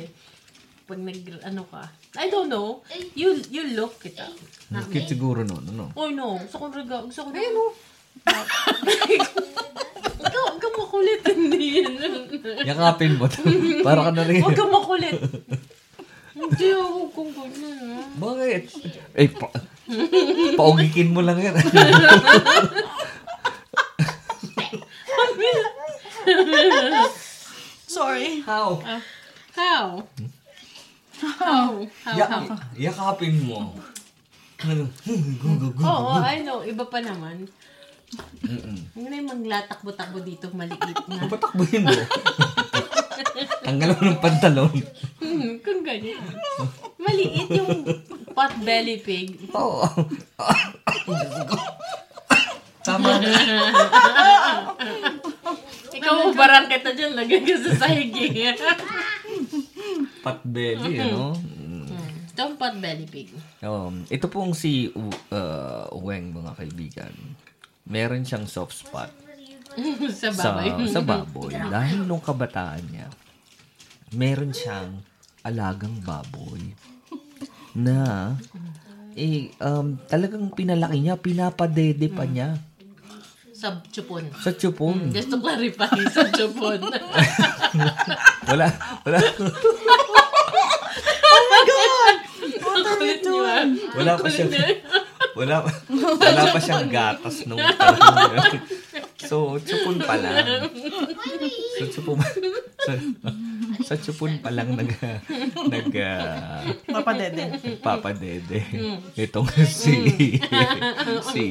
Speaker 3: pag nag, ano ka, I don't know, you you look it up.
Speaker 1: Ang cute siguro noon, ano?
Speaker 3: Oh no, gusto kong riga, gusto kong Ayun oh. o. Ikaw, huwag kang makulit, hindi yun.
Speaker 1: Yakapin mo to. Para ka na rin.
Speaker 3: Huwag kang makulit. Hindi ako kung ganyan, ha?
Speaker 1: Bakit? Eh, pa- paugikin mo lang yan.
Speaker 2: Sorry.
Speaker 1: How?
Speaker 3: How? How? How? How?
Speaker 1: Ya- yakapin mo. Ano? Go, go, go.
Speaker 3: Oo, I know. Iba pa naman. Hindi na yung maglatakbo-takbo dito, maliit na.
Speaker 1: Patakbuhin mo. Tanggal mo ng pantalon.
Speaker 3: Hmm, kung ganyan. Maliit yung pot belly pig.
Speaker 1: Oo. Tama na.
Speaker 3: Ikaw, barang kita dyan, lagyan ka sa sahig eh.
Speaker 1: Patbelly, ano? Mm.
Speaker 3: Hmm, Ito ang pot belly pig.
Speaker 1: Um, ito pong si U- uh, Weng, mga kaibigan. Meron siyang soft spot
Speaker 3: sa
Speaker 1: sa,
Speaker 3: baboy.
Speaker 1: sa baboy. Dahil nung kabataan niya, meron siyang alagang baboy na eh, um, talagang pinalaki niya, pinapadede pa niya
Speaker 3: sa chupon.
Speaker 1: sa tsupon.
Speaker 3: Just to clarify, sa chupon.
Speaker 1: Wala, wala,
Speaker 3: Ang kulit niyo ah.
Speaker 1: wala pa siya. Wala, wala pa siyang gatas nung panahon na yun. So, tsupon pa lang. Sa tsupon, sa, sa tsupon pa lang nag, nag, ah,
Speaker 2: Papadede.
Speaker 1: nagpapadede. Itong
Speaker 3: Mm.
Speaker 1: si, si,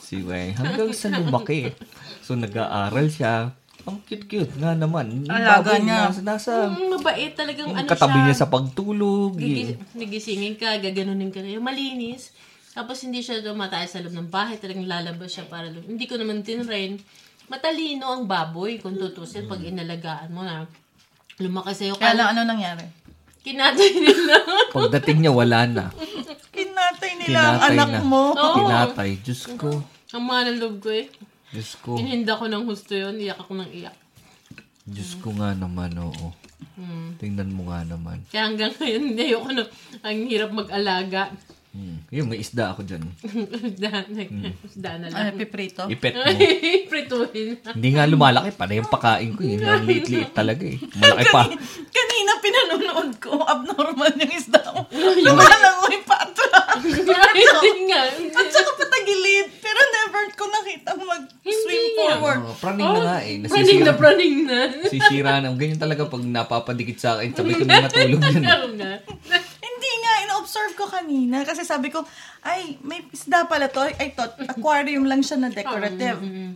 Speaker 1: si Wei. Hanggang sa lumaki. So, nag-aaral siya. Ang cute-cute nga naman. Yung
Speaker 2: Alaga
Speaker 1: baboy
Speaker 2: niya.
Speaker 1: Nasa, nasa
Speaker 3: Mm, mabait talagang ano
Speaker 1: katabi
Speaker 3: siya.
Speaker 1: niya sa pagtulog. eh.
Speaker 3: Gigi- Nagisingin ka, gaganunin ka na. Yung malinis. Tapos hindi siya tumatay sa loob ng bahay. Talagang lalabas siya para lum- Hindi ko naman tinrain. Matalino ang baboy kung
Speaker 1: Mm.
Speaker 3: tutusin pag inalagaan mo na lumakas sa'yo.
Speaker 2: Kaya
Speaker 3: Kala,
Speaker 2: lang, ano nangyari?
Speaker 3: kinatay nila.
Speaker 1: Pagdating niya, wala na.
Speaker 2: Kinatay nila ang
Speaker 1: Kinatay
Speaker 2: anak
Speaker 1: na.
Speaker 2: mo.
Speaker 1: Kinatay. Diyos ko.
Speaker 3: ang mahal ng loob ko eh.
Speaker 1: Diyos ko.
Speaker 3: Ininda ko ng husto yun. Iyak ako ng iyak.
Speaker 1: Diyos ko nga naman, oo.
Speaker 3: Hmm.
Speaker 1: Tingnan mo nga naman.
Speaker 3: Kaya hanggang ngayon, hindi ayoko na. Ang hirap mag-alaga.
Speaker 1: Hmm. Yun, may isda ako dyan.
Speaker 3: Usda,
Speaker 1: Mm.
Speaker 3: usda na
Speaker 2: Oh. Ay,
Speaker 3: lang.
Speaker 2: piprito.
Speaker 3: Oh.
Speaker 1: Ipet mo.
Speaker 3: Prituhin.
Speaker 1: Hindi nga lumalaki. Panay ang pakain ko. Yun nga, liit-liit talaga eh. Malaki pa.
Speaker 2: Kanina pinanonood ko, abnormal yung isda mo. Lumalang mo yung pato
Speaker 3: Ayun nga.
Speaker 2: At saka patagilid. Pero never ko nakita mag-swim
Speaker 3: Hindi nga.
Speaker 2: forward.
Speaker 1: Oh, praning na nga eh.
Speaker 3: Praning na,
Speaker 1: Nasisira.
Speaker 3: praning na.
Speaker 1: Sisira na. Ganyan talaga pag napapadikit sa akin. Sabi ko na natulog yan. eh.
Speaker 3: Ayun na.
Speaker 2: Hindi nga, in-observe ko kanina. Kasi sabi ko, ay, may isda pala to. I thought, aquarium lang siya na decorative.
Speaker 5: Mm-hmm.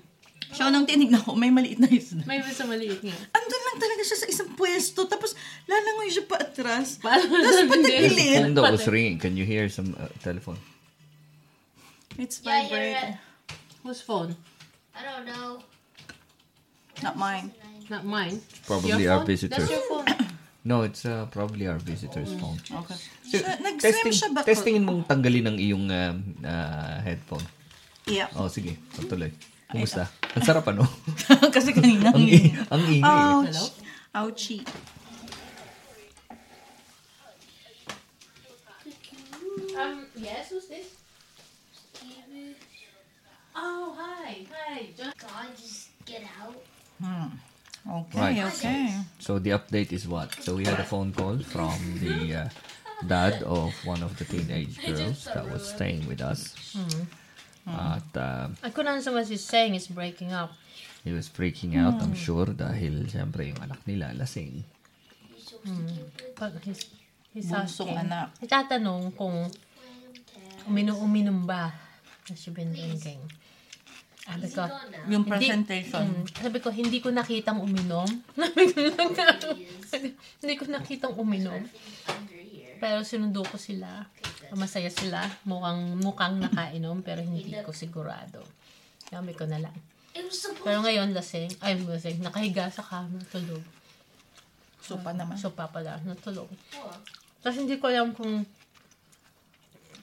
Speaker 2: So, nung tinignan ko, may maliit na isda.
Speaker 3: May mas maliit nga.
Speaker 2: Andun lang talaga siya sa isang pwesto. Tapos, lalangoy siya pa atras.
Speaker 3: Paano
Speaker 2: Tapos
Speaker 3: na hindi?
Speaker 2: patagilid.
Speaker 1: Phone daw was ringing. Can you hear some uh, telephone?
Speaker 2: It's
Speaker 5: Yeah, you're right.
Speaker 2: vibrating.
Speaker 3: Whose phone?
Speaker 5: I don't know.
Speaker 2: Not mine.
Speaker 3: Not mine.
Speaker 1: Probably
Speaker 3: Your
Speaker 1: our
Speaker 3: phone?
Speaker 1: visitors.
Speaker 3: That's your phone.
Speaker 1: No, it's uh, probably our visitor's phone.
Speaker 2: Okay.
Speaker 1: So,
Speaker 2: Siya- nag-swim
Speaker 1: testing,
Speaker 2: siya ba?
Speaker 1: testingin mong tanggalin ang iyong um, ah, headphone.
Speaker 2: Yeah.
Speaker 1: Oh, sige. Patuloy. Kumusta? Ang sarap ano?
Speaker 2: Kasi kanina.
Speaker 1: ang, i- ang ingay. eh.
Speaker 2: Ouch. Ouchie.
Speaker 3: Um, yes, who's this? Oh, hi. Hi. John.
Speaker 5: God, just get out.
Speaker 2: Okay,
Speaker 1: Right.
Speaker 2: okay.
Speaker 1: So the update is what? So we had a phone call from the uh, dad of one of the teenage girls that was staying with us.
Speaker 2: Hmm.
Speaker 1: At uh,
Speaker 3: I couldn't understand what he's saying. It's breaking up.
Speaker 1: he was freaking out, I'm
Speaker 2: Hmm.
Speaker 1: sure, dahil syempre yung anak nila lasing.
Speaker 3: Pag he's, he's
Speaker 2: Bunsong
Speaker 3: asking.
Speaker 2: anak.
Speaker 3: Itatanong kung umino-uminom ba na Ano she been drinking. Sabi ko,
Speaker 2: Yung presentation.
Speaker 3: Mm, sabi ko, hindi ko nakitang uminom. Sabi ko lang, hindi ko nakitang uminom. Pero sinundo ko sila. Masaya sila. Mukhang, mukhang nakainom, pero hindi ko sigurado. Sabi ko na lang.
Speaker 5: It was supposed
Speaker 3: Pero ngayon, lasing. Ay, lasing. Nakahiga sa kama, tulog.
Speaker 2: Sopa naman.
Speaker 3: So, papala, natulog. Tapos hindi ko alam kung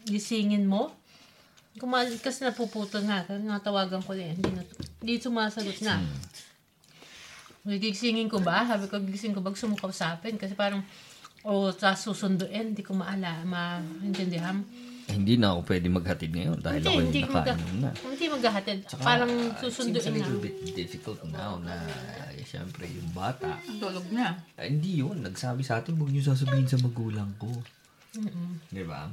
Speaker 3: gisingin mo. Kumal kasi napuputol na. Kasi natawagan ko rin. Hindi, na, hindi sumasagot na.
Speaker 1: Hmm.
Speaker 3: Gigisingin ko ba? Sabi ko, gigising ko ba? Gusto mo kausapin? Kasi parang, o tas susunduin. Hindi ko maala, maintindihan.
Speaker 1: Eh, Hindi na ako pwede maghatid ngayon dahil
Speaker 3: Hindi,
Speaker 1: ako yung
Speaker 3: hindi ko mag-
Speaker 1: nakainom na.
Speaker 3: hindi maghahatid. Parang
Speaker 1: ah, Seems a
Speaker 3: susunduin lang.
Speaker 1: little bit difficult now na eh, syempre yung bata.
Speaker 2: Tulog na.
Speaker 1: Ah, hindi yun. Nagsabi sa atin, huwag niyo sasabihin sa magulang ko. Di ba?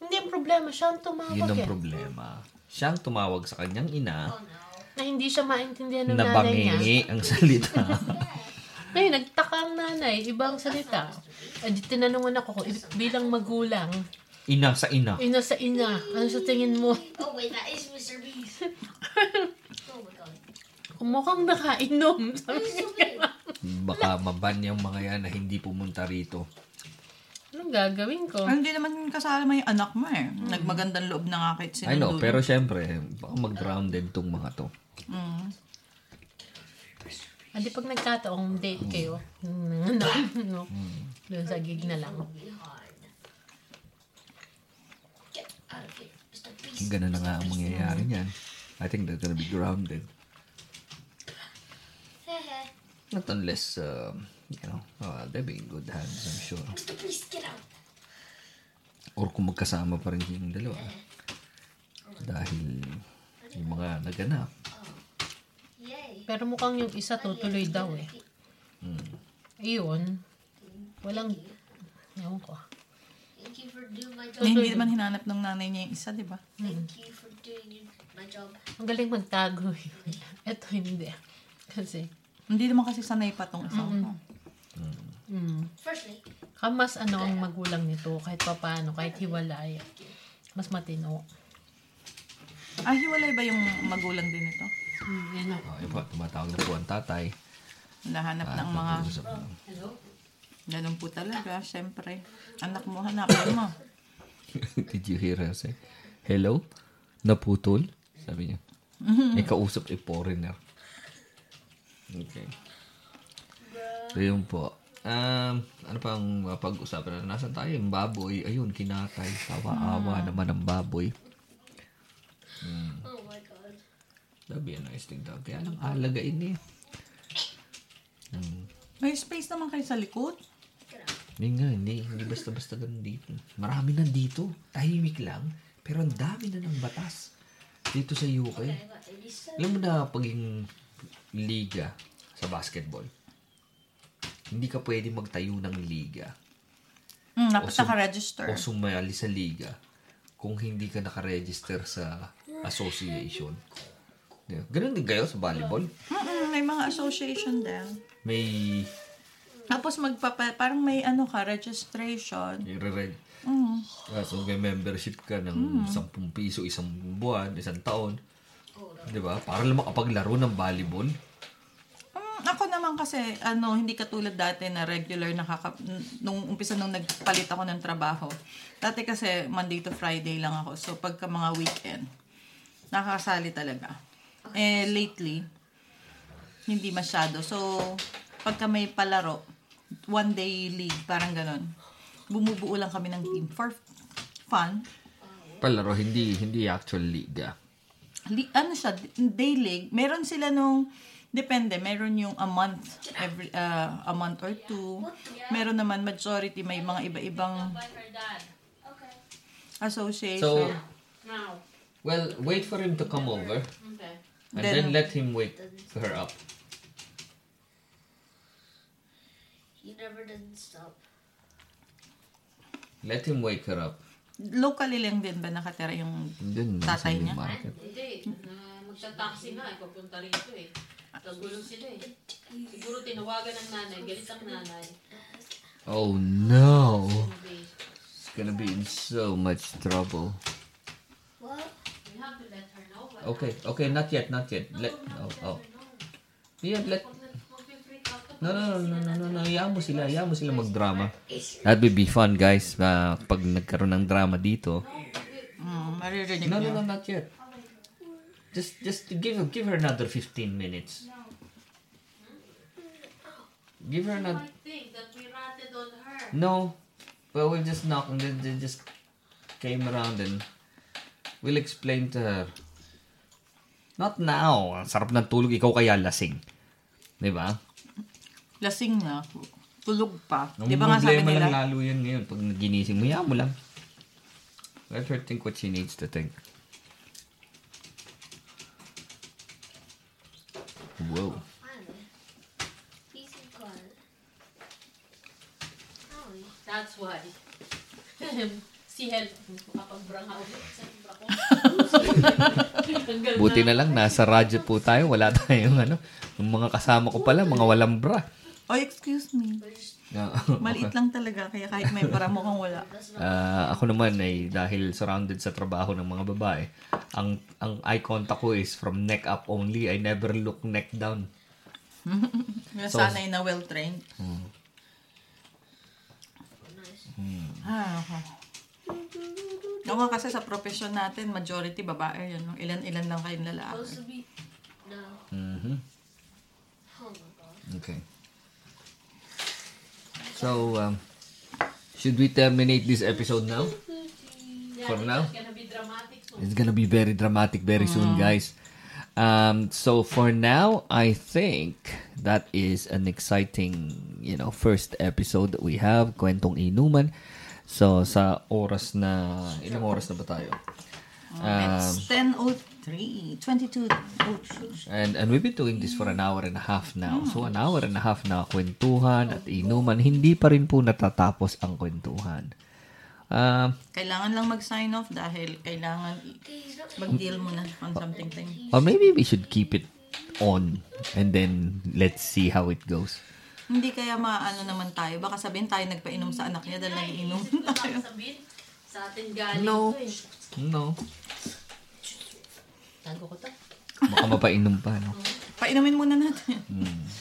Speaker 3: Hindi ang problema. Siya ang tumawag
Speaker 1: Yun ang
Speaker 3: eh.
Speaker 1: problema. Siyang tumawag sa kanyang ina
Speaker 3: Na hindi siya maintindihan ng
Speaker 1: na
Speaker 3: Oh, nanay niya.
Speaker 1: bangingi ang salita.
Speaker 3: Ngayon, nagtaka ang nanay, ibang salita. At tinanungan ako, kung bilang magulang,
Speaker 1: ina sa ina.
Speaker 3: ina sa ina, ano sa tingin mo?
Speaker 5: Oh wait, that is Mr. Beast. oh my god.
Speaker 3: Kung mukhang nakainom. Sabi niya,
Speaker 1: Baka maban yung mga yan na hindi pumunta rito.
Speaker 3: Anong gagawin ko?
Speaker 2: Ah, Hindi naman kasama yung anak mo eh. Nagmagandang loob na nga kahit
Speaker 1: I know,
Speaker 2: sinundo.
Speaker 1: pero syempre, baka mag-grounded tong mga to.
Speaker 2: Mm.
Speaker 3: Hindi pag nagkataong date kayo, no, no, doon sa gig na lang.
Speaker 5: Get out of here, Mr. Beast.
Speaker 1: Ganun na nga ang mangyayari niyan. I think they're gonna be grounded.
Speaker 5: Hehe.
Speaker 1: Not unless, uh, you know, uh, they'll be in good hands, I'm sure.
Speaker 5: Mr. Beast, get out.
Speaker 1: Or kung magkasama pa rin yung dalawa. Dahil yung mga naganap.
Speaker 5: Yay.
Speaker 3: Pero mukhang yung isa tutuloy daw eh. Iyon, walang, ewan ko.
Speaker 5: Thank you for doing my job.
Speaker 2: Eh, hindi naman hinanap ng nanay niya yung isa, di ba?
Speaker 5: Thank you for doing my job.
Speaker 3: Ang galing magtago. eh. Ito hindi. Kasi,
Speaker 2: Hindi naman kasi sanay pa tong isang to.
Speaker 3: mm,
Speaker 5: Firstly,
Speaker 3: kamas ano ang magulang nito, kahit pa paano, kahit hiwalay. Mas matino.
Speaker 2: Ah, hiwalay ba yung magulang din ito?
Speaker 3: Mm, yan ang-
Speaker 1: Oh, yun po, tumatawag na po ang tatay.
Speaker 2: Nahanap ng mga
Speaker 1: Nag-uusap na.
Speaker 2: ganun po talaga, syempre. Anak mo, hanapin mo.
Speaker 1: Did you hear her say, Hello? Naputol? Sabi niya. May kausap ay foreigner. Okay. So, yun po. Um, ano pang mapag-usapan na? Nasaan tayo? Yung baboy. Ayun, kinatay. Kawa-awa naman ang baboy.
Speaker 5: oh my god.
Speaker 1: That'd be a nice thing daw. Kaya anong alaga ini? Hmm.
Speaker 2: May space naman kayo sa likod.
Speaker 1: Yun nga, hindi, hindi basta-basta ganun dito. Marami na dito. Tahimik lang. Pero ang dami na ng batas. Dito sa UK. Alam mo na pag yung liga sa basketball, hindi ka pwede magtayo ng liga
Speaker 2: Mm,
Speaker 1: O
Speaker 2: dapat
Speaker 1: sum-
Speaker 2: naka-register.
Speaker 1: o sumali sa liga kung hindi ka nakaregister sa association. Di ba? Ganun din kayo sa volleyball.
Speaker 2: Mm-mm, may mga association din.
Speaker 1: May
Speaker 2: Tapos magpapa, parang may ano ka, registration.
Speaker 1: re
Speaker 2: Mm.
Speaker 1: Ah, so may membership ka ng 10 piso isang buwan, isang taon. 'Di ba? Para lang makapaglaro ng volleyball.
Speaker 2: Mm, ako naman kasi, ano, hindi katulad dati na regular nakaka... n- Nung umpisa nung nagpalit ako ng trabaho. Dati kasi Monday to Friday lang ako. So, pagka mga weekend, nakakasali talaga. Eh, lately, hindi masyado. So, pagka may palaro, one day league, parang ganun. Bumubuo lang kami ng team for fun.
Speaker 1: Palaro hindi hindi actual liga.
Speaker 2: Li- ano siya, day league. Meron sila nung, depende, meron yung a month, every, uh, a month or two. Meron naman majority, may mga iba-ibang
Speaker 5: Okay.
Speaker 1: So
Speaker 2: association.
Speaker 3: Now.
Speaker 1: well, wait for him to come over
Speaker 3: Okay.
Speaker 1: and then,
Speaker 2: Then-
Speaker 1: let him wake her up.
Speaker 5: He never didn't stop.
Speaker 1: Let him wake her up.
Speaker 2: locally lang din ba nakatira yung
Speaker 1: And then nasa
Speaker 2: Tatay
Speaker 1: main
Speaker 2: niya?
Speaker 1: market.
Speaker 3: Hindi. Na, magta-taxi nga. eh, Papunta rito eh. Nagulo sila eh. Siguro tinawagan ng nanay. Galit ang nanay.
Speaker 1: Oh no.
Speaker 3: Sabi,
Speaker 1: It's gonna be in so much trouble.
Speaker 5: What?
Speaker 3: You have to let her know. But
Speaker 1: Okay, okay, not yet, not yet. Let oh, oh. Yeah, let
Speaker 3: mag-freak out ka.
Speaker 1: No, no, no, no, no, no. Hayaan mo sila. Hayaan mo sila magdrama. That would be fun, guys. na pag nagkaroon ng drama dito.
Speaker 2: mm, maririnig
Speaker 1: No, no,
Speaker 2: niyo.
Speaker 1: no, not yet. Just, just give her, give her another 15 minutes. Give her another...
Speaker 3: I think that we ratted on her.
Speaker 1: No. Well, we'll just knock and then they just came around and we'll explain to her. Not now. Ang sarap ng tulog. Ikaw kaya lasing. Di ba?
Speaker 2: Lasing na. Tulog pa.
Speaker 1: Ang
Speaker 2: Di ba nga sabi
Speaker 1: problema lang
Speaker 2: nila?
Speaker 1: lalo yan ngayon. Pag naginising mo, yan mo lang. Let her think what she needs to think. Wow.
Speaker 5: Finally. He's in quiet. Howie.
Speaker 3: That's why. si Hel, makapagbranga ulit. Sa libra ko. Hanggang
Speaker 1: Buti na lang, nasa radyo po tayo. Wala tayong ano. Yung mga kasama ko pala, mga walang bra.
Speaker 2: Oh, excuse me.
Speaker 1: Na-
Speaker 2: Maliit lang talaga. Kaya kahit may para mukhang wala.
Speaker 1: Ah, ako naman ay dahil surrounded sa trabaho ng mga babae, ang ang eye contact ko is from neck up only. I never look neck down.
Speaker 2: Sanay na well-trained. Ah, okay. Oo nga kasi sa profession natin, majority babae yun. no? Ilan-ilan lang kayong lalaki.
Speaker 5: Supposed to be. No.
Speaker 1: Mhm.
Speaker 5: Oh my god.
Speaker 1: Okay. So, um, should we terminate this episode now? For now?
Speaker 3: gonna be dramatic. Mm. So,
Speaker 1: It's gonna be very dramatic very soon, guys. Um, so for now, I think that is an exciting, you know, first episode that we have, Kwentong Inuman. So sa oras na, ilang oras na ba tayo?
Speaker 2: Oh,
Speaker 1: Um,
Speaker 2: It's 10.03. 22.03.
Speaker 1: And and we've been doing this for an hour and a half now. So an hour and a half na kwentuhan at inuman, hindi pa rin po natatapos ang kwentuhan. Um,
Speaker 2: Kailangan lang mag-sign off dahil kailangan i- mag-deal muna on something thing.
Speaker 1: or maybe we should keep it on and then let's see how it goes.
Speaker 2: Hindi kaya maano naman tayo. Baka sabihin tayo nagpainom sa anak niya dahil nagiinom tayo.
Speaker 3: Sabihin, sa atin galing
Speaker 1: No.
Speaker 3: to eh.
Speaker 1: No.
Speaker 3: Tago ko to.
Speaker 1: Baka mapainom pa, no?
Speaker 2: Painumin muna natin.